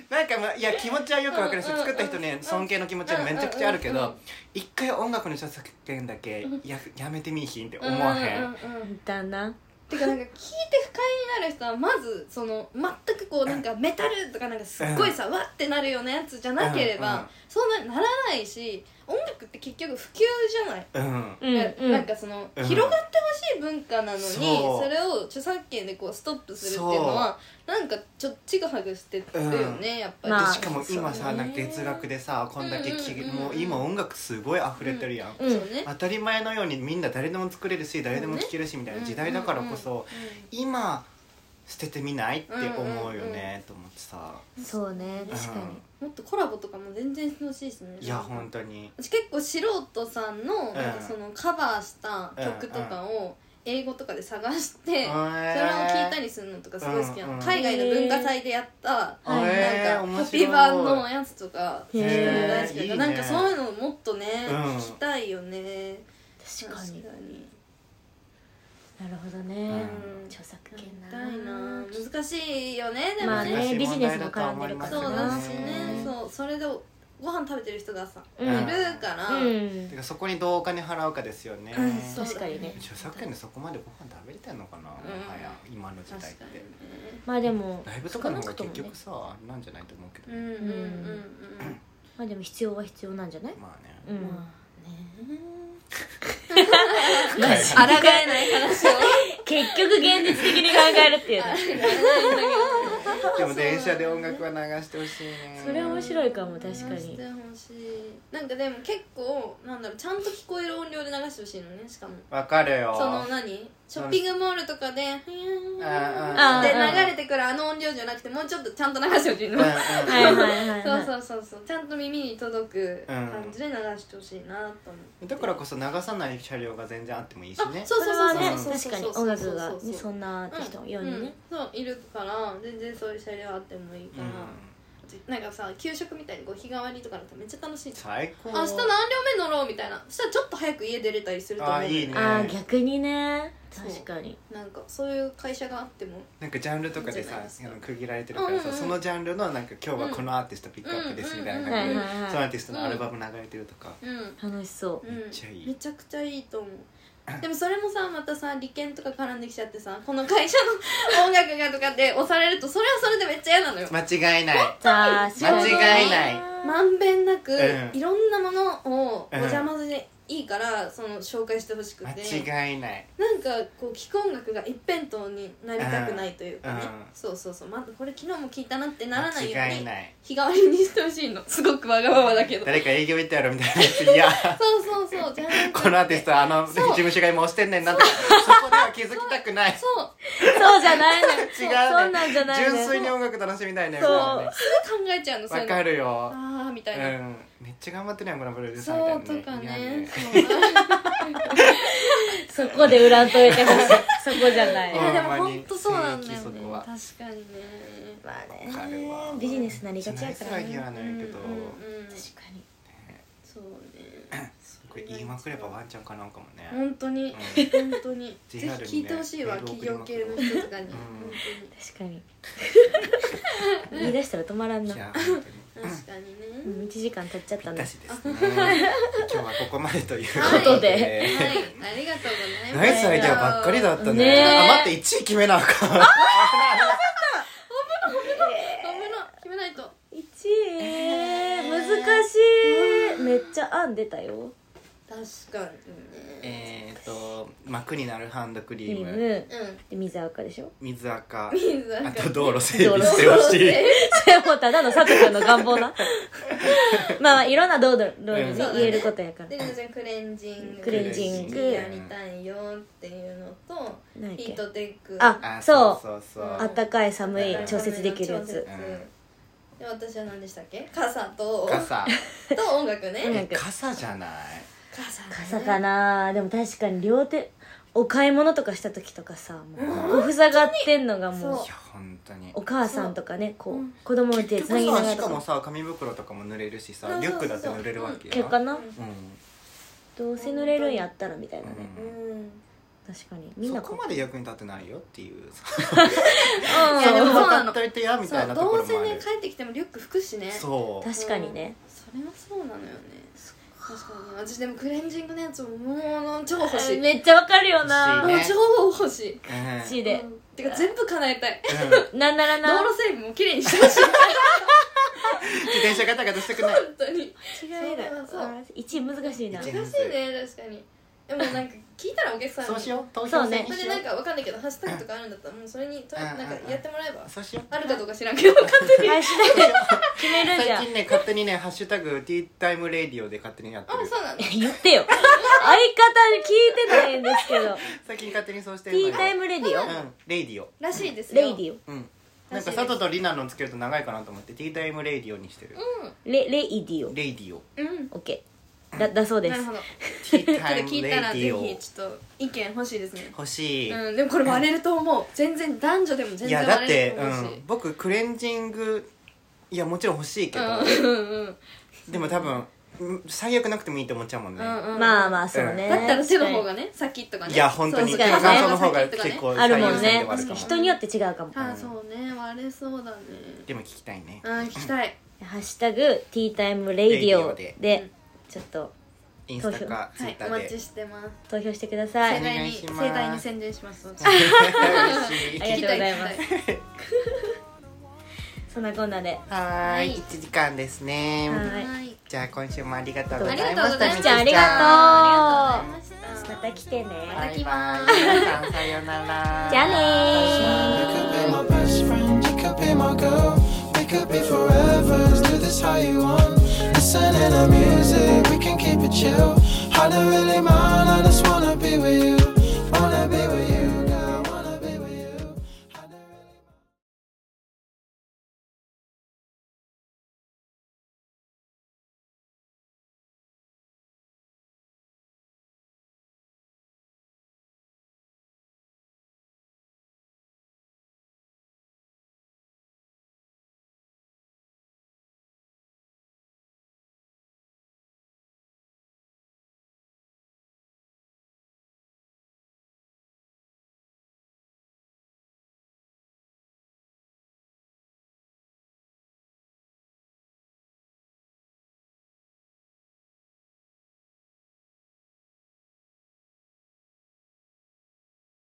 Speaker 1: なんかまあいや気持ちはよくわかるし、
Speaker 3: うんうんうん
Speaker 1: 作った人ね尊敬の気持ちはめちゃくちゃあるけど、
Speaker 3: うんうんうん
Speaker 1: 一回音楽の著作権だけややめてみいひんって思わへん、
Speaker 3: うううん
Speaker 2: だな
Speaker 3: てかなんか聞いて不快になる人はまずその全くこうなんかメタルとかなんかすっごいさわってなるようなやつじゃなけれ
Speaker 1: うんうん
Speaker 3: ばそんなならないし音楽って結局普及じゃない、
Speaker 1: うん
Speaker 2: うんうん
Speaker 3: なんかその
Speaker 1: うん
Speaker 3: 広がってほしい文化なのに
Speaker 1: そう
Speaker 3: それを著作権でこうストップするっていうのはなんかちょっとちぐはぐしてるよねやっぱり、
Speaker 2: まあ
Speaker 1: でしかも今さ
Speaker 3: そうね
Speaker 1: なんか月額でさこんだけ聴き、
Speaker 3: うんうんうんうん
Speaker 1: もう今音楽すごい溢れてるやん、
Speaker 2: うん
Speaker 3: そうね、
Speaker 1: 当たり前のようにみんな誰でも作れるし誰でも聴けるしみたいな時代だからこそ、今捨ててみないって思うよね、と思ってさ、
Speaker 2: そうね
Speaker 1: うん
Speaker 2: 確かに
Speaker 3: もっとコラボとかも全然してほしいしね
Speaker 1: いや本当に
Speaker 3: 私結構素人さんの,、
Speaker 1: ん
Speaker 3: そのカバーした曲とかを英語とかで探して、
Speaker 1: それ
Speaker 3: それを聞いた
Speaker 1: り
Speaker 3: りするのとかすごい好きなの、
Speaker 1: うんうん
Speaker 3: 海外の文化祭でやった、
Speaker 2: はい
Speaker 1: えー、
Speaker 3: なんか
Speaker 1: 面
Speaker 3: ハ
Speaker 1: 白い
Speaker 3: ピバンのやつとか聞くの大好きだ
Speaker 1: へーいい
Speaker 3: か
Speaker 1: ね
Speaker 3: らなんかそういうのもっとね、
Speaker 1: うん
Speaker 3: 聞きたいよね
Speaker 2: 確かになるほどね、
Speaker 1: うん
Speaker 2: 著作
Speaker 3: 聞き
Speaker 2: 権な
Speaker 3: たいな難しいよねでも
Speaker 2: まあ
Speaker 3: ね,、
Speaker 2: ねビジネスも絡んでるから
Speaker 3: そう
Speaker 2: ま
Speaker 3: だ
Speaker 2: あ
Speaker 3: しねそうそれでご飯食べてる人がさ、
Speaker 2: うん
Speaker 3: いるから、
Speaker 2: うん
Speaker 1: てかそこにどうお金払うかですよね、
Speaker 2: うん
Speaker 3: そう
Speaker 2: 確かにね
Speaker 1: 著作権でそこまでご飯食べれてんのかな、もはや今の時
Speaker 3: 確か
Speaker 1: 代って
Speaker 3: にね
Speaker 2: まあでも
Speaker 1: ライブとかの方が結
Speaker 2: ね
Speaker 1: 局さ、あれなんじゃないと思うけ
Speaker 3: う
Speaker 1: ど、
Speaker 3: んうんうんうん
Speaker 2: まあでも必要は必要なんじゃない
Speaker 1: まあね、
Speaker 3: [laughs]
Speaker 2: うん、
Speaker 3: ま
Speaker 2: 結
Speaker 3: 抗えない話を
Speaker 2: 局現実的に考えるっていうね
Speaker 1: でも電車で音楽は流してほしいね
Speaker 2: それ面白いかも確か
Speaker 3: 流し
Speaker 2: に
Speaker 3: てほしいなんかでも結構なんだろうちゃんと聞こえる音量で流してほしいのねしかも
Speaker 1: わかるよ
Speaker 3: その何ショッピングモールとかで「ふゆーん」って流れてくるあの音量じゃなくてもうちょっとちゃんと流してほしいの、
Speaker 2: はいはいはいはい
Speaker 3: そうそうそうそうちゃんと耳に届く感じで流してほしいなと思って、
Speaker 1: だからこそ流さない車両が全然あってもいいし
Speaker 3: あ
Speaker 1: ね
Speaker 3: そう
Speaker 2: そ
Speaker 3: そ
Speaker 2: れ
Speaker 3: う
Speaker 2: はね
Speaker 3: そう
Speaker 2: 確
Speaker 3: そう
Speaker 2: かに
Speaker 3: そう
Speaker 2: 音楽が
Speaker 3: そうそう
Speaker 2: ねそんな人ようにね
Speaker 3: うんそういるから全然そういう車両あってもいいか
Speaker 1: う
Speaker 3: ら、
Speaker 1: ん
Speaker 3: なんかさ給食みたいにこう日替わりとかだったらめっちゃ楽しい
Speaker 1: 最高
Speaker 3: 明日何両目乗ろうみたいなそしたらちょっと早く家出れたりすると思う
Speaker 1: あいいね
Speaker 2: あー逆にね
Speaker 3: そう
Speaker 2: 確かに
Speaker 3: なんかそういう会社があっても
Speaker 1: なんかジャンルとかで
Speaker 3: いい
Speaker 1: さ
Speaker 3: んじゃ
Speaker 1: あ
Speaker 3: ないですか
Speaker 1: の区切られてるから
Speaker 3: うんうん
Speaker 1: さ
Speaker 3: うん
Speaker 1: そのジャンルのなんか今日はこのアーティストピックアップですみたいな感じ
Speaker 2: うん
Speaker 1: で
Speaker 2: うんうんうん
Speaker 1: そのアーティストのアルバム流れてるとか
Speaker 3: うん、
Speaker 2: 楽しそう
Speaker 3: うん、
Speaker 1: めっちゃいい
Speaker 3: めちゃくちゃいいと思うでもそれもさまたさ利権とか絡んできちゃってさこの会社
Speaker 1: [laughs]
Speaker 3: の音楽がとかで押されるとそれはそれでめっちゃ嫌なのよ
Speaker 1: 間違いない
Speaker 2: 確かに
Speaker 1: 間違いない
Speaker 3: まんべんなく、
Speaker 1: うん
Speaker 3: いろんなものをお
Speaker 1: うん
Speaker 3: 邪魔でいいから、その紹介してほしくて
Speaker 1: 間違いない
Speaker 3: なんかこう聴く音楽が一辺倒になりたくないというかね、
Speaker 1: うん
Speaker 3: そうそうそうまたこれ昨日も聴いたなってならないよ
Speaker 1: 間
Speaker 3: う
Speaker 1: 違い
Speaker 3: に
Speaker 1: ない
Speaker 3: 日替わりにしてほしいのすごくわがままだけどそう
Speaker 1: 誰か営業行ったやろみたいなやついや
Speaker 3: [laughs] そうそうじゃなくて
Speaker 1: このアーティストあの事
Speaker 3: そう
Speaker 1: 務所が今押してんねんなとかそこでは気づきたくない違
Speaker 3: そう
Speaker 2: そうじゃないのよ
Speaker 1: うね
Speaker 2: そうなんじゃないの
Speaker 1: 純
Speaker 2: よ
Speaker 1: 粋に音楽楽しみたいねみ
Speaker 2: そ
Speaker 1: た
Speaker 2: う
Speaker 1: いなね
Speaker 3: すぐ考えちゃうのそうい
Speaker 1: わ
Speaker 3: うの
Speaker 1: かるよ
Speaker 3: ああみたい
Speaker 1: う
Speaker 3: な、
Speaker 1: んめっちゃ頑張ってるやんこのプロデュー
Speaker 3: そ
Speaker 1: サー
Speaker 3: う
Speaker 1: みた
Speaker 3: と
Speaker 1: い
Speaker 3: か
Speaker 1: な
Speaker 3: ね
Speaker 1: い
Speaker 2: そこで裏といてほしいそこじゃな
Speaker 3: そ
Speaker 2: いう
Speaker 3: い
Speaker 1: うん
Speaker 3: やでも
Speaker 1: [laughs]
Speaker 3: 本当そうなんだよ
Speaker 1: ほんまに正義そこ
Speaker 3: ね
Speaker 1: は
Speaker 3: 確かにね
Speaker 2: まあね
Speaker 1: やねわかるわ
Speaker 2: ビジネスなりがちや
Speaker 1: そ
Speaker 2: か
Speaker 1: れは
Speaker 2: らね
Speaker 1: 言わないけど
Speaker 3: うんうんうん
Speaker 2: 確かに
Speaker 3: そうね
Speaker 1: これ言いまくればワンちゃんかなんかもね
Speaker 3: 本当に
Speaker 1: うん
Speaker 3: 本当
Speaker 1: [laughs]
Speaker 3: にぜひ
Speaker 1: JR にね
Speaker 3: 聞いてほしいわ
Speaker 1: メール送り
Speaker 3: 企業
Speaker 1: まく
Speaker 3: 系
Speaker 1: ろう
Speaker 3: の人とかに本
Speaker 2: 確かに [laughs] 言い出したら止まらん
Speaker 1: い
Speaker 2: な
Speaker 1: や本当に
Speaker 3: 当に確かに
Speaker 2: う
Speaker 3: ね
Speaker 2: ん1時間経っちゃった
Speaker 1: ぴっ
Speaker 2: ね
Speaker 1: たし
Speaker 2: [laughs]
Speaker 1: ですね今日はここまでということ
Speaker 3: はい
Speaker 1: で
Speaker 3: ありがとうございま
Speaker 1: ナ
Speaker 3: す
Speaker 1: イスアイデアばっかりだった
Speaker 2: ね
Speaker 1: ね
Speaker 2: え
Speaker 1: あ待って1位決めなあかん
Speaker 3: ごめんな決めないと
Speaker 2: 1位、難しいめっちゃ案出たよ
Speaker 3: 確かにね
Speaker 1: えーっと膜になるハンドクリ
Speaker 2: リ
Speaker 1: ー
Speaker 2: ー
Speaker 1: ム
Speaker 2: ム
Speaker 3: うん
Speaker 2: で水垢でしょ [laughs]
Speaker 1: 水垢
Speaker 3: 水垢
Speaker 1: あと道路整備してほしい
Speaker 2: それもただの佐藤君の願望な [laughs] まあまあいろんな道路に
Speaker 1: うん
Speaker 2: 言えることやから
Speaker 3: で全然クレンジング
Speaker 2: クレンジング
Speaker 3: やりたいよっていうのと
Speaker 2: 何やっけ
Speaker 3: ヒートテック
Speaker 2: あ
Speaker 1: あ
Speaker 2: そう
Speaker 1: そうそう
Speaker 3: あ
Speaker 2: あったかい寒い調節できるや
Speaker 3: 調
Speaker 2: つ
Speaker 3: 節で私は何でしたっけ傘と [laughs]
Speaker 1: 傘
Speaker 3: と音楽
Speaker 2: う
Speaker 3: ね
Speaker 1: え傘じゃない
Speaker 3: 傘ね
Speaker 2: 傘かなでも確かに両手お買い物とかした時とかさもうこう塞がってんのがもう
Speaker 1: いや本当に
Speaker 2: お母さんとかねこ
Speaker 3: う
Speaker 2: うん子供の手つなぎなが
Speaker 1: さ
Speaker 2: ら
Speaker 1: しかも
Speaker 2: とか
Speaker 1: さ紙袋とかも濡れるしさ
Speaker 3: そうそう
Speaker 1: リ
Speaker 3: そう
Speaker 1: ュックだって濡れるわけ
Speaker 2: 結
Speaker 1: や
Speaker 2: 果な
Speaker 1: うん
Speaker 2: どうせ濡れるんやったらみたいなね
Speaker 3: う
Speaker 1: うん
Speaker 2: 確かにみん
Speaker 1: そ
Speaker 2: な
Speaker 1: こまで役に立ってないよっていう
Speaker 2: うん
Speaker 3: いやでもそうな
Speaker 1: 使
Speaker 3: の
Speaker 1: っといてやみた
Speaker 3: そ
Speaker 1: いうなとこ
Speaker 3: ど
Speaker 1: ろ
Speaker 3: うせ
Speaker 1: もあ
Speaker 3: ね
Speaker 1: る
Speaker 3: 帰ってきてもリュック拭くしねう
Speaker 1: そう
Speaker 2: 確かにね
Speaker 3: それはそうなのよね確かに私でもクレンジングのやつももう超欲しいもう
Speaker 2: めっちゃわかるよな
Speaker 1: 欲しいね
Speaker 3: 超欲しい
Speaker 1: うん
Speaker 2: しいで
Speaker 3: うんてか全部叶えたい
Speaker 1: うん
Speaker 2: なんなら
Speaker 3: 道
Speaker 2: な
Speaker 3: 路整備も綺麗にしてほしい
Speaker 1: 自転車ガタガタしたくない
Speaker 3: 本当に
Speaker 2: 間違いない
Speaker 3: そうそう
Speaker 2: あ1位難しいな
Speaker 1: 一
Speaker 3: 難
Speaker 1: 位
Speaker 3: しいね確かにでもなんか聞いたらお客さんに
Speaker 1: そうしよう投
Speaker 2: そ
Speaker 1: 票
Speaker 2: うね
Speaker 1: 制
Speaker 3: そ
Speaker 1: に
Speaker 3: れ
Speaker 1: しよ
Speaker 3: でなんかわかんないけどハッシュタグとかあるんだったらもうそれにと
Speaker 1: うん
Speaker 3: なんかやってもらえば
Speaker 1: うそうしよう
Speaker 3: あるかどうか知らんけど勝手に
Speaker 2: 最初で決めるんじゃ
Speaker 1: 最
Speaker 2: ん
Speaker 1: 近ね勝手にね「ハッシュタグティータイムレディオ」で勝手にやって
Speaker 3: あ
Speaker 1: る
Speaker 3: そうなんだ
Speaker 2: 言ってよ相方に聞いてないんですけど
Speaker 1: 最近勝手にそうして
Speaker 2: テ
Speaker 1: るの
Speaker 2: ィ
Speaker 1: よ
Speaker 2: ータイムレディ
Speaker 1: う
Speaker 2: オ
Speaker 1: んレディオ
Speaker 3: らしいですよ
Speaker 2: レイディ
Speaker 1: うんなんか佐藤とリナのつけると長いかなと思ってティータイムレディオにしてる
Speaker 2: オレレイディオ
Speaker 1: レデ
Speaker 3: [laughs]
Speaker 1: ィオ
Speaker 3: うん
Speaker 2: オッケーだだそうで
Speaker 3: な
Speaker 2: す
Speaker 3: るほど
Speaker 1: ティー
Speaker 3: ちょっ
Speaker 1: タイ
Speaker 3: と
Speaker 1: ム
Speaker 3: 聞
Speaker 1: レ
Speaker 3: い
Speaker 1: デ
Speaker 3: たらぜ
Speaker 1: ィ
Speaker 3: ひ
Speaker 1: オ
Speaker 3: ちょっと意見欲しいですね
Speaker 1: 欲しい、
Speaker 3: うんでもこれ割れると思う全然男女でも全
Speaker 1: い
Speaker 3: 然
Speaker 1: やだっ
Speaker 3: 割
Speaker 1: て、
Speaker 3: れると
Speaker 1: う
Speaker 3: 思うし
Speaker 1: ん、僕クレンジングいやもちろん欲しいけど、
Speaker 3: うんうんうん
Speaker 1: でも多分うん最悪なくてもいいと思っちゃうもんね、
Speaker 3: うんうん
Speaker 2: まあまあそうね
Speaker 3: だったら手の方がね先とかね
Speaker 1: いや本当に
Speaker 3: そう
Speaker 2: 確かにね
Speaker 1: 感想の方が結構
Speaker 2: あるも
Speaker 1: 最優
Speaker 2: ん
Speaker 1: 先
Speaker 2: ね
Speaker 1: ではあるかも
Speaker 2: 人によって違うかも「
Speaker 3: あそうね割れそうだね
Speaker 1: でも聞きたいね
Speaker 3: あー聞きたい
Speaker 2: ハッシュタグティータイムレイディオ」
Speaker 1: レイ
Speaker 2: でちょっと
Speaker 1: インスタかツ
Speaker 3: は
Speaker 1: イ
Speaker 3: い
Speaker 1: ッタ
Speaker 3: お
Speaker 1: ー
Speaker 3: 待
Speaker 1: で
Speaker 3: ちしてます
Speaker 2: 投票してくださ
Speaker 1: お
Speaker 3: 盛
Speaker 1: 願
Speaker 2: い
Speaker 3: 大
Speaker 1: い
Speaker 3: に
Speaker 1: し
Speaker 3: 盛
Speaker 1: ます
Speaker 3: 大に宣伝します私
Speaker 1: 嬉しい
Speaker 2: ありがとうございます
Speaker 3: 聞きた聞き
Speaker 2: そんなこんなで
Speaker 1: [laughs] は
Speaker 3: は
Speaker 1: ー
Speaker 3: い
Speaker 1: い1時間ですね
Speaker 2: は
Speaker 3: た
Speaker 2: い
Speaker 3: いはい
Speaker 1: じゃあ今週もありがとうござい
Speaker 3: ありが
Speaker 1: ま
Speaker 3: とう
Speaker 1: した
Speaker 3: ございました
Speaker 1: み
Speaker 2: じゃあありがとう
Speaker 3: ありがとうございまし
Speaker 2: ま
Speaker 3: た
Speaker 2: た来てね
Speaker 1: バイ
Speaker 3: き
Speaker 1: バ
Speaker 3: ま
Speaker 1: イ皆さんさようなら
Speaker 2: じゃあねー
Speaker 4: You could be my best friend, you could be my girl. We could be forever, let's do this how you want. Listening to music, we can keep it chill. I don't really mind, I just wanna be with you.